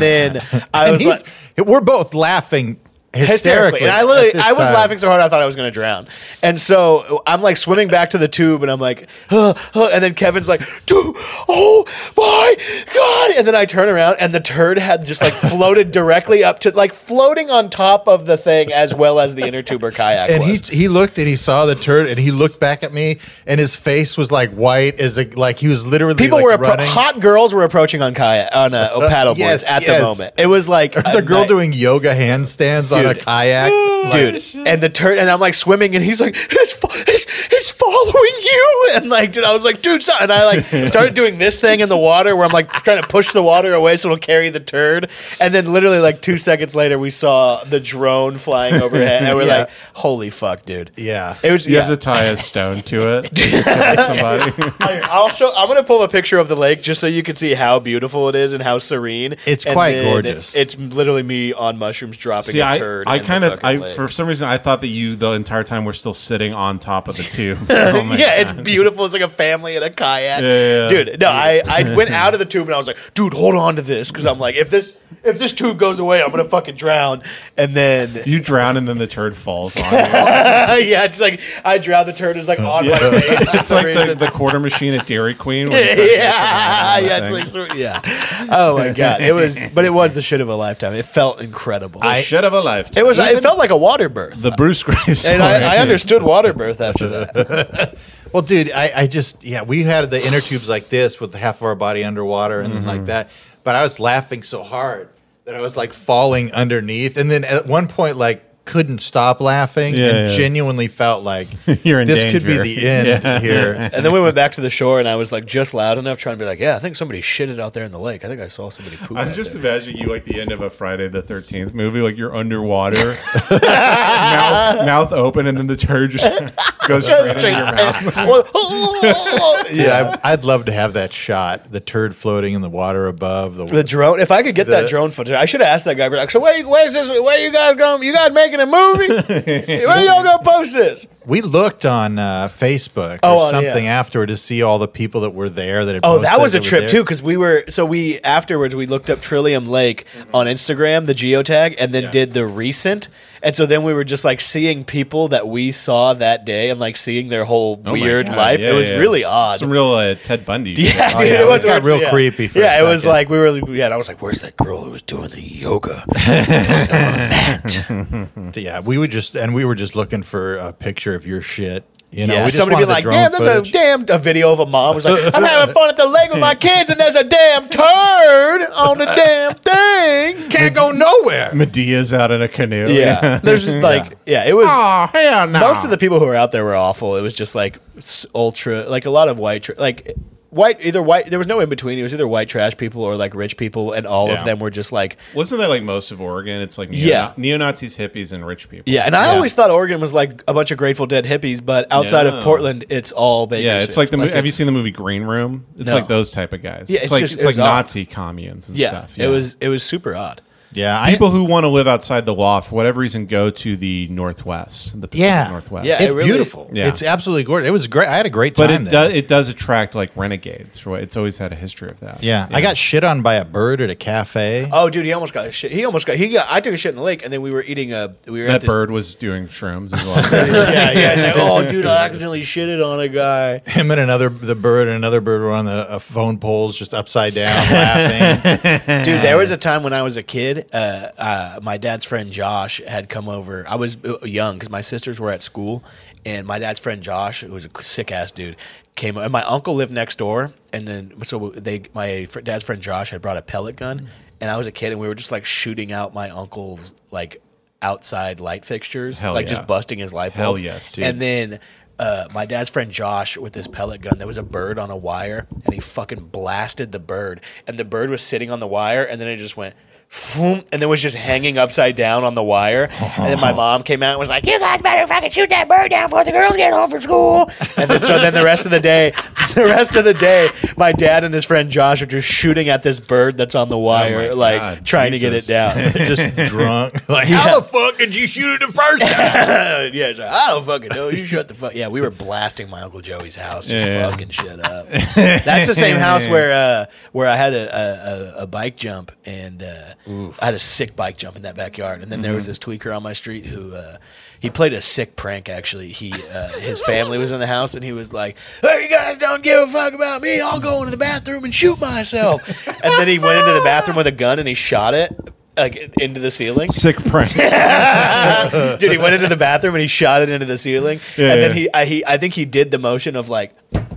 [SPEAKER 3] then I
[SPEAKER 1] and
[SPEAKER 3] was
[SPEAKER 1] he's,
[SPEAKER 3] like.
[SPEAKER 1] we're both laughing hysterically.
[SPEAKER 3] Hysterically, and I
[SPEAKER 1] at
[SPEAKER 3] literally,
[SPEAKER 1] this
[SPEAKER 3] I was
[SPEAKER 1] time.
[SPEAKER 3] laughing so hard I thought I was going to drown, and so I'm like swimming back to the tube, and I'm like, huh, huh, and then Kevin's like, dude, oh my god, and then I turn around, and the turd had just like floated directly up to, like floating on top of the thing as well as the inner tuber kayak.
[SPEAKER 1] And he
[SPEAKER 3] was.
[SPEAKER 1] he looked and he saw the turd and he looked back at me and his face was like white as a like he was literally
[SPEAKER 3] people
[SPEAKER 1] like
[SPEAKER 3] were appro-
[SPEAKER 1] running.
[SPEAKER 3] hot girls were approaching on kayak on uh, paddleboards
[SPEAKER 1] yes,
[SPEAKER 3] at the
[SPEAKER 1] yes.
[SPEAKER 3] moment. It was like
[SPEAKER 1] There's a girl
[SPEAKER 3] night-
[SPEAKER 1] doing yoga handstands on a
[SPEAKER 3] Dude.
[SPEAKER 1] kayak.
[SPEAKER 3] dude. And the turn, and I'm like swimming, and he's like, it's, fo- it's, it's following you, and like, dude, I was like, dude, stop. and I like started doing this thing in the water where I'm like trying to push the water away so it'll carry the turd, and then literally like two seconds later, we saw the drone flying overhead, and we're
[SPEAKER 1] Yeah.
[SPEAKER 3] like, holy fuck, dude,
[SPEAKER 1] Yeah.
[SPEAKER 3] it was.
[SPEAKER 2] You
[SPEAKER 3] yeah.
[SPEAKER 2] have to tie a stone to it. to like somebody.
[SPEAKER 3] Here, I'll show. I'm gonna pull a picture of the lake just so you can see how beautiful it is and how serene.
[SPEAKER 1] It's
[SPEAKER 3] And
[SPEAKER 1] quite
[SPEAKER 3] then
[SPEAKER 1] gorgeous.
[SPEAKER 3] It's literally me on mushrooms dropping
[SPEAKER 2] See,
[SPEAKER 3] a
[SPEAKER 2] I,
[SPEAKER 3] turd.
[SPEAKER 2] I
[SPEAKER 3] in the
[SPEAKER 2] kind of,
[SPEAKER 3] fucking
[SPEAKER 2] I
[SPEAKER 3] lake.
[SPEAKER 2] for some reason, I thought that you the entire time were still sitting on top of the tube. Oh my
[SPEAKER 3] yeah, it's
[SPEAKER 2] God.
[SPEAKER 3] beautiful. It's like a family in a kayak.
[SPEAKER 2] Yeah, yeah, yeah.
[SPEAKER 3] Dude, no, I, I went out of the tube and I was like, dude, hold on to this because I'm like, if this if this tube goes away, I'm gonna fucking drown. And then
[SPEAKER 2] you drown and then the turd falls on you.
[SPEAKER 3] yeah, it's like I drowned the turd is like on my face.
[SPEAKER 2] it's like the, the quarter machine at Dairy Queen. when you try to get
[SPEAKER 3] yeah,
[SPEAKER 2] around that
[SPEAKER 3] yeah, it's
[SPEAKER 2] thing.
[SPEAKER 3] like sort- yeah. Oh my god, it was, but it was the shit of a lifetime. It felt incredible.
[SPEAKER 2] the shit of a lifetime.
[SPEAKER 3] it was. It felt like a water birth,
[SPEAKER 2] the Bruce Grace.
[SPEAKER 3] and
[SPEAKER 2] story.
[SPEAKER 3] I, I understood water birth after that.
[SPEAKER 1] Well, dude, I, I just yeah, we had the inner tubes like this with the half of our body underwater
[SPEAKER 2] Mm-hmm.
[SPEAKER 1] and like that. But I was laughing so hard that I was like falling underneath, and then at one point like couldn't stop laughing
[SPEAKER 2] Yeah,
[SPEAKER 1] and
[SPEAKER 2] yeah.
[SPEAKER 1] genuinely felt like
[SPEAKER 2] You're in
[SPEAKER 1] this could be
[SPEAKER 2] danger.
[SPEAKER 1] the end here.
[SPEAKER 3] And then we went back to the shore, and I was like just loud enough trying to be like, yeah, I think somebody shitted out there in the lake. I think I saw somebody poop.
[SPEAKER 2] I'm
[SPEAKER 3] out
[SPEAKER 2] just
[SPEAKER 3] there."
[SPEAKER 2] imagining you like the end of a Friday the 13th movie, like you're underwater, mouth, mouth open, and then the turd just goes straight into your mouth.
[SPEAKER 1] Yeah, I, I'd love to have that shot. The turd floating in the water above the.
[SPEAKER 3] The drone. If I could get that
[SPEAKER 1] The-
[SPEAKER 3] drone footage, I should have asked that guy. But like, so where, you- where's this? Where you guys going? You guys making a movie? where y'all gonna post this?
[SPEAKER 1] we looked on uh, Facebook or
[SPEAKER 3] Oh, uh,
[SPEAKER 1] something
[SPEAKER 3] yeah.
[SPEAKER 1] afterward to see all the people that were there. That had
[SPEAKER 3] Oh, that
[SPEAKER 1] posted
[SPEAKER 3] was a
[SPEAKER 1] were
[SPEAKER 3] trip
[SPEAKER 1] there.
[SPEAKER 3] too, because we were so we afterwards we looked up Trillium Lake
[SPEAKER 1] Mm-hmm.
[SPEAKER 3] on Instagram, the geotag, and then did the recent. And so then we were just like seeing people that we saw that day and like seeing their whole
[SPEAKER 2] Oh my
[SPEAKER 3] weird
[SPEAKER 2] God,
[SPEAKER 3] life.
[SPEAKER 2] yeah,
[SPEAKER 3] it was
[SPEAKER 2] yeah.
[SPEAKER 3] really odd.
[SPEAKER 2] Some real uh, Ted Bundy.
[SPEAKER 3] Yeah, dude,
[SPEAKER 1] Oh, yeah,
[SPEAKER 3] it
[SPEAKER 1] it
[SPEAKER 3] was
[SPEAKER 1] got
[SPEAKER 3] it was-
[SPEAKER 1] real
[SPEAKER 3] yeah.
[SPEAKER 1] creepy for a
[SPEAKER 3] yeah, it was
[SPEAKER 1] second.
[SPEAKER 3] like we were. Yeah, and I was like, "Where's that girl who was doing the yoga?"
[SPEAKER 1] Yeah, we would just and we were just looking for a picture of your shit. You know,
[SPEAKER 3] yeah,
[SPEAKER 1] we just
[SPEAKER 3] somebody be
[SPEAKER 1] wanted
[SPEAKER 3] like,
[SPEAKER 1] the
[SPEAKER 3] "Damn,
[SPEAKER 1] drone
[SPEAKER 3] there's a
[SPEAKER 1] footage."
[SPEAKER 3] damn a video of a mom was like, I'm having fun at the lake with my kids, and there's a damn turd on the damn thing."
[SPEAKER 1] can't go nowhere.
[SPEAKER 2] Medea's out in a canoe.
[SPEAKER 3] Yeah, there's just like, yeah, it was.
[SPEAKER 2] oh, hell no.
[SPEAKER 3] Most of the people who were out there were awful. It was just like s- ultra, like a lot of white, tra- like white, either white. There was no in between. It was either white trash people or like rich people, and all
[SPEAKER 2] Yeah.
[SPEAKER 3] of them were just like
[SPEAKER 2] Wasn't that like most of Oregon? It's like neo-
[SPEAKER 3] Yeah.
[SPEAKER 2] neo-Nazis, hippies, and rich people.
[SPEAKER 3] Yeah, and I
[SPEAKER 1] Yeah.
[SPEAKER 3] always thought Oregon was like a bunch of Grateful Dead hippies, but outside
[SPEAKER 2] No.
[SPEAKER 3] of Portland, it's all Bakersfield.
[SPEAKER 2] Yeah, it's like the. mo- have you
[SPEAKER 3] it's-
[SPEAKER 2] seen the movie Green Room? It's
[SPEAKER 3] No.
[SPEAKER 2] like those type of guys.
[SPEAKER 3] Yeah,
[SPEAKER 2] it's,
[SPEAKER 3] it's
[SPEAKER 2] like
[SPEAKER 3] just-
[SPEAKER 2] it's
[SPEAKER 3] it
[SPEAKER 2] like
[SPEAKER 3] was odd.
[SPEAKER 2] Nazi communes and
[SPEAKER 3] Yeah,
[SPEAKER 2] stuff.
[SPEAKER 3] it was it was super odd.
[SPEAKER 1] Yeah, I,
[SPEAKER 2] people who want to live outside the law for whatever reason go to the northwest, the Pacific
[SPEAKER 1] yeah,
[SPEAKER 2] Northwest.
[SPEAKER 3] Yeah,
[SPEAKER 1] it's
[SPEAKER 3] it really-
[SPEAKER 1] beautiful.
[SPEAKER 2] Yeah.
[SPEAKER 1] It's absolutely gorgeous. It was great. I had a great time.
[SPEAKER 2] but it
[SPEAKER 1] there.
[SPEAKER 2] does it does attract like renegades. Right? It's always had a history of that.
[SPEAKER 1] Yeah, I got shit on by a bird at a cafe.
[SPEAKER 3] Oh, dude, he almost got a shit. He almost got he got. I took a shit in the lake, and then we were eating a we were at
[SPEAKER 2] that
[SPEAKER 3] this-
[SPEAKER 2] bird was doing shrooms. As well.
[SPEAKER 3] Yeah, yeah. and then, oh, dude, I accidentally shitted on a guy.
[SPEAKER 1] Him and another the bird and another bird were on the uh, phone poles, just upside down, laughing.
[SPEAKER 3] Dude, there was a time when I was a kid. Uh, uh, my dad's friend Josh had come over. I was uh, young because my sisters were at school, and my dad's friend Josh, who was a sick ass dude, came. And my uncle lived next door, and then so they, my fr- dad's friend Josh had brought a pellet gun, and I was a kid, and we were just like shooting out my uncle's like outside light fixtures,
[SPEAKER 2] Hell
[SPEAKER 3] like
[SPEAKER 2] yeah.
[SPEAKER 3] just busting his light
[SPEAKER 2] Hell
[SPEAKER 3] bulbs.
[SPEAKER 2] yes, dude.
[SPEAKER 3] And and then uh, my dad's friend Josh with his pellet gun, there was a bird on a wire, and he fucking blasted the bird. And the bird was sitting on the wire, and then it just went, vroom, and then was just hanging upside down on the wire. And then my mom came out and was like, "You guys better fucking shoot that bird down before the girls get home from school." And then, so then the rest of the day, the rest of the day, my dad and his friend Josh are just shooting at this bird that's on the wire, like
[SPEAKER 2] Oh God,
[SPEAKER 3] trying
[SPEAKER 2] Jesus.
[SPEAKER 3] to get it down.
[SPEAKER 1] just drunk. Like, how the fuck did you shoot it the first time?
[SPEAKER 3] yeah, it's like, I don't fucking know. You shut the fuck. Yeah, we were blasting my uncle Joey's house, just
[SPEAKER 2] Yeah.
[SPEAKER 3] fucking shit up. That's the same house where uh, where I had a, a, a, a bike jump, and uh, I had a sick bike jump in that backyard. And then there was this tweaker on my street who uh, he played a sick prank. Actually, he uh, his family was in the house, and he was like, "Hey, you guys don't give a fuck about me. I'll go into the bathroom and shoot myself." and then he went into the bathroom with a gun and he shot it. Like into the ceiling,
[SPEAKER 2] Sick prank.
[SPEAKER 3] dude he went into the bathroom and he shot it into the ceiling
[SPEAKER 2] Yeah,
[SPEAKER 3] and then
[SPEAKER 2] yeah.
[SPEAKER 3] he I, he I think he did the motion of like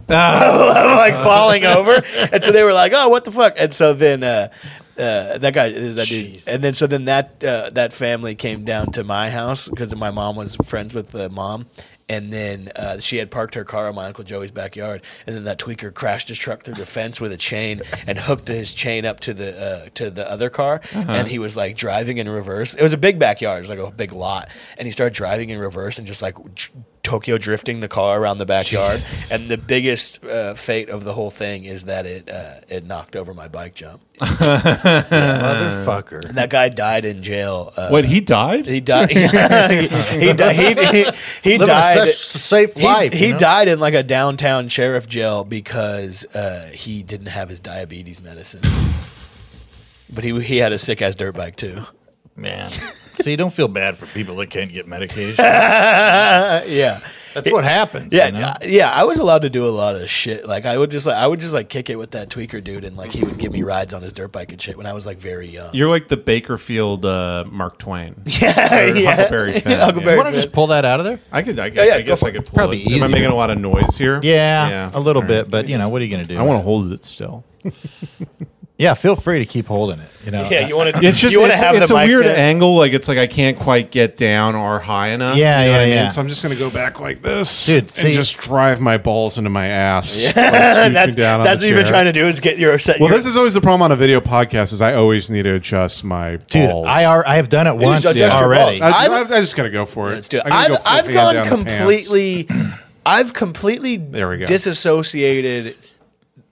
[SPEAKER 2] Ah,
[SPEAKER 3] like falling over and so they were like oh what the fuck and so then uh uh, that guy, that dude.
[SPEAKER 1] Jesus.
[SPEAKER 3] And then so then that uh, that family came down to my house because my mom was friends with the mom. And then uh, she had parked her car in my uncle Joey's backyard, and then that tweaker crashed his truck through the fence with a chain and hooked his chain up to the uh, to the other car, and he was like driving in reverse. It was a big backyard, it was like a big lot, and he started driving in reverse and just like dr- Tokyo drifting the car around the backyard. And the biggest uh, fate of the whole thing is that it uh, it knocked over my bike jump.
[SPEAKER 1] Motherfucker.
[SPEAKER 3] And that guy died in jail. Uh,
[SPEAKER 2] Wait, he died?
[SPEAKER 3] He died. he, he died. He, he, he
[SPEAKER 1] Living a
[SPEAKER 3] died.
[SPEAKER 1] such safe
[SPEAKER 3] he,
[SPEAKER 1] life.
[SPEAKER 3] he
[SPEAKER 1] you know?
[SPEAKER 3] died in like a downtown sheriff jail because uh, he didn't have his diabetes medicine. but he he had a sick ass dirt bike too.
[SPEAKER 1] Man. See, don't feel bad for people that can't get medication.
[SPEAKER 3] Uh, yeah.
[SPEAKER 1] That's what happens.
[SPEAKER 3] Yeah,
[SPEAKER 1] you know?
[SPEAKER 3] uh, yeah. I was allowed to do a lot of shit. Like I would just like I would just like kick it with that tweaker dude, and like he would give me rides on his dirt bike and shit when I was like very young.
[SPEAKER 2] You're like the Bakerfield uh, Mark Twain.
[SPEAKER 3] Yeah,
[SPEAKER 2] Or Huckleberry Finn.
[SPEAKER 3] Huckleberry-
[SPEAKER 1] you
[SPEAKER 2] Yeah.
[SPEAKER 1] want to just pull that out of there?
[SPEAKER 2] I could. I, could,
[SPEAKER 3] yeah,
[SPEAKER 2] I guess
[SPEAKER 3] go
[SPEAKER 2] I could pull
[SPEAKER 1] Probably
[SPEAKER 2] it. Am I
[SPEAKER 1] easier.
[SPEAKER 2] making a lot of noise here?
[SPEAKER 1] Yeah, a little
[SPEAKER 2] All right.
[SPEAKER 1] bit, but you know what are you going to do?
[SPEAKER 2] I want to hold it still.
[SPEAKER 1] Yeah, feel free to keep holding it. You know.
[SPEAKER 3] Yeah, you want to?
[SPEAKER 2] It's just
[SPEAKER 3] you want to
[SPEAKER 2] it's,
[SPEAKER 3] have
[SPEAKER 2] it's
[SPEAKER 3] the
[SPEAKER 2] a
[SPEAKER 3] mic
[SPEAKER 2] weird
[SPEAKER 3] to-
[SPEAKER 2] angle. Like it's like I can't quite get down or high enough.
[SPEAKER 1] Yeah,
[SPEAKER 2] you know
[SPEAKER 1] yeah,
[SPEAKER 2] what I
[SPEAKER 1] yeah.
[SPEAKER 2] Mean? So I'm just gonna go back like this,
[SPEAKER 1] Dude, see-
[SPEAKER 2] and just drive my balls into my ass. Yeah,
[SPEAKER 3] that's that's what you've been trying to do is get your set.
[SPEAKER 2] Well, this is always the problem on a video podcast. Is I always need to adjust my
[SPEAKER 1] Dude,
[SPEAKER 2] balls.
[SPEAKER 1] I are, I have done it once
[SPEAKER 3] just
[SPEAKER 2] adjust your
[SPEAKER 1] already.
[SPEAKER 3] balls.
[SPEAKER 2] I,
[SPEAKER 3] I've-
[SPEAKER 2] I, I just gotta go for it.
[SPEAKER 3] Let's do it.
[SPEAKER 2] I gotta
[SPEAKER 3] I've,
[SPEAKER 2] go full
[SPEAKER 3] I've
[SPEAKER 2] fan
[SPEAKER 3] gone
[SPEAKER 2] down the pants.
[SPEAKER 3] completely. I've completely
[SPEAKER 2] There we go.
[SPEAKER 3] disassociated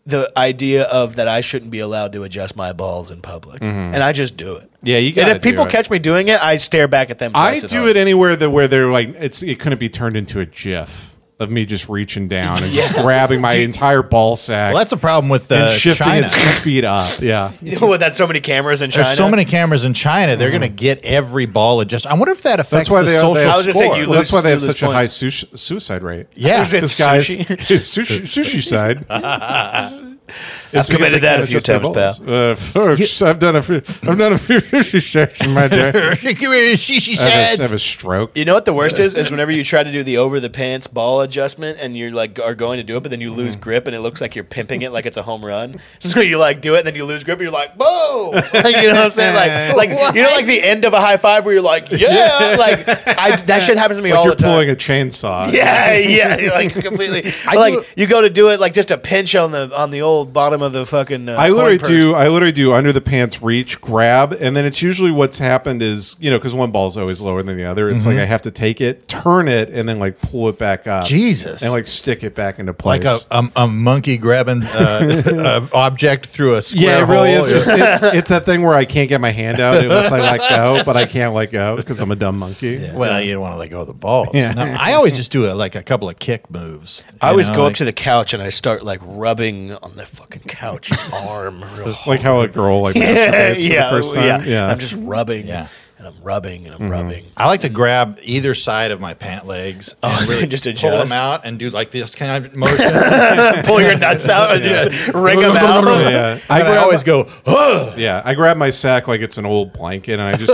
[SPEAKER 3] the idea of that I shouldn't be allowed to adjust my balls in public, and I just do it.
[SPEAKER 2] Mm-hmm. Yeah, you
[SPEAKER 3] And
[SPEAKER 2] gotta
[SPEAKER 3] if people
[SPEAKER 2] do it.
[SPEAKER 3] catch me doing it, I stare back at them.
[SPEAKER 2] I
[SPEAKER 3] twice and
[SPEAKER 2] do
[SPEAKER 3] hard.
[SPEAKER 2] it anywhere that where they're like it's it couldn't be turned into a GIF of me just reaching down and just grabbing my entire ball sack
[SPEAKER 1] Well, that's a problem with
[SPEAKER 2] and
[SPEAKER 1] uh,
[SPEAKER 2] shifting
[SPEAKER 1] China.
[SPEAKER 2] it two feet up. Yeah,
[SPEAKER 3] What, that's so many cameras in China.
[SPEAKER 1] There's so many cameras in China. They're going to get every ball adjusted. I wonder if that affects
[SPEAKER 2] Mm-hmm. that's why
[SPEAKER 1] the social
[SPEAKER 2] they They,
[SPEAKER 3] I was gonna say,
[SPEAKER 1] score.
[SPEAKER 3] you
[SPEAKER 2] well, that's
[SPEAKER 3] lose-
[SPEAKER 2] why they have
[SPEAKER 3] you lose
[SPEAKER 2] such a high su- suicide rate.
[SPEAKER 1] yeah,
[SPEAKER 3] Is it
[SPEAKER 2] this guy's
[SPEAKER 3] sushi?
[SPEAKER 2] his sushi, sushi side. It's because
[SPEAKER 3] committed
[SPEAKER 2] they
[SPEAKER 3] that
[SPEAKER 2] can't
[SPEAKER 3] a few
[SPEAKER 2] adjust their
[SPEAKER 3] times,
[SPEAKER 2] balls. Uh, folks, I've done a few. I've done a few sushi shacks in my day. I have a, I have a stroke.
[SPEAKER 3] You know what the worst is? Is whenever you try to do the over the pants ball adjustment and you're like are going to do it, but then you
[SPEAKER 2] Mm-hmm.
[SPEAKER 3] lose grip and it looks like you're pimping it like it's a home run. So you like do it, then you lose grip and you're like, whoa! Like, you know what I'm saying? Like, like you know, like the end of a high five where you're like, yeah, like I, that shit happens to me
[SPEAKER 2] Like
[SPEAKER 3] all
[SPEAKER 2] you're
[SPEAKER 3] the time.
[SPEAKER 2] pulling a chainsaw.
[SPEAKER 3] yeah, yeah, you're like completely.
[SPEAKER 1] I
[SPEAKER 3] like
[SPEAKER 1] do-
[SPEAKER 3] you go to do it, like just a pinch on the on the old bottom of the fucking. Uh,
[SPEAKER 2] I
[SPEAKER 3] coin
[SPEAKER 2] literally
[SPEAKER 3] purse.
[SPEAKER 2] do. I literally do under the pants reach grab, and then it's usually what's happened is you know because one ball's always lower than the other. It's
[SPEAKER 1] Mm-hmm.
[SPEAKER 2] like I have to take it, turn it, and then like pull it back up.
[SPEAKER 1] Jesus.
[SPEAKER 2] and like stick it back into place.
[SPEAKER 1] like a, a, a monkey grabbing uh, an object through a square
[SPEAKER 2] yeah, it really
[SPEAKER 1] hole.
[SPEAKER 2] is. It's, it's, it's that thing where I can't get my hand out unless I let go, but I can't let go because I'm a dumb monkey.
[SPEAKER 1] Well, you don't want to let go of the balls.
[SPEAKER 2] Yeah.
[SPEAKER 1] No, I always just do it like a couple of kick moves.
[SPEAKER 3] I
[SPEAKER 1] you
[SPEAKER 3] always
[SPEAKER 1] know,
[SPEAKER 3] go
[SPEAKER 1] like-
[SPEAKER 3] up to the couch and I start like rubbing on the fucking couch arm. Real
[SPEAKER 2] Like how a girl like masturbates for the first time. Yeah,
[SPEAKER 3] I'm just rubbing.
[SPEAKER 1] Yeah. Mm-hmm.
[SPEAKER 3] And I'm rubbing and I'm rubbing.
[SPEAKER 1] I like to grab either side of my pant legs
[SPEAKER 3] Oh,
[SPEAKER 1] and really
[SPEAKER 3] just
[SPEAKER 1] just pull them
[SPEAKER 3] adjust.
[SPEAKER 1] out and do like this kind of motion.
[SPEAKER 3] Pull your nuts out and just wring them out.
[SPEAKER 2] yeah.
[SPEAKER 1] I,
[SPEAKER 2] I grab-
[SPEAKER 1] always go, "Ugh."
[SPEAKER 2] yeah, I grab my sack like it's an old blanket, and I just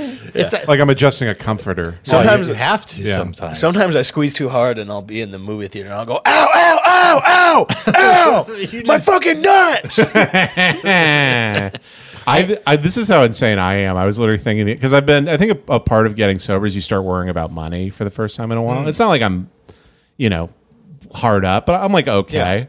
[SPEAKER 1] It's a,
[SPEAKER 2] like I'm adjusting a comforter.
[SPEAKER 3] Sometimes-
[SPEAKER 1] sometimes you have to.
[SPEAKER 2] Yeah.
[SPEAKER 1] Sometimes.
[SPEAKER 3] Sometimes I squeeze too hard and I'll be in the movie theater and I'll go, ow, ow, ow, ow, ow, my fucking nuts.
[SPEAKER 2] I, I this is how insane I am. I was literally thinking because I've been. I think a, a part of getting sober is you start worrying about money for the first time in a
[SPEAKER 3] Mm.
[SPEAKER 2] while. It's not like I'm, you know, hard up, but I'm like okay.
[SPEAKER 1] Yeah.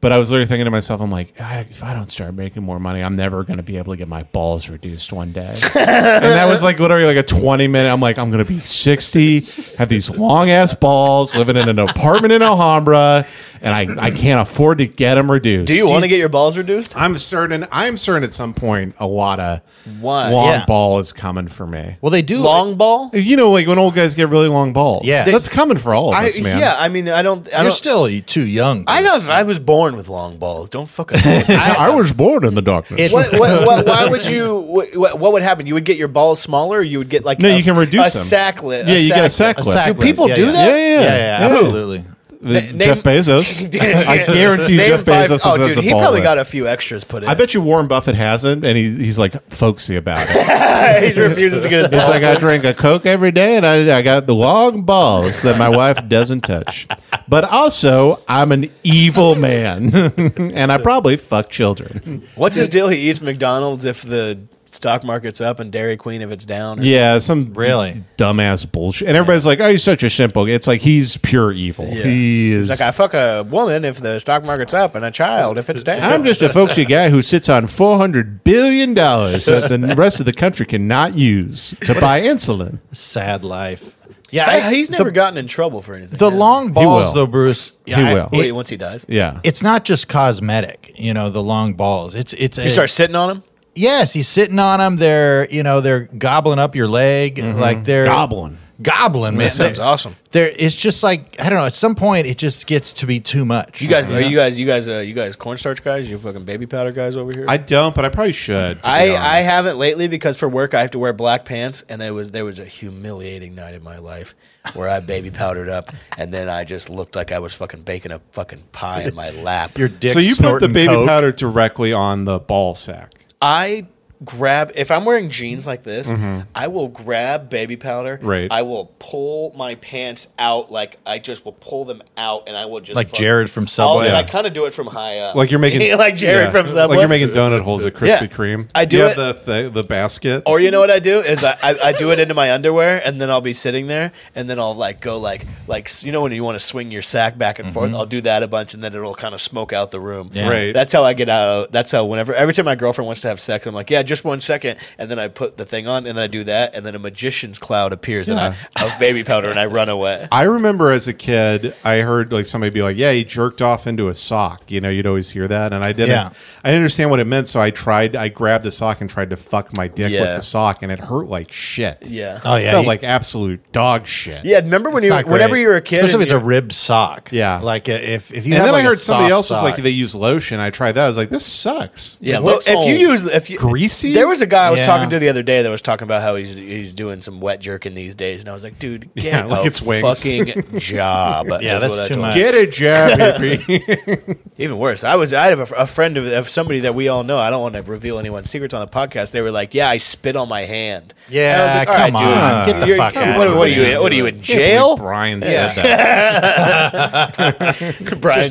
[SPEAKER 2] But I was literally thinking to myself, I'm like, I, if I don't start making more money, I'm never going to be able to get my balls reduced one day. and that was like literally like a 20 minute. I'm like, I'm going to be 60, have these long ass balls, living in an apartment in Alhambra, and I, I can't afford to get them reduced.
[SPEAKER 3] Do you want to get your balls reduced?
[SPEAKER 2] I'm certain. I'm certain at some point a lot of
[SPEAKER 3] Why?
[SPEAKER 2] long
[SPEAKER 1] Yeah.
[SPEAKER 2] ball is coming for me.
[SPEAKER 1] Well, they do.
[SPEAKER 3] Long ball?
[SPEAKER 2] You know, like when old guys get really long balls.
[SPEAKER 1] Yeah.
[SPEAKER 2] that's coming for all of
[SPEAKER 3] I,
[SPEAKER 2] us, man.
[SPEAKER 3] yeah, I mean, I don't. I
[SPEAKER 1] You're
[SPEAKER 3] don't
[SPEAKER 1] still e, too young.
[SPEAKER 3] I
[SPEAKER 1] dude.
[SPEAKER 3] got. I was born with long balls. Don't fucking. I,
[SPEAKER 2] I, I was born in the darkness.
[SPEAKER 1] It's-
[SPEAKER 3] what, what, what, why would you? What, what would happen? You would get your balls smaller. Or you would get like
[SPEAKER 2] No,
[SPEAKER 3] a,
[SPEAKER 2] you can reduce
[SPEAKER 3] a
[SPEAKER 2] them.
[SPEAKER 3] sacklet.
[SPEAKER 2] yeah, you got a
[SPEAKER 3] sacklet.
[SPEAKER 2] sack
[SPEAKER 1] A
[SPEAKER 2] lift.
[SPEAKER 1] sack
[SPEAKER 3] Do people
[SPEAKER 1] lift.
[SPEAKER 3] do
[SPEAKER 1] yeah,
[SPEAKER 3] that?
[SPEAKER 1] Yeah, yeah,
[SPEAKER 2] Yeah.
[SPEAKER 1] absolutely.
[SPEAKER 2] the- Jeff Bezos. I guarantee you
[SPEAKER 3] Name
[SPEAKER 2] Jeff
[SPEAKER 3] five-
[SPEAKER 2] Bezos is
[SPEAKER 3] oh, dude,
[SPEAKER 2] as a
[SPEAKER 3] he probably
[SPEAKER 2] baller.
[SPEAKER 3] got a few extras put in.
[SPEAKER 2] I bet you Warren Buffett hasn't, and he's, he's like folksy about it.
[SPEAKER 3] he refuses to get his
[SPEAKER 2] It's
[SPEAKER 3] balls
[SPEAKER 2] like I drink a Coke every day, and I, I got the long balls that my wife doesn't touch. But also, I'm an evil man, and I probably fuck children.
[SPEAKER 3] What's his deal? He eats McDonald's if the stock market's up and Dairy Queen if it's down. or-
[SPEAKER 2] Yeah, some
[SPEAKER 1] Really?
[SPEAKER 2] d- dumbass bullshit. And everybody's like, "Oh, he's such a simple." It's like he's pure evil.
[SPEAKER 3] Yeah.
[SPEAKER 2] He is.
[SPEAKER 3] It's like I fuck a woman if the stock market's up and a child if it's down.
[SPEAKER 2] I'm just a folksy guy who sits on four hundred billion dollars that the rest of the country cannot use to buy insulin.
[SPEAKER 1] Sad life. Yeah,
[SPEAKER 3] I-
[SPEAKER 1] I-
[SPEAKER 3] he's
[SPEAKER 1] the-
[SPEAKER 3] never gotten in trouble for anything.
[SPEAKER 1] The
[SPEAKER 3] has he?
[SPEAKER 1] long
[SPEAKER 2] will.
[SPEAKER 1] balls, though, Bruce.
[SPEAKER 2] He
[SPEAKER 1] I-
[SPEAKER 2] will.
[SPEAKER 1] it-
[SPEAKER 3] Wait, once he dies,
[SPEAKER 2] Yeah,
[SPEAKER 1] it's not just cosmetic, you know. The long balls. It's it's.
[SPEAKER 3] you start sitting on him.
[SPEAKER 1] Yes, he's sitting on them. They're you know they're gobbling up your leg
[SPEAKER 2] Mm-hmm.
[SPEAKER 1] like they're
[SPEAKER 2] goblin.
[SPEAKER 1] gobbling. Man,
[SPEAKER 3] That sounds
[SPEAKER 1] They-
[SPEAKER 3] awesome.
[SPEAKER 1] They're, it's just like I don't know. At some point, it just gets to be too much.
[SPEAKER 3] You guys, are you guys, you guys, uh, you guys, cornstarch guys, you fucking baby powder guys over here.
[SPEAKER 2] I don't, but I probably should. to be
[SPEAKER 3] I, I
[SPEAKER 2] honest.
[SPEAKER 3] haven't lately because for work I have to wear black pants, and there was there was a humiliating night in my life where I baby powdered up, and then I just looked like I was fucking baking a fucking pie in my lap.
[SPEAKER 1] your dick.
[SPEAKER 2] So you put the
[SPEAKER 1] snorting
[SPEAKER 2] baby
[SPEAKER 1] coke.
[SPEAKER 2] powder directly on the ball sack.
[SPEAKER 3] I grab if I'm wearing jeans like this, I will grab baby powder.
[SPEAKER 2] Right.
[SPEAKER 3] I will pull my pants out like I just will pull them out, and I will just
[SPEAKER 1] Like
[SPEAKER 3] fuck-
[SPEAKER 1] Jared from
[SPEAKER 3] All-
[SPEAKER 1] Subway.
[SPEAKER 3] and I
[SPEAKER 2] Yeah.
[SPEAKER 3] kind of do it from high up,
[SPEAKER 2] Like you're making
[SPEAKER 3] like Jared
[SPEAKER 2] yeah.
[SPEAKER 3] from Subway.
[SPEAKER 2] Like you're making donut holes at Krispy
[SPEAKER 3] Yeah.
[SPEAKER 2] Kreme.
[SPEAKER 3] I do
[SPEAKER 2] You
[SPEAKER 3] it-
[SPEAKER 2] have the thi- the basket.
[SPEAKER 3] Or you know what I do is I, I, I do it into my underwear and then I'll be sitting there and then I'll like go like like s- you know when you want to swing your sack back and forth I'll do that a bunch and then it'll kind of smoke out the room.
[SPEAKER 1] Yeah.
[SPEAKER 2] Right.
[SPEAKER 3] That's how I get out. That's how whenever every time my girlfriend wants to have sex I'm like yeah just one second and then I put the thing on and then I do that and then a magician's cloud appears and I of baby powder and I run away.
[SPEAKER 2] I remember as a kid, I heard like somebody be like, "Yeah, he jerked off into a sock." You know, you'd always hear that, and I didn't.
[SPEAKER 1] Yeah.
[SPEAKER 2] I didn't understand what it meant, so I tried. I grabbed the sock and tried to fuck my dick with
[SPEAKER 3] Yeah.
[SPEAKER 2] the sock, and it hurt like shit.
[SPEAKER 3] Yeah.
[SPEAKER 1] Oh
[SPEAKER 2] It
[SPEAKER 1] yeah,
[SPEAKER 2] felt
[SPEAKER 1] you-
[SPEAKER 2] like absolute dog shit.
[SPEAKER 3] Yeah, remember when
[SPEAKER 1] it's
[SPEAKER 3] you
[SPEAKER 1] not great.
[SPEAKER 3] whenever you were a kid
[SPEAKER 1] especially if
[SPEAKER 3] and
[SPEAKER 1] it's a
[SPEAKER 3] you're-
[SPEAKER 1] ribbed sock.
[SPEAKER 2] Yeah.
[SPEAKER 1] like uh, if if you.
[SPEAKER 2] And
[SPEAKER 1] have
[SPEAKER 2] then I
[SPEAKER 1] like a
[SPEAKER 2] heard somebody
[SPEAKER 1] soft
[SPEAKER 2] else was
[SPEAKER 1] sock-
[SPEAKER 2] like, "They use lotion." I tried that. I was like, "This sucks."
[SPEAKER 3] Yeah,
[SPEAKER 2] It
[SPEAKER 3] look,
[SPEAKER 2] looks all
[SPEAKER 3] if you use if you
[SPEAKER 2] greasy.
[SPEAKER 3] There was a guy I was
[SPEAKER 1] Yeah.
[SPEAKER 3] talking to the other day that was talking about how he's he's doing some wet jerking these days, and I was like, dude, get
[SPEAKER 2] Yeah, like
[SPEAKER 3] a
[SPEAKER 2] it's wings.
[SPEAKER 3] fucking job.
[SPEAKER 1] Yeah,
[SPEAKER 3] is
[SPEAKER 1] that's
[SPEAKER 3] what I
[SPEAKER 1] too
[SPEAKER 3] told
[SPEAKER 1] much.
[SPEAKER 3] him.
[SPEAKER 2] get a job, baby.
[SPEAKER 3] Even worse, I was I have a, fr- a friend of, of somebody that we all know. I don't want to reveal anyone's secrets on the podcast. They were like, yeah, I spit on my hand.
[SPEAKER 1] Yeah,
[SPEAKER 3] And I was like, all
[SPEAKER 1] come
[SPEAKER 3] dude,
[SPEAKER 1] on. Get the
[SPEAKER 3] you're-
[SPEAKER 1] fuck out
[SPEAKER 3] What,
[SPEAKER 1] of
[SPEAKER 3] what are
[SPEAKER 1] here.
[SPEAKER 3] you? What are you in
[SPEAKER 2] Can't believe
[SPEAKER 3] jail?
[SPEAKER 2] Brian
[SPEAKER 3] Yeah.
[SPEAKER 2] said that.
[SPEAKER 3] Brian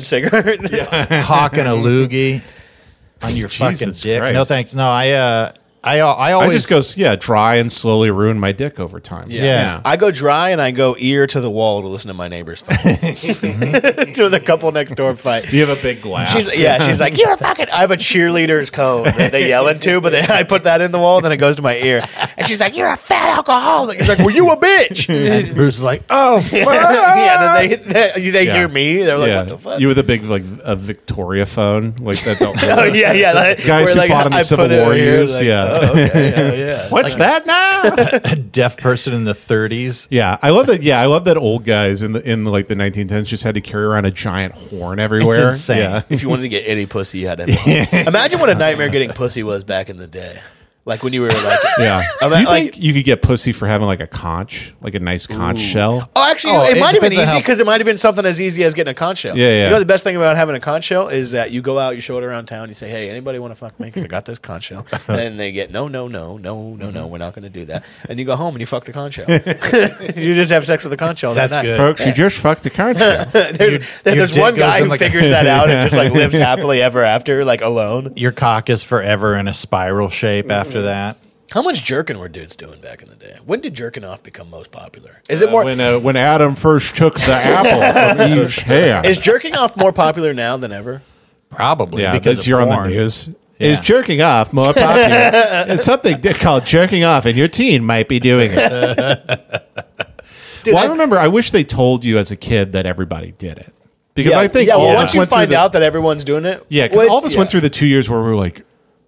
[SPEAKER 3] Singer.
[SPEAKER 1] hawking a loogie on your fucking
[SPEAKER 2] Jesus
[SPEAKER 1] dick. No
[SPEAKER 2] Christ.
[SPEAKER 1] thanks. No, I uh, I I always
[SPEAKER 2] I just goes, yeah, dry and slowly ruin my dick over time.
[SPEAKER 1] Yeah.
[SPEAKER 3] I go dry and I go ear to the wall to listen to my neighbors fight. to the couple next door fight.
[SPEAKER 2] You have a big glass.
[SPEAKER 3] She's yeah. She's like, you're a fucking. I have a cheerleader's cone that they yell into, but then I put that in the wall, then it goes to my ear, and she's like, you're a fat alcoholic. He's like, well, you a bitch.
[SPEAKER 1] And Bruce is like, oh fuck.
[SPEAKER 3] yeah. Then they they, they
[SPEAKER 2] Yeah.
[SPEAKER 3] hear me. They're like, what the fuck?
[SPEAKER 2] You with a big like a Victoria phone like that. Don't
[SPEAKER 3] oh yeah, yeah. Like,
[SPEAKER 2] Guys
[SPEAKER 3] we're
[SPEAKER 2] who fought in the
[SPEAKER 3] I
[SPEAKER 2] Civil
[SPEAKER 3] put it
[SPEAKER 2] War
[SPEAKER 3] over here,
[SPEAKER 2] years,
[SPEAKER 3] like,
[SPEAKER 2] yeah.
[SPEAKER 3] oh, okay, yeah, yeah.
[SPEAKER 2] What's that now?
[SPEAKER 1] a deaf person in the 30s.
[SPEAKER 2] yeah, I love that. Yeah, I love that old guys in the in like the 1910s just had to carry around a giant horn everywhere.
[SPEAKER 1] insane.
[SPEAKER 2] Yeah.
[SPEAKER 3] If you wanted to get any pussy, you had to. Imagine what a nightmare getting pussy was back in the day. Like when you were like,
[SPEAKER 2] Yeah.
[SPEAKER 3] I mean,
[SPEAKER 2] Do you
[SPEAKER 3] like-
[SPEAKER 2] think you could get pussy for having like a conch, like a nice conch shell?
[SPEAKER 3] Oh, actually,
[SPEAKER 1] Oh,
[SPEAKER 3] it,
[SPEAKER 1] it
[SPEAKER 3] might have been
[SPEAKER 1] depends on
[SPEAKER 3] easy
[SPEAKER 1] how-
[SPEAKER 3] because it might have been something as easy as getting a conch shell.
[SPEAKER 2] Yeah, yeah.
[SPEAKER 3] You know the best thing about having a conch shell is that you go out, you show it around town, you say, "Hey, anybody want to fuck me? 'Cause I got this conch shell." And then they get, "No, no, no, no, no, no, we're not going to do that." And you go home and you fuck the conch shell. you just have sex with the conch shell.
[SPEAKER 1] That's
[SPEAKER 3] that night.
[SPEAKER 1] good.
[SPEAKER 2] Folks, you just fucked a conch shell.
[SPEAKER 3] There's,
[SPEAKER 1] your
[SPEAKER 3] there's
[SPEAKER 1] dick
[SPEAKER 3] one
[SPEAKER 1] goes
[SPEAKER 3] guy
[SPEAKER 1] in
[SPEAKER 3] who
[SPEAKER 1] like a-
[SPEAKER 3] figures that out and just like lives happily ever after, like alone.
[SPEAKER 1] Your cock is forever in a spiral shape
[SPEAKER 2] Mm.
[SPEAKER 1] after that.
[SPEAKER 3] How much jerking were dudes doing back in the day? When did jerking off become most popular? Is it more?
[SPEAKER 2] when uh, when Adam first took the apple from Eve's hand.
[SPEAKER 3] is jerking off more popular now than ever?
[SPEAKER 1] Probably
[SPEAKER 2] yeah,
[SPEAKER 1] because
[SPEAKER 2] because you're
[SPEAKER 1] of
[SPEAKER 2] on
[SPEAKER 1] porn.
[SPEAKER 2] the news.
[SPEAKER 1] Yeah.
[SPEAKER 2] Is jerking off more popular? it's something di- called jerking off, and your teen might be doing it. well, I, remember. I wish they told you as a kid that everybody did it because I think
[SPEAKER 3] yeah,
[SPEAKER 2] all
[SPEAKER 3] well,
[SPEAKER 2] of
[SPEAKER 3] once
[SPEAKER 2] us
[SPEAKER 3] you
[SPEAKER 2] went through
[SPEAKER 3] find
[SPEAKER 2] the-
[SPEAKER 3] out that everyone's doing it,
[SPEAKER 2] Yeah,
[SPEAKER 3] well,
[SPEAKER 2] because all of
[SPEAKER 3] it's-
[SPEAKER 2] us went
[SPEAKER 3] yeah.
[SPEAKER 2] through the two years where we were like,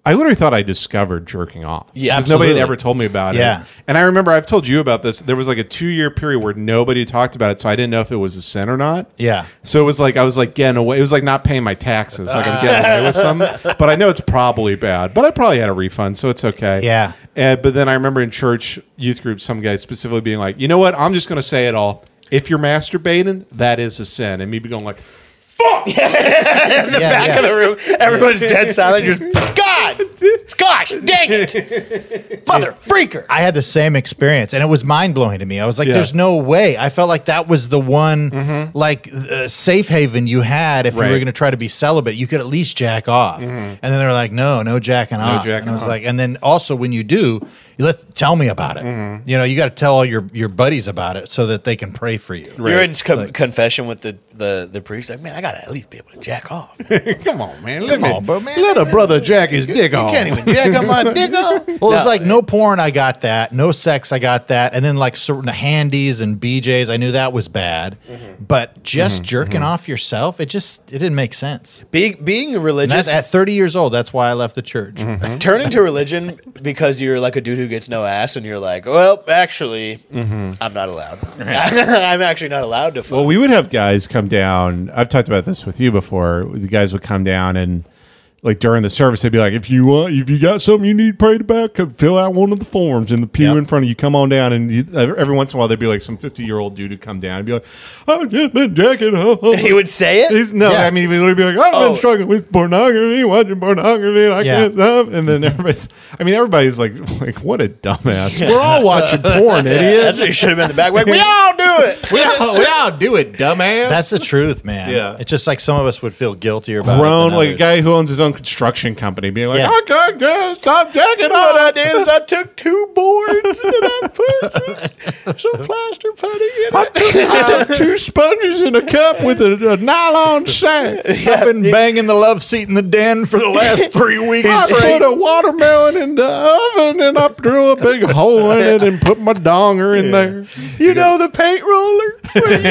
[SPEAKER 2] I literally thought I discovered jerking off.
[SPEAKER 3] Yeah,
[SPEAKER 2] because nobody had
[SPEAKER 1] absolutely.
[SPEAKER 2] ever told me about
[SPEAKER 1] Yeah.
[SPEAKER 2] it. And I remember I've told you about this. There was like a two year period where nobody talked about it, so I didn't know if it was a sin or not.
[SPEAKER 1] Yeah.
[SPEAKER 2] So it was like I was like getting away. It was like not paying my taxes. Like I'm getting away with some, but I know it's probably bad. But I probably had a refund, so it's okay.
[SPEAKER 1] Yeah.
[SPEAKER 2] And but then I remember in church youth group, some guy specifically being like, "You know what? I'm just going to say it all. If you're masturbating, that is a sin. And me be going like,
[SPEAKER 1] the
[SPEAKER 3] Back of the room, everyone's dead silent. Just God, gosh, dang it, mother freaker.
[SPEAKER 1] I had the same experience, and it was mind blowing to me. I was like,
[SPEAKER 2] Yeah.
[SPEAKER 1] "There's no way." I felt like that was the one,
[SPEAKER 3] Mm-hmm.
[SPEAKER 1] like uh, safe haven you had if you
[SPEAKER 2] Right.
[SPEAKER 1] were going to try to be celibate. You could at least jack off.
[SPEAKER 3] Mm-hmm.
[SPEAKER 1] And then they were like, "No, no jacking off."
[SPEAKER 2] jacking
[SPEAKER 1] and I was
[SPEAKER 2] off.
[SPEAKER 1] like, and then also when you do, you let tell me about it.
[SPEAKER 3] Mm-hmm.
[SPEAKER 1] You know, you got to tell all your your buddies about it so that they can pray for you.
[SPEAKER 3] You're in com- confession with the, the the priest. Like, man, I gotta at least be able to jack off. You
[SPEAKER 2] come on, man,
[SPEAKER 1] Come on, bro, man.
[SPEAKER 2] let a brother jack his dick off.
[SPEAKER 3] can't even jack on my dick off.
[SPEAKER 1] Well, it's
[SPEAKER 3] No.
[SPEAKER 1] like no porn, I got that. No sex, I got that. And then like certain handies and BJ's, I knew that was bad.
[SPEAKER 2] Mm-hmm.
[SPEAKER 1] But just jerking off yourself, it just it didn't make sense.
[SPEAKER 3] being being
[SPEAKER 1] And that's
[SPEAKER 3] religious.
[SPEAKER 1] at 30 years old, that's why I left the church.
[SPEAKER 2] Mm-hmm.
[SPEAKER 3] turn into religion because you're like a dude who gets no ass, and you're like, well, actually, I'm not allowed. I'm actually not allowed to fuck.
[SPEAKER 2] Mm-hmm. Well, we would have guys come down. I've talked about this with you before. The guys would come down and like during the service, they'd be like, "If you want, if you got something you need prayed about, come fill out one of the forms in the pew
[SPEAKER 1] Yep.
[SPEAKER 2] in front of you. Come on down." And you, uh, every once in a while, there'd be like some fifty-year-old dude who'd come down and be like, "I've just been jacking off."
[SPEAKER 3] he would say it.
[SPEAKER 2] He's, no,
[SPEAKER 1] Yeah.
[SPEAKER 2] I mean, he would be like, I've
[SPEAKER 3] Oh.
[SPEAKER 2] been struggling with pornography, watching pornography, and I
[SPEAKER 1] Yeah.
[SPEAKER 2] can't stop. And then everybody's, I mean, everybody's like, like, what a dumbass. We're all watching porn,
[SPEAKER 3] That's
[SPEAKER 2] idiot.
[SPEAKER 3] what he should have been in the back. Like, we all do it.
[SPEAKER 2] we, all, we all do it, dumbass.
[SPEAKER 1] That's the truth, man.
[SPEAKER 2] Yeah.
[SPEAKER 1] It's just like some of us would feel guiltier about
[SPEAKER 2] grown
[SPEAKER 1] it. than
[SPEAKER 2] like a
[SPEAKER 1] others.
[SPEAKER 2] guy who owns his own construction company being like
[SPEAKER 1] Yeah.
[SPEAKER 2] "I can't get- stop jacking
[SPEAKER 3] What I
[SPEAKER 2] off
[SPEAKER 3] did is I took two boards and I put some, some plaster putty in it.
[SPEAKER 2] I took two sponges in a cup with a, a nylon sack
[SPEAKER 1] I've been banging the love seat in the den for the last three weeks.
[SPEAKER 2] I
[SPEAKER 1] straight.
[SPEAKER 2] put a watermelon in the oven and I drew a big hole in it and put my donger in there.
[SPEAKER 3] You know the paint roller? you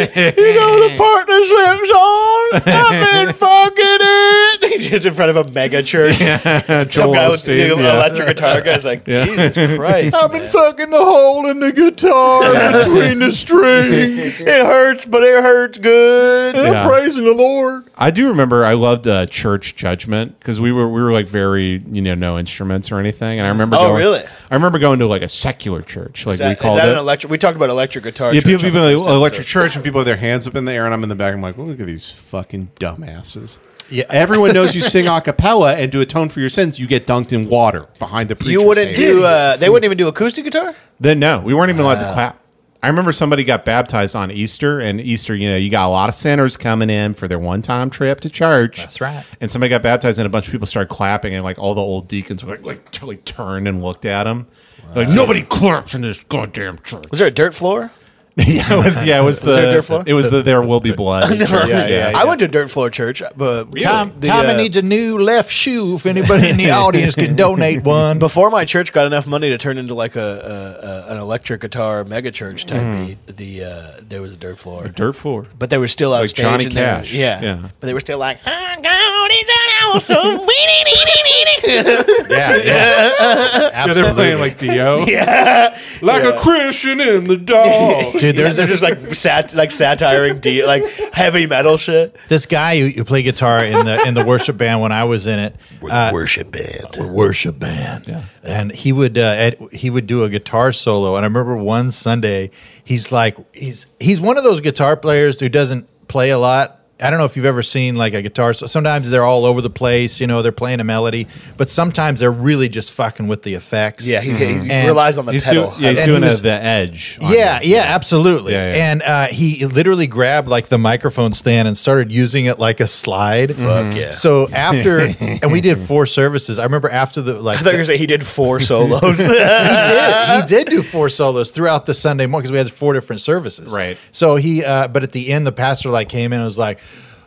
[SPEAKER 3] know the partner slips on? I've been fucking it. Just in front of a mega church. Some
[SPEAKER 2] Joel
[SPEAKER 3] guy with
[SPEAKER 2] Osteen,
[SPEAKER 3] the
[SPEAKER 2] yeah.
[SPEAKER 3] electric guitar guy's like, Jesus Christ.
[SPEAKER 1] I've been fucking the hole in the guitar between the strings.
[SPEAKER 3] It hurts, but it hurts good.
[SPEAKER 2] Yeah.
[SPEAKER 1] I'm praising the Lord.
[SPEAKER 2] I do remember I loved uh, church judgment because we were we were like very you know no instruments or anything and I remember
[SPEAKER 3] Oh,
[SPEAKER 2] going,
[SPEAKER 3] really?
[SPEAKER 2] I remember going to like a secular church like
[SPEAKER 3] Is
[SPEAKER 2] we
[SPEAKER 3] that, is
[SPEAKER 2] called
[SPEAKER 3] that
[SPEAKER 2] it
[SPEAKER 3] an electric? We talked about electric guitar.
[SPEAKER 2] Yeah,
[SPEAKER 3] church
[SPEAKER 2] people,
[SPEAKER 3] on
[SPEAKER 2] people
[SPEAKER 3] the
[SPEAKER 2] like,
[SPEAKER 3] first
[SPEAKER 2] "Oh, electric
[SPEAKER 3] episode.
[SPEAKER 2] church, and people have their hands up in the air, and I'm in the back. I'm like, well, look at these fucking dumbasses.
[SPEAKER 1] Yeah.
[SPEAKER 2] Everyone knows you sing a cappella, and to atone for your sins, you get dunked in water behind the preacher.
[SPEAKER 3] You wouldn't do. Uh, they wouldn't even do acoustic guitar.
[SPEAKER 2] Then no, we weren't even allowed to clap. I remember somebody got baptized on Easter, and Easter, you know, you got a lot of sinners coming in for their one-time trip to church.
[SPEAKER 1] That's right.
[SPEAKER 2] And somebody got baptized, and a bunch of people started clapping, and like all the old deacons were like, like, t- like turned and looked at him. Like nobody claps in this goddamn church.
[SPEAKER 3] Was there a dirt floor?
[SPEAKER 2] yeah, it was yeah, it was the
[SPEAKER 3] there a dirt floor?
[SPEAKER 2] it was the there will be blood. yeah, yeah, yeah.
[SPEAKER 3] I went to dirt floor church, but
[SPEAKER 1] Tom, E
[SPEAKER 3] the,
[SPEAKER 1] Tommy
[SPEAKER 3] uh,
[SPEAKER 1] needs a new left shoe. If anybody in the audience can donate one,
[SPEAKER 3] before my church got enough money to turn into like a, a, a an electric guitar mega church type beat, the uh, there was a dirt floor.
[SPEAKER 2] Mm-hmm. dirt floor.
[SPEAKER 3] But they were still on
[SPEAKER 2] Like
[SPEAKER 3] stage.
[SPEAKER 2] Johnny
[SPEAKER 3] and they were-
[SPEAKER 2] Cash.
[SPEAKER 3] yeah.
[SPEAKER 2] Yeah.
[SPEAKER 3] But they were still like, "Oh, God, it's awesome.
[SPEAKER 1] yeah, yeah,
[SPEAKER 2] Yeah, they're
[SPEAKER 1] absolutely.
[SPEAKER 2] playing like Dio. yeah, like a Christian in the dark.
[SPEAKER 1] Dude,
[SPEAKER 3] They're
[SPEAKER 1] there's this,
[SPEAKER 3] just like sat like satiring D like heavy metal shit.
[SPEAKER 1] this guy who, who played guitar in the in the worship band when I was in it. Uh,
[SPEAKER 3] worship band.
[SPEAKER 1] worship band, and he would uh, ed, he would do a guitar solo. And I remember one Sunday, he's like he's he's one of those guitar players who doesn't play a lot. I don't know if you've ever seen like a guitar. So sometimes they're all over the place, you know, they're playing a melody, but sometimes they're really just fucking with the effects.
[SPEAKER 3] Yeah, he, he
[SPEAKER 1] Mm-hmm. And
[SPEAKER 3] relies on the
[SPEAKER 2] He's
[SPEAKER 3] pedal.
[SPEAKER 2] doing, yeah, he's
[SPEAKER 1] And he
[SPEAKER 2] doing a-
[SPEAKER 1] was-
[SPEAKER 2] the edge. on
[SPEAKER 1] yeah,
[SPEAKER 2] it.
[SPEAKER 1] yeah, absolutely.
[SPEAKER 2] Yeah, yeah.
[SPEAKER 1] And uh, he literally grabbed like the microphone stand and started using it like a slide. Mm-hmm.
[SPEAKER 3] Fuck yeah.
[SPEAKER 1] So after, and we did four services. I remember after the like.
[SPEAKER 3] I thought you were gonna say he did four solos.
[SPEAKER 1] he did. He did do four solos throughout the Sunday morning because we had four different services.
[SPEAKER 2] Right.
[SPEAKER 1] So he, uh, but at the end, the pastor like came in and was like,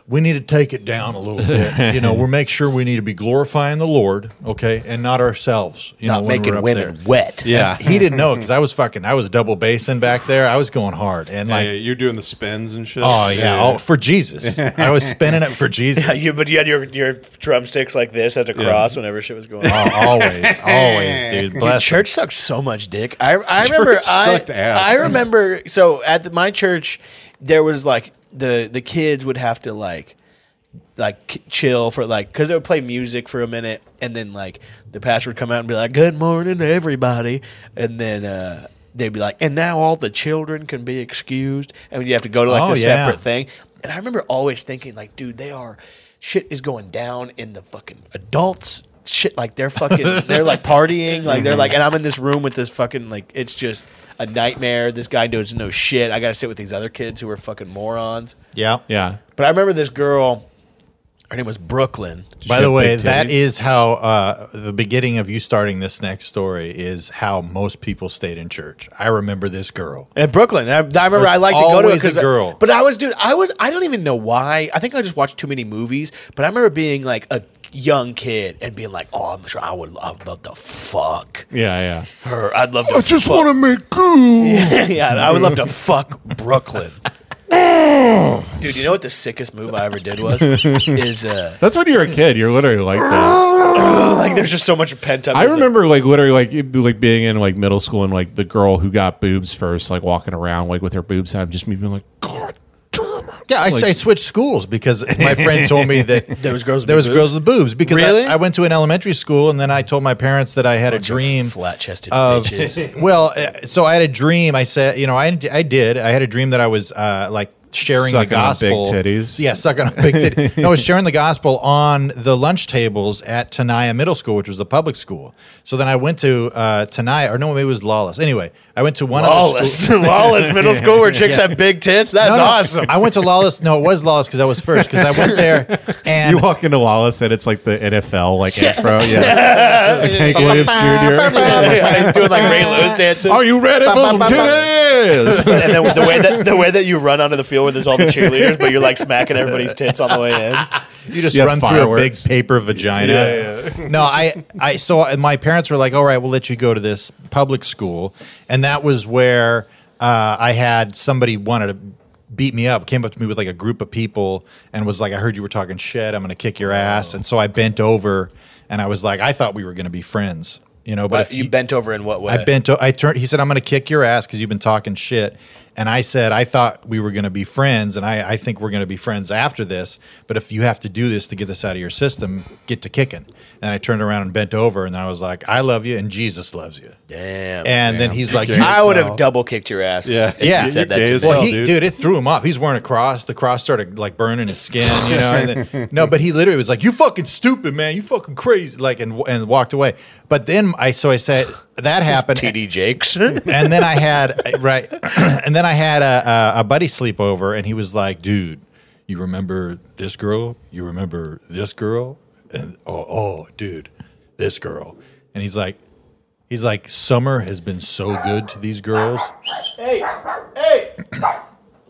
[SPEAKER 1] "We need to take it down a little bit. you know, we're make sure we need to be glorifying the Lord, okay, and not ourselves. You know,
[SPEAKER 3] Not
[SPEAKER 1] when we're
[SPEAKER 3] making
[SPEAKER 1] up
[SPEAKER 3] women
[SPEAKER 1] there."
[SPEAKER 3] wet.
[SPEAKER 2] yeah.
[SPEAKER 1] He didn't know because I was fucking. I was double bassing back there. I was going hard and like.
[SPEAKER 2] Yeah, you're doing the spins and shit.
[SPEAKER 1] Oh yeah, Oh, for Jesus! I was spinning it for Jesus.
[SPEAKER 3] Yeah, you, but you had your, your drumsticks like this as a cross whenever shit was going on.
[SPEAKER 1] Oh, always, always, dude.
[SPEAKER 3] Dude,
[SPEAKER 1] Bless him.
[SPEAKER 3] church sucks so much dick. I, I remember I,
[SPEAKER 2] sucked ass.
[SPEAKER 3] I remember so at the, my church there was like the the kids would have to like like k- chill for like because they would play music for a minute and then like the pastor would come out and be like good morning everybody and then uh they'd be like, and now all the children can be excused, and you have to go to like
[SPEAKER 1] Oh,
[SPEAKER 3] the
[SPEAKER 1] yeah.
[SPEAKER 3] separate thing. And I remember always thinking, like, dude, they are shit is going down in the fucking adults. Shit, like they're fucking, they're like partying, like they're like, and I'm in this room with this fucking, like, it's just a nightmare. This guy knows no shit. I got to sit with these other kids who are fucking morons.
[SPEAKER 1] Yeah.
[SPEAKER 2] Yeah.
[SPEAKER 3] But I remember this girl, her name was Brooklyn.
[SPEAKER 1] By the
[SPEAKER 2] Shit,
[SPEAKER 1] way,
[SPEAKER 2] big
[SPEAKER 1] that
[SPEAKER 2] titties.
[SPEAKER 1] is how uh, the beginning of you starting this next story is how most people stayed in church. I remember this girl.
[SPEAKER 3] At Brooklyn, I, I remember I liked to go to it
[SPEAKER 1] always a
[SPEAKER 3] 'cause I-
[SPEAKER 1] girl.
[SPEAKER 3] but I was, dude, I was, I don't even know why. I think I just watched too many movies. But I remember being like a young kid and being like, oh, I'm sure I would, I would love to fuck
[SPEAKER 2] Yeah.
[SPEAKER 3] her. I'd love to.
[SPEAKER 2] I just
[SPEAKER 3] fuck-
[SPEAKER 2] want to make goo.
[SPEAKER 3] yeah, I would love to fuck Brooklyn. Dude, you know what the sickest move I ever did was? is uh,
[SPEAKER 2] That's when you're a kid. You're literally like that.
[SPEAKER 3] like there's just so much pent up.
[SPEAKER 2] I remember like literally like it- like being in like middle school and like the girl who got boobs first, like walking around like with her boobs out, and just me being like, God damn it.
[SPEAKER 1] Yeah, I, I switched schools because my friend told me that
[SPEAKER 3] There was girls with
[SPEAKER 1] there was
[SPEAKER 3] boobs?
[SPEAKER 1] girls with boobs because I-
[SPEAKER 3] Really?
[SPEAKER 1] I, went to an elementary school and then I told my parents that I had a dream
[SPEAKER 3] flat chested
[SPEAKER 1] of-
[SPEAKER 3] bitches.
[SPEAKER 1] well, uh, so I had a dream. I said, you know, I, I did. I had a dream that I was uh, like sharing the
[SPEAKER 2] Sucking on
[SPEAKER 1] gospel.
[SPEAKER 2] big titties.
[SPEAKER 1] Yeah, sucking on big titties. No, I was sharing the gospel on the lunch tables at Tenaya Middle School, which was the public school. So then I went to uh, Tenaya, or no, maybe it was Lawless. Anyway, I went to one other school.
[SPEAKER 3] Lawless, lawless middle school where chicks have big tits. That's
[SPEAKER 1] No, no,
[SPEAKER 3] awesome.
[SPEAKER 1] I went to Lawless. No, it was Lawless because I was first because I went there and
[SPEAKER 2] You walk into Wallace and it's like the NFL like intro. Yeah. Hank Williams Jr.
[SPEAKER 3] I was doing like Ray Lewis dances.
[SPEAKER 2] Are you ready for some
[SPEAKER 1] Ba, ba, ba,
[SPEAKER 2] titties?
[SPEAKER 3] and then the way that the way that you run onto the field where there's all the cheerleaders, but you're like smacking everybody's tits on the way in.
[SPEAKER 1] You just
[SPEAKER 2] Yeah,
[SPEAKER 1] run
[SPEAKER 2] fireworks.
[SPEAKER 1] through a big paper vagina.
[SPEAKER 2] Yeah,
[SPEAKER 1] no, I, I, so my parents were like, all right, we'll let you go to this public school. And that was where uh, I had somebody wanted to beat me up, came up to me with like a group of people and was like, I heard you were talking shit. I'm going to kick your ass. And so I bent over and I was like, I thought we were going to be friends, you know, but
[SPEAKER 3] But
[SPEAKER 1] if
[SPEAKER 3] you bent over in what way?
[SPEAKER 1] I bent. o- I turned. He said, "I'm going to kick your ass because you've been talking shit." And I said, "I thought we were going to be friends, and I, I think we're going to be friends after this. But if you have to do this to get this out of your system, get to kicking." And I turned around and bent over, and then I was like, "I love you, and Jesus loves you."
[SPEAKER 3] Damn.
[SPEAKER 1] And then he's like,
[SPEAKER 3] I would have
[SPEAKER 2] Well.
[SPEAKER 3] double kicked your ass.
[SPEAKER 2] Yeah.
[SPEAKER 3] if
[SPEAKER 1] Yeah.
[SPEAKER 3] You said that
[SPEAKER 2] You're gay
[SPEAKER 3] to
[SPEAKER 2] as
[SPEAKER 3] me.
[SPEAKER 1] Well,
[SPEAKER 2] hell,
[SPEAKER 1] he, dude.
[SPEAKER 2] dude.
[SPEAKER 1] it threw him off. He's wearing a cross. The cross started like burning his skin, you know. And then, no, but he literally was like, "You fucking stupid man, you fucking crazy," like, and and walked away. But then I, so I said that happened.
[SPEAKER 3] TD Jakes.
[SPEAKER 1] and then I had right, and then I had a, a, a buddy sleepover, and he was like, "Dude, you remember this girl? You remember this girl? And oh, oh, dude, this girl." And he's like, he's like, "Summer has been so good to these girls."
[SPEAKER 3] all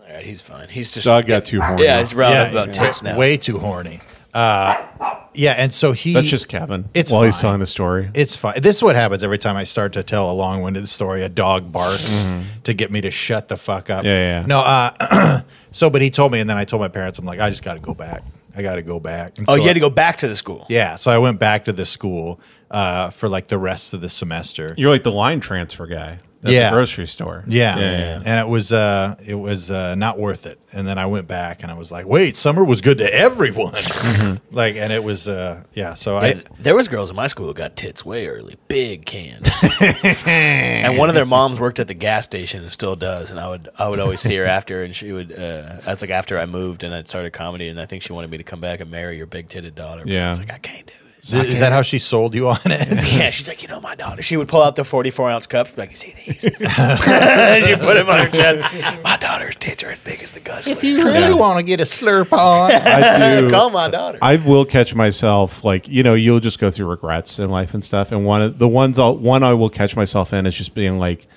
[SPEAKER 3] right, he's fine. He's just
[SPEAKER 2] Dog got too horny.
[SPEAKER 3] yeah, he's round about
[SPEAKER 1] way-
[SPEAKER 3] tits now.
[SPEAKER 1] way too horny. Uh, yeah, and so he.
[SPEAKER 2] That's just Kevin.
[SPEAKER 1] It's
[SPEAKER 2] while he's
[SPEAKER 1] fine.
[SPEAKER 2] telling the story.
[SPEAKER 1] It's fine. This is what happens every time I start to tell a long-winded story. A dog barks to get me to shut the fuck up.
[SPEAKER 2] Yeah, yeah, yeah.
[SPEAKER 1] No. Uh, so, but he told me, and then I told my parents, I'm like, I just got to go back. I got to go back. And
[SPEAKER 3] oh,
[SPEAKER 1] so
[SPEAKER 3] you had to go back to the school.
[SPEAKER 1] Yeah. So I went back to the school uh, for like the rest of the semester.
[SPEAKER 2] You're like the line transfer guy at
[SPEAKER 1] Yeah.
[SPEAKER 2] the grocery store.
[SPEAKER 1] Yeah.
[SPEAKER 2] yeah,
[SPEAKER 1] And it was uh it was uh not worth it. And then I went back and I was like, wait, summer was good to everyone. like and it was uh yeah, so I
[SPEAKER 3] And there was girls in my school who got tits way early, big canned. and one of their moms worked at the gas station and still does. And I would I would always see her after, and she would. Uh, that's like after I moved and I started comedy, and I think she wanted me to come back and marry your big titted daughter. But I
[SPEAKER 2] Yeah.
[SPEAKER 3] was like I can't do it.
[SPEAKER 1] is, is that how she sold you on it?
[SPEAKER 3] Yeah, she's like, you know, my daughter. She would pull out the forty-four ounce cups, be like, you see these? and she put them on her chest. My daughter's tits are as big as the guts.
[SPEAKER 1] really want to get a slurp on.
[SPEAKER 2] I do.
[SPEAKER 3] call my daughter.
[SPEAKER 2] I will catch myself like you know you'll just go through regrets in life and stuff and one of the ones I'll, one I will catch myself in is just being like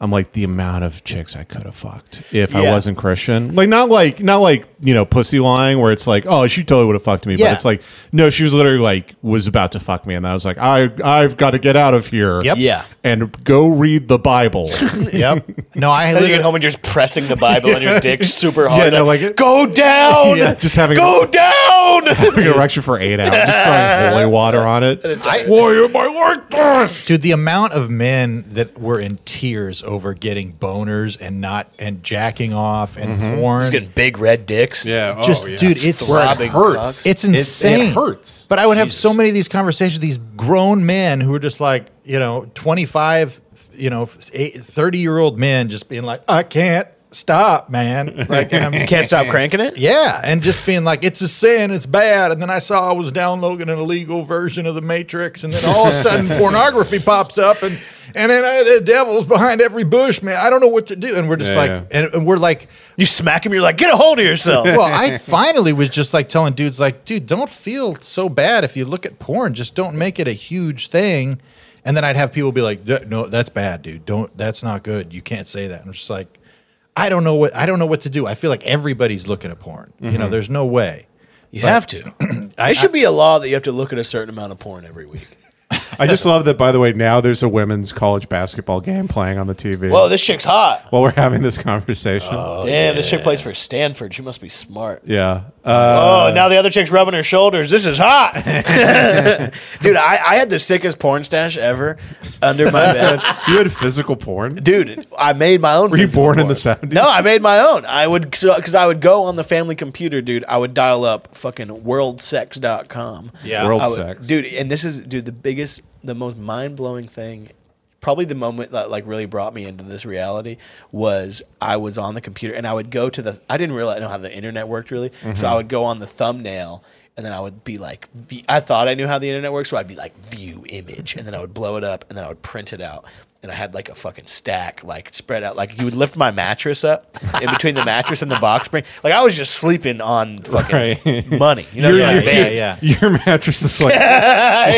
[SPEAKER 2] I'm like the amount of chicks I could have fucked if I
[SPEAKER 3] Yeah.
[SPEAKER 2] wasn't Christian like not like not like you know pussy lying where it's like oh she totally would have fucked me
[SPEAKER 1] Yeah.
[SPEAKER 2] but it's like no she was literally like was about to fuck me and I was like I I've got to get out of here
[SPEAKER 1] Yep.
[SPEAKER 3] yeah.
[SPEAKER 2] and go read the Bible
[SPEAKER 1] yep. No, I
[SPEAKER 3] And then you
[SPEAKER 1] literally,
[SPEAKER 3] get home and you're just pressing the Bible on your dick super hard.
[SPEAKER 2] no,
[SPEAKER 3] like,
[SPEAKER 2] like it-
[SPEAKER 3] go down.
[SPEAKER 2] Yeah, just having-
[SPEAKER 3] go down.
[SPEAKER 2] an erection for eight hours just throwing holy water on it
[SPEAKER 1] I-
[SPEAKER 2] why am I like this
[SPEAKER 1] dude, the amount of men that were in tears over getting boners and not and jacking off and porn.
[SPEAKER 3] just getting big red dicks.
[SPEAKER 2] yeah
[SPEAKER 1] Just- dude, it's
[SPEAKER 3] Throbbing
[SPEAKER 2] hurts.
[SPEAKER 3] cocks.
[SPEAKER 1] It's insane.
[SPEAKER 2] It, it hurts.
[SPEAKER 1] But I would have so many of these conversations, these grown men who are just like, you know, 25 you know, 30 year old men just being like, I can't stop, man. Like, and I'm,
[SPEAKER 3] Can't stop cranking it.
[SPEAKER 1] Yeah, and just being like, it's a sin, it's bad. And then I saw I was downloading an illegal version of The Matrix, and then all of a sudden pornography pops up, and and then I, the devil's behind every bush, man. I don't know what to do. And we're just
[SPEAKER 2] Yeah,
[SPEAKER 1] like,
[SPEAKER 2] yeah.
[SPEAKER 1] and, and we're like,
[SPEAKER 3] You smack him. You're like, get a hold of yourself.
[SPEAKER 1] well, I finally was just like telling dudes, like, dude, don't feel so bad if you look at porn. Just don't make it a huge thing. And then I'd have people be like, "Th- no, that's bad, dude. Don't. That's not good. You can't say that. And I'm just like, I don't know what I don't know what to do. I feel like everybody's looking at porn. You
[SPEAKER 3] Mm-hmm.
[SPEAKER 1] know, there's no way.
[SPEAKER 3] you have to.
[SPEAKER 1] I-
[SPEAKER 3] it should be a law that you have to look at a certain amount of porn every week.
[SPEAKER 2] I just love that. By the way, now there's a women's college basketball game playing on the TV
[SPEAKER 3] Whoa, this chick's hot.
[SPEAKER 2] while we're having this conversation.
[SPEAKER 3] Damn, this chick plays for Stanford. She must be smart.
[SPEAKER 2] yeah, uh,
[SPEAKER 3] Oh, now the other chick's rubbing her shoulders. This is hot. Dude, I, I had the sickest porn stash ever under my bed.
[SPEAKER 2] you had physical porn.
[SPEAKER 3] Dude, I made my own.
[SPEAKER 2] Were you
[SPEAKER 3] physical
[SPEAKER 2] born in
[SPEAKER 3] porn.
[SPEAKER 2] the 70s?
[SPEAKER 3] No, I made my own. I would, because I would go on the family computer, dude. I would dial up fucking worldsex.com.
[SPEAKER 1] Yeah.
[SPEAKER 2] World
[SPEAKER 3] I would-
[SPEAKER 2] sex,
[SPEAKER 3] Dude, and this is, dude, the biggest, the most mind blowing thing, probably the moment that like really brought me into this reality was I was on the computer and I would go to the, I didn't realize, I know how the internet worked really.
[SPEAKER 1] Mm-hmm.
[SPEAKER 3] So I would go on the thumbnail and then I would be like, v- I thought I knew how the internet works. So I'd be like, view image. And then I would blow it up and then I would print it out. And I had like a fucking stack, like spread out. Like you would lift my mattress up in between the mattress and the box spring. Like I was just sleeping on fucking
[SPEAKER 2] Right.
[SPEAKER 3] money. You know what I'm
[SPEAKER 1] You're-
[SPEAKER 3] saying?
[SPEAKER 1] you're- Yeah, yeah.
[SPEAKER 2] Your mattress is like,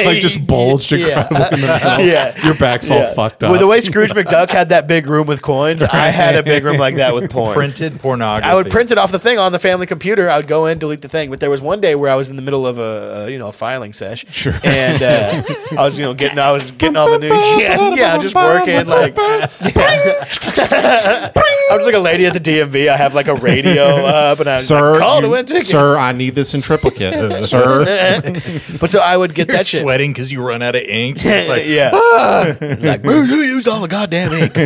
[SPEAKER 2] like just bulged
[SPEAKER 3] Yeah.
[SPEAKER 2] incredibly. in the middle.
[SPEAKER 3] Yeah.
[SPEAKER 2] Your back's all fucked up.
[SPEAKER 3] Well, the way Scrooge McDuck had that big room with coins, I had a big room like that with porn.
[SPEAKER 1] Printed pornography.
[SPEAKER 3] I would print it off the thing on the family computer. I would go in, delete the thing. But there was one day where I was in the middle of a, a you know a filing sesh, sure. and uh, I was you know getting I was getting all the news, yeah, yeah, just working like. yeah. I was like a lady at the DMV. I have like a radio up, and I was
[SPEAKER 4] Sir,
[SPEAKER 3] like, call to
[SPEAKER 4] you-
[SPEAKER 3] win tickets.
[SPEAKER 4] sir, I need this in triplicate. Uh, sir,
[SPEAKER 3] but so I would get
[SPEAKER 1] You're
[SPEAKER 3] that shit.
[SPEAKER 1] sweating because you run out of ink. It's like,
[SPEAKER 3] yeah,
[SPEAKER 2] "Ah."
[SPEAKER 3] like who used all the goddamn ink?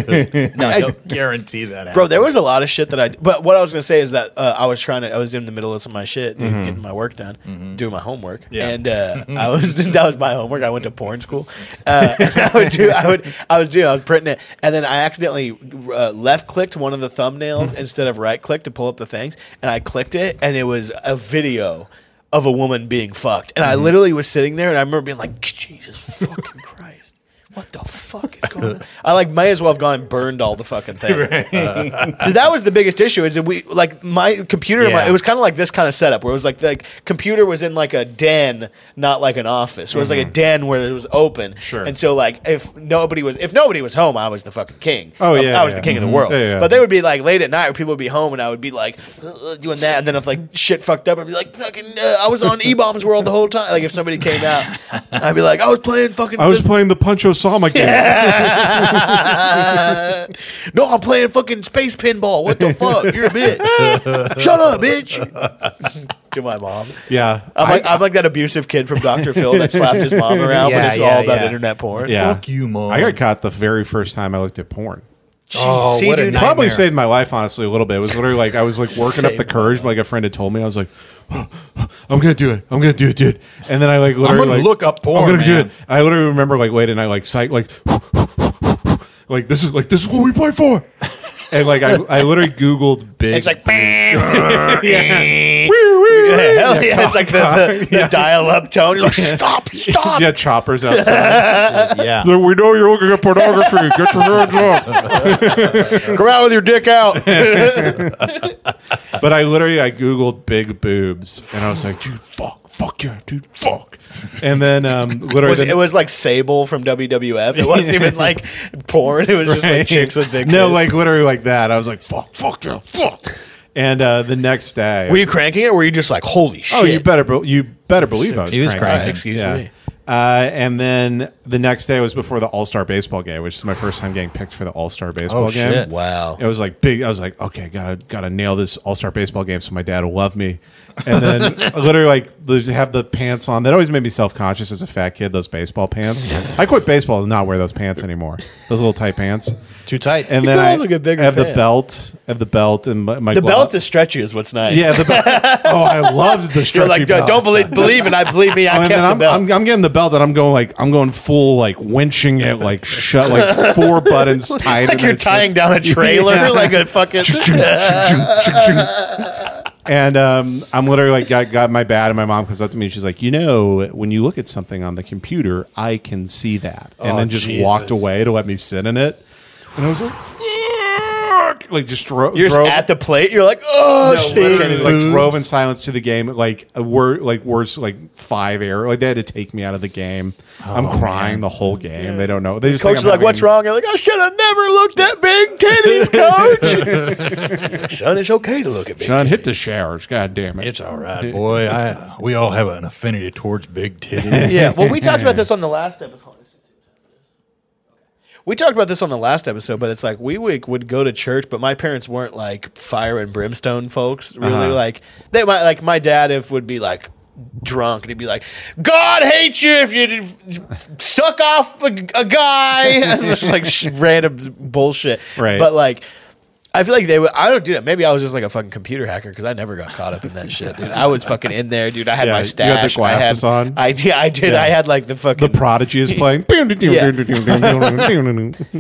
[SPEAKER 3] no,
[SPEAKER 1] I
[SPEAKER 3] no,
[SPEAKER 1] guarantee that.
[SPEAKER 3] Bro, there was a lot of shit that I. But what I was gonna say is that uh, I was trying to. I was in the middle of some of my shit, dude, getting my work done, doing my homework, and uh, I was that was my homework. I went to porn school. Uh, and I would do. I would. I was doing. I was printing it, and then I accidentally uh, left clicked one of the thumbnails instead of right click to pull up the things, and I clicked it, and it was a video. Of a woman being fucked, and I literally was sitting there, and I remember being like, "Jesus fucking Christ, what the fuck is going on?" I like may as well have gone and burned all the fucking thing. Uh, Dude, that was the biggest issue. Is that we like my computer?
[SPEAKER 1] Yeah.
[SPEAKER 3] My, it was kind of like this kind of setup where it was like the like, computer was in like a den, not like an office. It was
[SPEAKER 2] Mm-hmm.
[SPEAKER 3] like a den where it was open.
[SPEAKER 1] Sure.
[SPEAKER 3] And so like if nobody was if nobody was home, I was the fucking king.
[SPEAKER 2] Oh,
[SPEAKER 3] I-
[SPEAKER 2] yeah,
[SPEAKER 3] I was
[SPEAKER 2] yeah.
[SPEAKER 3] the king of
[SPEAKER 2] Mhm.
[SPEAKER 3] the world.
[SPEAKER 2] Yeah, yeah.
[SPEAKER 3] But they would be like late at night, where people would be home, and I would be like uh, doing that, and then if like shit fucked up, I'd be like fucking. Uh, I was on E Bombs World the whole time. Like if somebody came out, I'd be like, I was playing fucking.
[SPEAKER 2] I was
[SPEAKER 3] this-
[SPEAKER 2] playing the Puncho Sama game.
[SPEAKER 3] no, I'm playing fucking space pinball. What the fuck? You're a bitch. Shut up, bitch. to my mom.
[SPEAKER 2] Yeah.
[SPEAKER 3] I'm
[SPEAKER 2] I-
[SPEAKER 3] like, I, am like that abusive kid from Dr. Phil that slapped his mom around, but
[SPEAKER 1] Yeah,
[SPEAKER 3] it's
[SPEAKER 1] yeah,
[SPEAKER 3] all about
[SPEAKER 1] yeah.
[SPEAKER 3] internet porn.
[SPEAKER 2] yeah.
[SPEAKER 1] Fuck you, mom.
[SPEAKER 2] I got caught the very first time I looked at porn.
[SPEAKER 1] Oh,
[SPEAKER 3] See,
[SPEAKER 1] what a
[SPEAKER 3] dude,
[SPEAKER 1] nightmare.
[SPEAKER 2] Probably saved my life, honestly, a little bit. It was literally like I was like working up
[SPEAKER 3] Saved
[SPEAKER 2] the courage. Like a friend had told me, I was like, "I'm gonna do it. I'm gonna do it, dude." And then I like literally
[SPEAKER 1] gonna
[SPEAKER 2] like,
[SPEAKER 1] look up porn,
[SPEAKER 2] I'm gonna do
[SPEAKER 1] man.
[SPEAKER 2] it. I literally remember like late and I like sight like like this is like this is what we play for. And like I, I literally Googled big.
[SPEAKER 3] It's like,
[SPEAKER 2] Wee, wee, wee.
[SPEAKER 3] hell yeah. It's like the, the, the dial up tone. You're like, stop, stop.
[SPEAKER 2] yeah, choppers outside.
[SPEAKER 1] Yeah.
[SPEAKER 2] So we know you're looking at pornography. Get your hands up.
[SPEAKER 3] Come out with your dick out.
[SPEAKER 2] But I literally I googled big boobs and I was like, dude, fuck, fuck yeah, dude, fuck. And then um, literally,
[SPEAKER 3] Was-
[SPEAKER 2] the-
[SPEAKER 3] it was like Sable from WWF. It wasn't even like porn. It was just like chicks with big
[SPEAKER 2] no,
[SPEAKER 3] tits.
[SPEAKER 2] like literally like that. I was like, fuck, fuck yeah, fuck. And uh, the next day,
[SPEAKER 3] Were you cranking it or were you just like, holy shit? Oh,
[SPEAKER 2] oh, you better, be- you better believe I was.
[SPEAKER 1] He was
[SPEAKER 2] cranking.
[SPEAKER 1] cranking.
[SPEAKER 3] Excuse
[SPEAKER 2] Yeah.
[SPEAKER 3] me.
[SPEAKER 2] Uh, and then the next day was before the All Star Baseball game, which is my first time getting picked for the All Star Baseball
[SPEAKER 1] Oh,
[SPEAKER 2] game.
[SPEAKER 1] shit.
[SPEAKER 3] Wow.
[SPEAKER 2] It was like big. I was like, okay, gotta gotta nail this All Star baseball game so my dad will love me. And then literally like they have the pants on. That always made me self conscious as a fat kid. Those baseball pants. I quit baseball to not wear those pants anymore. Those little tight pants.
[SPEAKER 1] Too tight.
[SPEAKER 2] And
[SPEAKER 3] You
[SPEAKER 2] then
[SPEAKER 3] could
[SPEAKER 2] I
[SPEAKER 3] also get bigger
[SPEAKER 2] have the
[SPEAKER 3] pants.
[SPEAKER 2] belt. I have the belt and my, my
[SPEAKER 3] The
[SPEAKER 2] glove.
[SPEAKER 3] belt is stretchy, is what's nice.
[SPEAKER 2] yeah. The belt. oh, I loved the stretchy
[SPEAKER 3] You're like,
[SPEAKER 2] belt.
[SPEAKER 3] don't believe, believe, and I believe me. I
[SPEAKER 2] Oh, and
[SPEAKER 3] kept
[SPEAKER 2] then
[SPEAKER 3] the
[SPEAKER 2] I'm,
[SPEAKER 3] belt.
[SPEAKER 2] I'm, I'm getting the belt and I'm going like I'm going full full like winching it like shut like four buttons tied.
[SPEAKER 5] like
[SPEAKER 2] in
[SPEAKER 5] you're
[SPEAKER 2] it.
[SPEAKER 5] tying down a trailer
[SPEAKER 2] Yeah.
[SPEAKER 5] like a fucking
[SPEAKER 2] And um, I'm literally like got, got my bad, and my mom comes up to me and she's like, you know, when you look at something on the computer, I can see that, and
[SPEAKER 1] Oh,
[SPEAKER 2] then just
[SPEAKER 1] Jesus.
[SPEAKER 2] walked away to let me sit in it. And I was like. "Fuck," Like just dro-
[SPEAKER 5] you're
[SPEAKER 2] drove
[SPEAKER 5] just at the plate. You're like, oh
[SPEAKER 2] No,
[SPEAKER 5] shit.
[SPEAKER 2] literally, like drove in silence to the game. Like were like worse like five error. Like they had to take me out of the game. I'm crying the whole game. They don't know. They just
[SPEAKER 3] Oh, Coach is
[SPEAKER 2] think I'm
[SPEAKER 3] like, "What's
[SPEAKER 2] having-
[SPEAKER 3] wrong?" You're like, "Oh, "I should have never looked at big titties, Coach." Son, it's okay to look at big.
[SPEAKER 2] John, hit the showers. God damn it.
[SPEAKER 1] It's all right, boy. I we all have an affinity towards big titties.
[SPEAKER 3] Yeah. Well, we talked about this on the last episode. We talked about this on the last episode, but it's like we would, would go to church, but my parents weren't like fire and brimstone folks. Really,
[SPEAKER 2] Uh-huh.
[SPEAKER 3] like they might like my dad if would be like drunk and he'd be like, "God hates you if you d- suck off a, a guy," and just like sh- random bullshit.
[SPEAKER 2] Right.
[SPEAKER 3] But like. I feel like they would. I don't do that. Maybe I was just like a fucking computer hacker because I never got caught up in that shit. Dude. I was fucking in there, dude. I had
[SPEAKER 2] Yeah,
[SPEAKER 3] my
[SPEAKER 2] you had the
[SPEAKER 3] stash. I had-
[SPEAKER 2] glasses on.
[SPEAKER 3] I did. I did. I had like the fucking.
[SPEAKER 2] The prodigy is playing.
[SPEAKER 3] yeah, I
[SPEAKER 1] I
[SPEAKER 3] mean,
[SPEAKER 1] got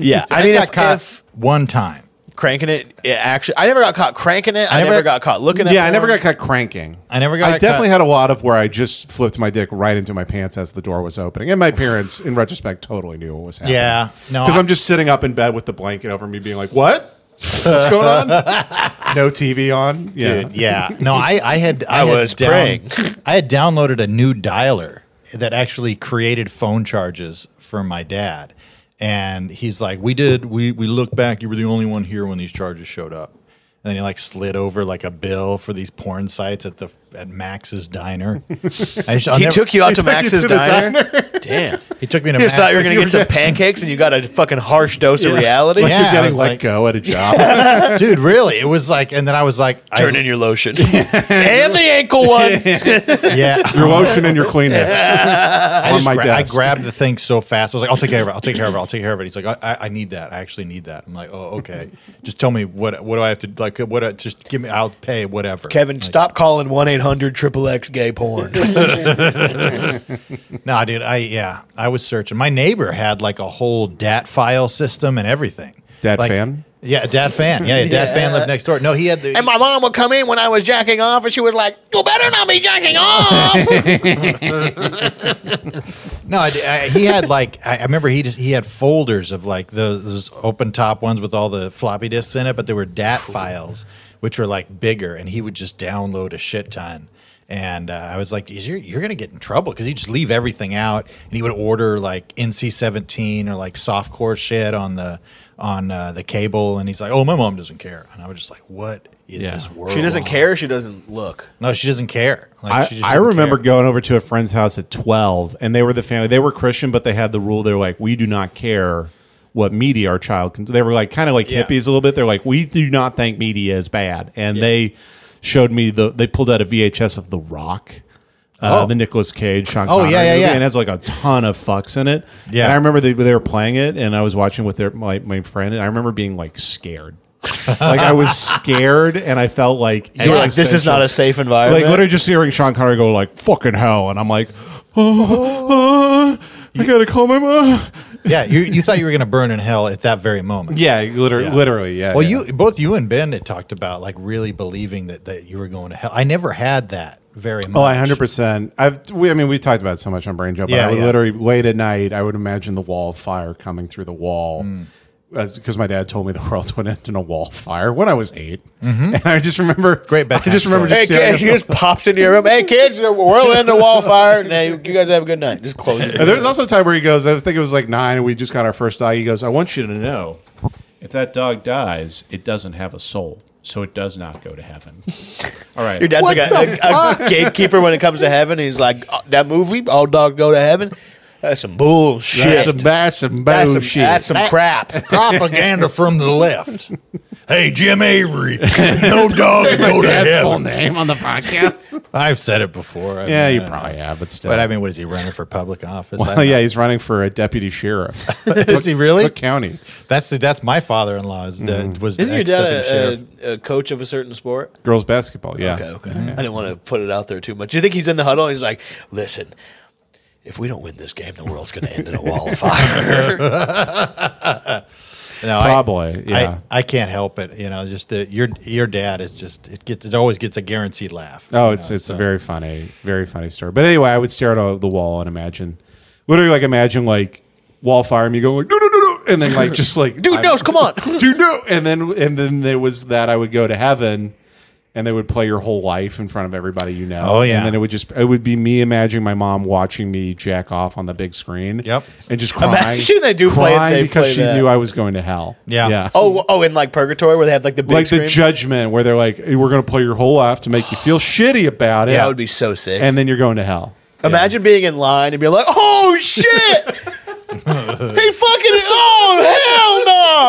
[SPEAKER 3] if,
[SPEAKER 1] caught
[SPEAKER 3] if
[SPEAKER 1] one time.
[SPEAKER 3] cranking it, it actually, I never got caught cranking it. I,
[SPEAKER 2] never
[SPEAKER 3] never
[SPEAKER 2] got-
[SPEAKER 3] got, caught looking at.
[SPEAKER 2] yeah, I never
[SPEAKER 3] porn.
[SPEAKER 2] got caught cranking.
[SPEAKER 1] I never got
[SPEAKER 2] I
[SPEAKER 1] caught-
[SPEAKER 2] definitely had a lot of where I just flipped my dick right into my pants as the door was opening, and my parents, in retrospect, totally knew what was happening.
[SPEAKER 1] Yeah, no,
[SPEAKER 2] because
[SPEAKER 1] I-
[SPEAKER 2] I'm just sitting up in bed with the blanket over me, being like, "What? What's going on? no TV on? Yeah,
[SPEAKER 1] Dude, yeah. No, I, I had I,
[SPEAKER 3] I
[SPEAKER 1] had
[SPEAKER 3] was
[SPEAKER 1] down-
[SPEAKER 3] praying.
[SPEAKER 1] I had downloaded a new dialer that actually created phone charges for my dad. And he's like, We did we we look back, you were the only one here when these charges showed up. And then he like slid over like a bill for these porn sites at the at Max's diner. I just, I'll
[SPEAKER 3] He
[SPEAKER 1] never-
[SPEAKER 3] took you out to
[SPEAKER 2] took you
[SPEAKER 3] Max's
[SPEAKER 2] to the
[SPEAKER 3] diner. Damn,
[SPEAKER 1] he took me to
[SPEAKER 3] you just
[SPEAKER 1] Max's.
[SPEAKER 3] thought you were gonna get some pancakes, and you got a fucking harsh dose of reality.
[SPEAKER 1] Yeah,
[SPEAKER 2] you're
[SPEAKER 1] I
[SPEAKER 2] getting
[SPEAKER 1] was
[SPEAKER 2] let
[SPEAKER 1] like-
[SPEAKER 2] go at a job.
[SPEAKER 1] Dude, really? It was like and then I was like I-
[SPEAKER 3] Turn in your lotion and the ankle one.
[SPEAKER 1] Yeah.
[SPEAKER 2] your lotion and your Kleenex
[SPEAKER 1] I,
[SPEAKER 2] on
[SPEAKER 1] just
[SPEAKER 2] my
[SPEAKER 1] gra- I
[SPEAKER 2] desk.
[SPEAKER 1] grabbed the thing so fast. I was like, I'll take care of it. I'll take care of it. I'll take care of it. He's like, I, I, I need that. I actually need that. I'm like, oh, okay. just tell me what what do I have to like? What I, just give me? I'll pay whatever.
[SPEAKER 3] Kevin, stop calling one eight hundred triple X gay porn.
[SPEAKER 1] No, dude. I yeah. I was searching. My neighbor had like a whole DAT file system and everything.
[SPEAKER 2] Dat
[SPEAKER 1] Like-
[SPEAKER 2] fan?
[SPEAKER 1] Yeah, DAT fan. Yeah, yeah, DAT fan lived next door. No, he had the.
[SPEAKER 3] And my mom would come in when I was jacking off, and she was like, "You better not be jacking off."
[SPEAKER 1] No, I, I- he had like I, I remember he just he had folders of like those, those open top ones with all the floppy disks in it, but they were DAT files, which were like bigger, and he would just download a shit ton. And uh, I was like, "Is you're you're gonna get in trouble because he just leave everything out, and he would order like NC seventeen or like softcore shit on the on uh, the cable, and he's like, "Oh, my mom doesn't care," and I was just like, "What is this world?"
[SPEAKER 3] she doesn't
[SPEAKER 1] on?"
[SPEAKER 3] care. She doesn't look.
[SPEAKER 1] No, she doesn't care. Like,
[SPEAKER 2] I,
[SPEAKER 1] she just
[SPEAKER 2] I
[SPEAKER 1] didn't
[SPEAKER 2] remember
[SPEAKER 1] care.
[SPEAKER 2] going over to a friend's house at 12, and they were the family. They were Christian, but they had the rule. They're like, we do not care what media our child can. They were like kind of like
[SPEAKER 1] Yeah.
[SPEAKER 2] hippies a little bit. They're like, we do not think media is bad, and they showed me the. They pulled out a VHS of The Rock. Uh,
[SPEAKER 1] Oh.
[SPEAKER 2] The Nicolas Cage, Sean
[SPEAKER 1] Oh,
[SPEAKER 2] Connery
[SPEAKER 1] yeah, yeah,
[SPEAKER 2] movie,
[SPEAKER 1] yeah.
[SPEAKER 2] and it has like a ton of fucks in it.
[SPEAKER 1] Yeah.
[SPEAKER 2] and I remember they, they were playing it, and I was watching with their my, my friend, and I remember being like scared, like I was scared, and I felt like
[SPEAKER 3] You were like, "This is not a
[SPEAKER 2] existential."
[SPEAKER 3] safe environment."
[SPEAKER 2] Like literally just hearing Sean Connery go like fucking hell, and I'm like, oh, oh, I gotta call my mom.
[SPEAKER 1] Yeah, you, you thought you were gonna burn in hell at that very moment.
[SPEAKER 2] Yeah, literally, literally, yeah.
[SPEAKER 1] Well, you both you and Ben had talked about like really believing that that you were going to hell. I never had that very much.
[SPEAKER 2] Oh, I hundred percent. I've, we, I mean, we talked about it so much on Brain Jump. But
[SPEAKER 1] Yeah,
[SPEAKER 2] I would
[SPEAKER 1] yeah.
[SPEAKER 2] literally late at night, I would imagine the wall of fire coming through the wall, because my dad told me the world would end in a wall of fire when I was 8 and I just remember
[SPEAKER 1] Great
[SPEAKER 2] I
[SPEAKER 1] bedtime
[SPEAKER 2] just remember
[SPEAKER 1] story.
[SPEAKER 3] Hey,
[SPEAKER 2] just staring
[SPEAKER 3] kid,
[SPEAKER 2] at
[SPEAKER 3] she just pops into your room. Hey, kids, the world end the wallfire. Now you guys have a good night. Just close
[SPEAKER 2] And
[SPEAKER 3] it.
[SPEAKER 2] there's also a time where he goes, I think it was like nine, and we just got our first dog. He goes, I want you to know
[SPEAKER 6] If that dog dies, it doesn't have a soul, so it does not go to heaven. All right.
[SPEAKER 3] Your dad's
[SPEAKER 1] What
[SPEAKER 3] like a, a- a gatekeeper when it comes to heaven. He's like, "Oh, that movie, all dogs go to heaven. That's some bullshit.
[SPEAKER 2] That's some, that's some
[SPEAKER 3] That's some,
[SPEAKER 2] bullshit.
[SPEAKER 3] that's some crap.
[SPEAKER 1] propaganda from the left. Hey, Jim Avery, no dogs go to heaven.
[SPEAKER 2] name on the podcast.
[SPEAKER 1] I've said it before. I
[SPEAKER 2] yeah,
[SPEAKER 1] mean,
[SPEAKER 2] you
[SPEAKER 1] I don't
[SPEAKER 2] probably
[SPEAKER 1] know.
[SPEAKER 2] have, but still.
[SPEAKER 1] But I mean, what is he running for public office? I
[SPEAKER 2] oh,
[SPEAKER 1] don't
[SPEAKER 2] yeah,
[SPEAKER 1] know.
[SPEAKER 2] he's running for a deputy sheriff.
[SPEAKER 1] is he really?
[SPEAKER 2] Cook County.
[SPEAKER 1] That's that's my father-in-law. Is
[SPEAKER 2] Mm.
[SPEAKER 1] that was
[SPEAKER 3] Isn't your
[SPEAKER 1] ex-deputy
[SPEAKER 3] dad
[SPEAKER 1] sheriff.
[SPEAKER 3] a, a, a coach of a certain sport?
[SPEAKER 2] Girls basketball, yeah.
[SPEAKER 3] Okay, okay. I didn't want to put it out there too much. Do you think he's in the huddle? He's like, listen, if we don't win this game, the world's going to end in a wall of fire.
[SPEAKER 1] No,
[SPEAKER 2] Probably,
[SPEAKER 1] I,
[SPEAKER 2] yeah.
[SPEAKER 1] I, I can't help it. You know, just the, your your dad is just it gets it always gets a guaranteed laugh. you
[SPEAKER 2] Oh,
[SPEAKER 1] know,
[SPEAKER 2] it's it's
[SPEAKER 1] so.
[SPEAKER 2] a very funny, very funny story. But anyway, I would stare at uh, the wall and imagine, literally, like imagine like wall fire, and you go like no no no no, and then like just like
[SPEAKER 3] Dude,
[SPEAKER 2] I-
[SPEAKER 3] no, come on.
[SPEAKER 2] dude no, and then and then there was that I would go to heaven, and they would play your whole life in front of everybody you know.
[SPEAKER 1] Oh, yeah.
[SPEAKER 2] and then it would just it would be me imagining my mom watching me jack off on the big screen.
[SPEAKER 1] Yep.
[SPEAKER 2] and just crying.
[SPEAKER 3] Imagine they do play-
[SPEAKER 2] crying
[SPEAKER 3] they
[SPEAKER 2] because
[SPEAKER 3] play
[SPEAKER 2] she
[SPEAKER 3] that.
[SPEAKER 2] knew I was going to hell.
[SPEAKER 1] Yeah.
[SPEAKER 2] yeah.
[SPEAKER 3] oh, oh, in like purgatory where they have like the big
[SPEAKER 2] Like
[SPEAKER 3] screen.
[SPEAKER 2] the judgment, where they're like, "Hey, "We're going to play your whole life to make you feel shitty about it,"
[SPEAKER 3] that would be so sick.
[SPEAKER 2] and then you're going to hell.
[SPEAKER 3] Imagine being in line and being like, "Oh shit, he fucking oh hell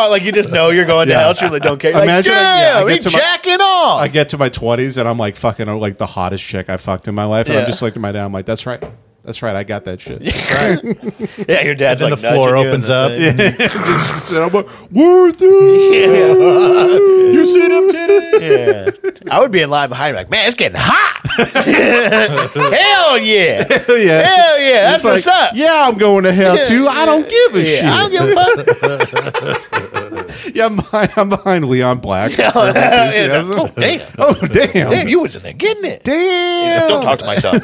[SPEAKER 3] no!" Like you just know you're going to hell. so You really don't care. Like,
[SPEAKER 2] Imagine I- yeah, I
[SPEAKER 3] yeah,
[SPEAKER 2] get
[SPEAKER 3] we
[SPEAKER 2] to my-
[SPEAKER 3] jacking off.
[SPEAKER 2] I get to my twenties and I'm like fucking uh, like the hottest chick I fucked in my life, and
[SPEAKER 3] Yeah.
[SPEAKER 2] I'm just like to my dad, I'm like, that's right, that's right, I got that shit.
[SPEAKER 3] yeah, your dad's
[SPEAKER 1] Then
[SPEAKER 3] like
[SPEAKER 1] the floor
[SPEAKER 3] nudging you in
[SPEAKER 1] opens
[SPEAKER 3] the
[SPEAKER 1] up.
[SPEAKER 3] thing.
[SPEAKER 2] just said, I'm like, worth it.
[SPEAKER 1] You see them titties?
[SPEAKER 3] I would be in line behind, like, man, it's getting hot. hell yeah,
[SPEAKER 2] yeah.
[SPEAKER 3] hell yeah, that's
[SPEAKER 2] It's like,
[SPEAKER 3] what's up.
[SPEAKER 2] Yeah, I'm going to hell too. I don't give a
[SPEAKER 3] Yeah,
[SPEAKER 2] shit.
[SPEAKER 3] I don't give a fuck.
[SPEAKER 2] yeah, I'm behind, I'm behind Leon Black.
[SPEAKER 3] Yeah, oh, damn,
[SPEAKER 2] oh damn.
[SPEAKER 3] damn, you was in there getting it.
[SPEAKER 2] Damn.
[SPEAKER 7] Don't talk to my son.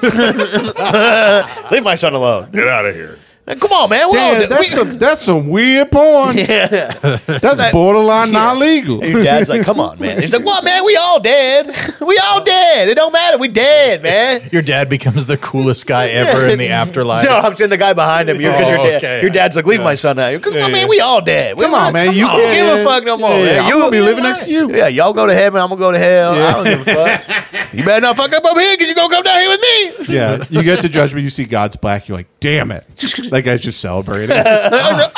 [SPEAKER 3] Leave my son alone.
[SPEAKER 7] Get out of here.
[SPEAKER 3] Come on, man. We're all
[SPEAKER 2] Damn, that's
[SPEAKER 3] we-
[SPEAKER 2] some that's some weird porn.
[SPEAKER 3] yeah.
[SPEAKER 2] That's borderline not legal.
[SPEAKER 3] And your dad's like, come on, man. He's like, what, man? We all dead. We all dead. It don't matter. We dead, man.
[SPEAKER 1] Your dad becomes the coolest guy ever in the afterlife.
[SPEAKER 3] No, I'm saying the guy behind him. You're, cause
[SPEAKER 1] Oh,
[SPEAKER 3] you're dead.
[SPEAKER 1] okay.
[SPEAKER 3] Your dad's like, leave my son out. You're, Come on, man. We all dead. We
[SPEAKER 2] Come on,
[SPEAKER 3] not-
[SPEAKER 2] man.
[SPEAKER 3] come
[SPEAKER 2] You
[SPEAKER 3] on. I don't give a fuck no more.
[SPEAKER 2] Yeah,
[SPEAKER 3] man.
[SPEAKER 2] I'm
[SPEAKER 3] You
[SPEAKER 2] gonna be living next to you.
[SPEAKER 3] Yeah, y'all go to heaven. I'm gonna go to hell. I don't give a fuck. You better not fuck up up here because you're gonna come down here with me.
[SPEAKER 2] Yeah, you get to judgment, you see God's black, you're like, damn it. That guy's just celebrating.
[SPEAKER 3] Oh,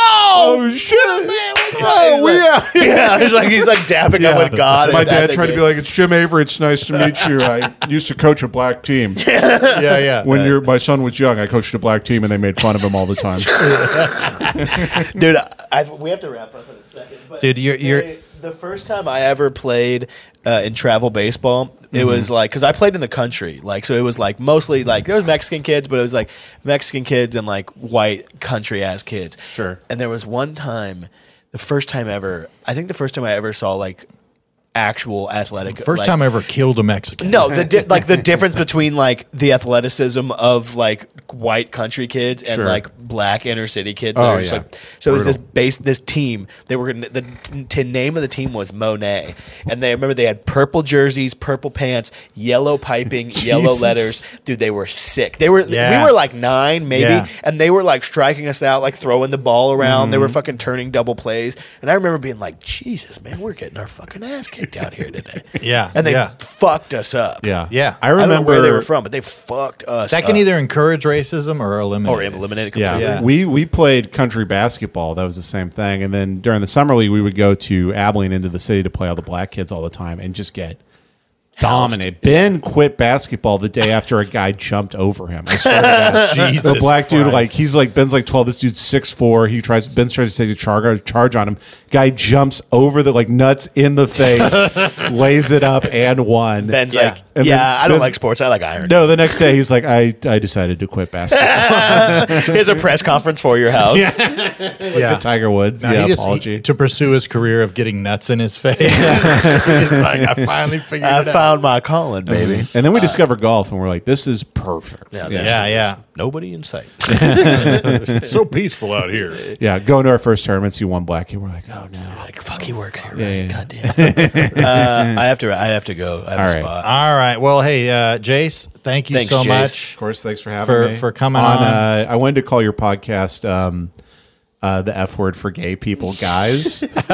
[SPEAKER 2] oh shit.
[SPEAKER 3] man. what-
[SPEAKER 2] Oh, we out here.
[SPEAKER 3] yeah, he's like he's like dapping up with God.
[SPEAKER 2] My dad tried to be like, "It's Jim Avery. It's nice to meet you. I used to coach a black team
[SPEAKER 1] Yeah, yeah.
[SPEAKER 2] when your my son was young. I coached a black team, and they made fun of him all the time."
[SPEAKER 3] like, dude, I, I've- we have to wrap up in a second. But
[SPEAKER 1] Dude, you're- you're-
[SPEAKER 3] the- the first time I ever played uh, in travel baseball, it
[SPEAKER 1] Mm-hmm.
[SPEAKER 3] was like because I played in the country, like so it was like mostly like there was Mexican kids, but it was like Mexican kids and like white country ass kids.
[SPEAKER 2] Sure.
[SPEAKER 3] And there was one time, the first time ever, I think the first time I ever saw like actual athletic.
[SPEAKER 1] First
[SPEAKER 3] like-
[SPEAKER 1] time I ever killed a Mexican.
[SPEAKER 3] no, the di- like the difference between like the athleticism of like white country kids and
[SPEAKER 2] Sure.
[SPEAKER 3] like black inner city kids. that
[SPEAKER 2] Oh,
[SPEAKER 3] are just,
[SPEAKER 2] yeah.
[SPEAKER 3] like- so it was this base this team. They were gonna, the t- t- name of the team was Monet, and they remember they had purple jerseys, purple pants, yellow piping, yellow
[SPEAKER 2] Jesus.
[SPEAKER 3] letters. Dude, they were sick. They were
[SPEAKER 1] Yeah.
[SPEAKER 3] we were like nine maybe,
[SPEAKER 1] Yeah.
[SPEAKER 3] and they were like striking us out, like throwing the ball around. They
[SPEAKER 2] Mm-hmm.
[SPEAKER 3] were fucking turning double plays, and I remember being like, Jesus, man, we're getting our fucking ass kicked out here today.
[SPEAKER 1] Yeah,
[SPEAKER 3] and they
[SPEAKER 1] yeah.
[SPEAKER 3] fucked us up.
[SPEAKER 2] Yeah,
[SPEAKER 1] Yeah.
[SPEAKER 2] I
[SPEAKER 3] I
[SPEAKER 2] remember
[SPEAKER 3] don't know where they were from, but they fucked us.
[SPEAKER 1] That can
[SPEAKER 3] up.
[SPEAKER 1] either encourage racism or eliminate.
[SPEAKER 3] Uh, or
[SPEAKER 1] it.
[SPEAKER 3] eliminate it
[SPEAKER 2] Yeah,
[SPEAKER 3] completely.
[SPEAKER 1] Yeah.
[SPEAKER 2] we we played country basketball. That was the same thing. And then during the summer league, we would go to Abilene into the city to play all the black kids all the time and just get dominated. Ben quit basketball the day after a guy jumped over him. I swear to God.
[SPEAKER 1] Jesus
[SPEAKER 2] the black dude,
[SPEAKER 1] Christ.
[SPEAKER 2] like he's like Ben's like twelve. This dude's six four. He tries Ben tries to take a charge charge on him. Guy jumps over the like nuts in the face, lays it up and won.
[SPEAKER 3] Ben's
[SPEAKER 1] Yeah.
[SPEAKER 3] like,
[SPEAKER 2] And
[SPEAKER 3] yeah,
[SPEAKER 2] then
[SPEAKER 3] I don't
[SPEAKER 2] Ben's-
[SPEAKER 3] like sports. I like iron.
[SPEAKER 2] no, the next day he's like, I, I decided to quit basketball.
[SPEAKER 3] Here's a press conference for your house.
[SPEAKER 1] yeah.
[SPEAKER 2] Tiger Woods,
[SPEAKER 1] No,
[SPEAKER 2] yeah,
[SPEAKER 1] he just-
[SPEAKER 2] apology.
[SPEAKER 1] he- to pursue his career of getting nuts in his face. He's like, I finally figured
[SPEAKER 3] I
[SPEAKER 1] it out.
[SPEAKER 3] found my calling, baby.
[SPEAKER 2] And then we discover golf, and we're like, "This is perfect." Yeah, yeah.
[SPEAKER 1] yeah, yeah.
[SPEAKER 3] Nobody in sight.
[SPEAKER 7] It's so peaceful out here.
[SPEAKER 2] Going to our first tournament, see one black kid, we're like, "Oh no!"
[SPEAKER 3] Like, fuck, he works here,
[SPEAKER 2] Yeah, yeah.
[SPEAKER 3] right? God damn. uh, I have to. I have to go. I have
[SPEAKER 2] All
[SPEAKER 3] a
[SPEAKER 2] right.
[SPEAKER 3] spot.
[SPEAKER 1] All right. Well, hey, uh, Jace, thank you
[SPEAKER 3] Thanks,
[SPEAKER 1] so
[SPEAKER 3] Jace.
[SPEAKER 1] much.
[SPEAKER 2] Of course, thanks for having
[SPEAKER 1] For-
[SPEAKER 2] me
[SPEAKER 1] for coming on.
[SPEAKER 2] Uh, I wanted to call your podcast um, uh, the F word for gay people, guys, but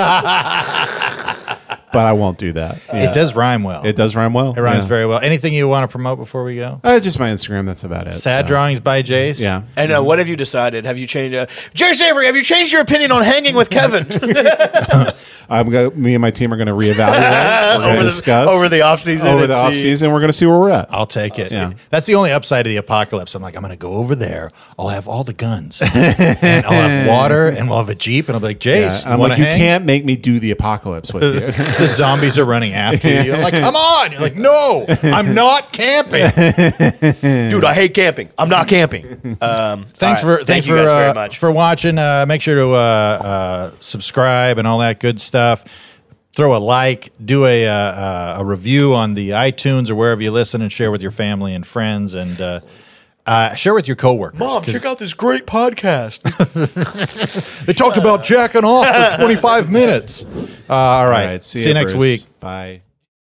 [SPEAKER 2] I won't do that. Yeah.
[SPEAKER 1] It does rhyme well.
[SPEAKER 2] It does rhyme well.
[SPEAKER 1] It rhymes
[SPEAKER 2] Yeah.
[SPEAKER 1] very well. Anything you want to promote before we go?
[SPEAKER 2] Uh, just my Instagram. That's about it.
[SPEAKER 1] Sad
[SPEAKER 2] so.
[SPEAKER 1] drawings by Jace.
[SPEAKER 2] Yeah.
[SPEAKER 3] And uh, what have you decided? Have you changed? Uh, Jerry Avery, have you changed your opinion on hanging with Kevin
[SPEAKER 2] I'm go- me and my team are going to reevaluate. we're going to discuss
[SPEAKER 3] over the off season?
[SPEAKER 2] over the off season. We're going to see where we're at.
[SPEAKER 1] I'll take it.
[SPEAKER 2] Yeah.
[SPEAKER 1] That's the only upside of the apocalypse. I'm like, I'm going to go over there. I'll have all the guns, and I'll have water, and we'll have a jeep, and I'll be like,
[SPEAKER 2] Yeah,
[SPEAKER 1] Jace,
[SPEAKER 2] I'm
[SPEAKER 1] wanna
[SPEAKER 2] like, you
[SPEAKER 1] hang?"
[SPEAKER 2] can't make me do the apocalypse with you.
[SPEAKER 1] the zombies are running after you. You're like, come on. You're like, no, I'm not camping.
[SPEAKER 3] dude, I hate camping. I'm not camping. Um,
[SPEAKER 1] Thanks
[SPEAKER 3] all
[SPEAKER 1] for
[SPEAKER 3] right. Thank
[SPEAKER 1] thanks
[SPEAKER 3] you
[SPEAKER 1] for
[SPEAKER 3] guys
[SPEAKER 1] uh,
[SPEAKER 3] very much.
[SPEAKER 1] for watching. Uh, make sure to uh, uh, subscribe and all that good stuff. Throw a like, do a uh, uh, a review on the iTunes or wherever you listen, and share with your family and friends, and uh, uh, share with your coworkers.
[SPEAKER 3] Mom,
[SPEAKER 1] 'cause
[SPEAKER 3] check out this great podcast.
[SPEAKER 1] they talked about jacking off for twenty five minutes. Uh, all right, see, you next
[SPEAKER 2] Bruce.
[SPEAKER 1] week.
[SPEAKER 2] Bye.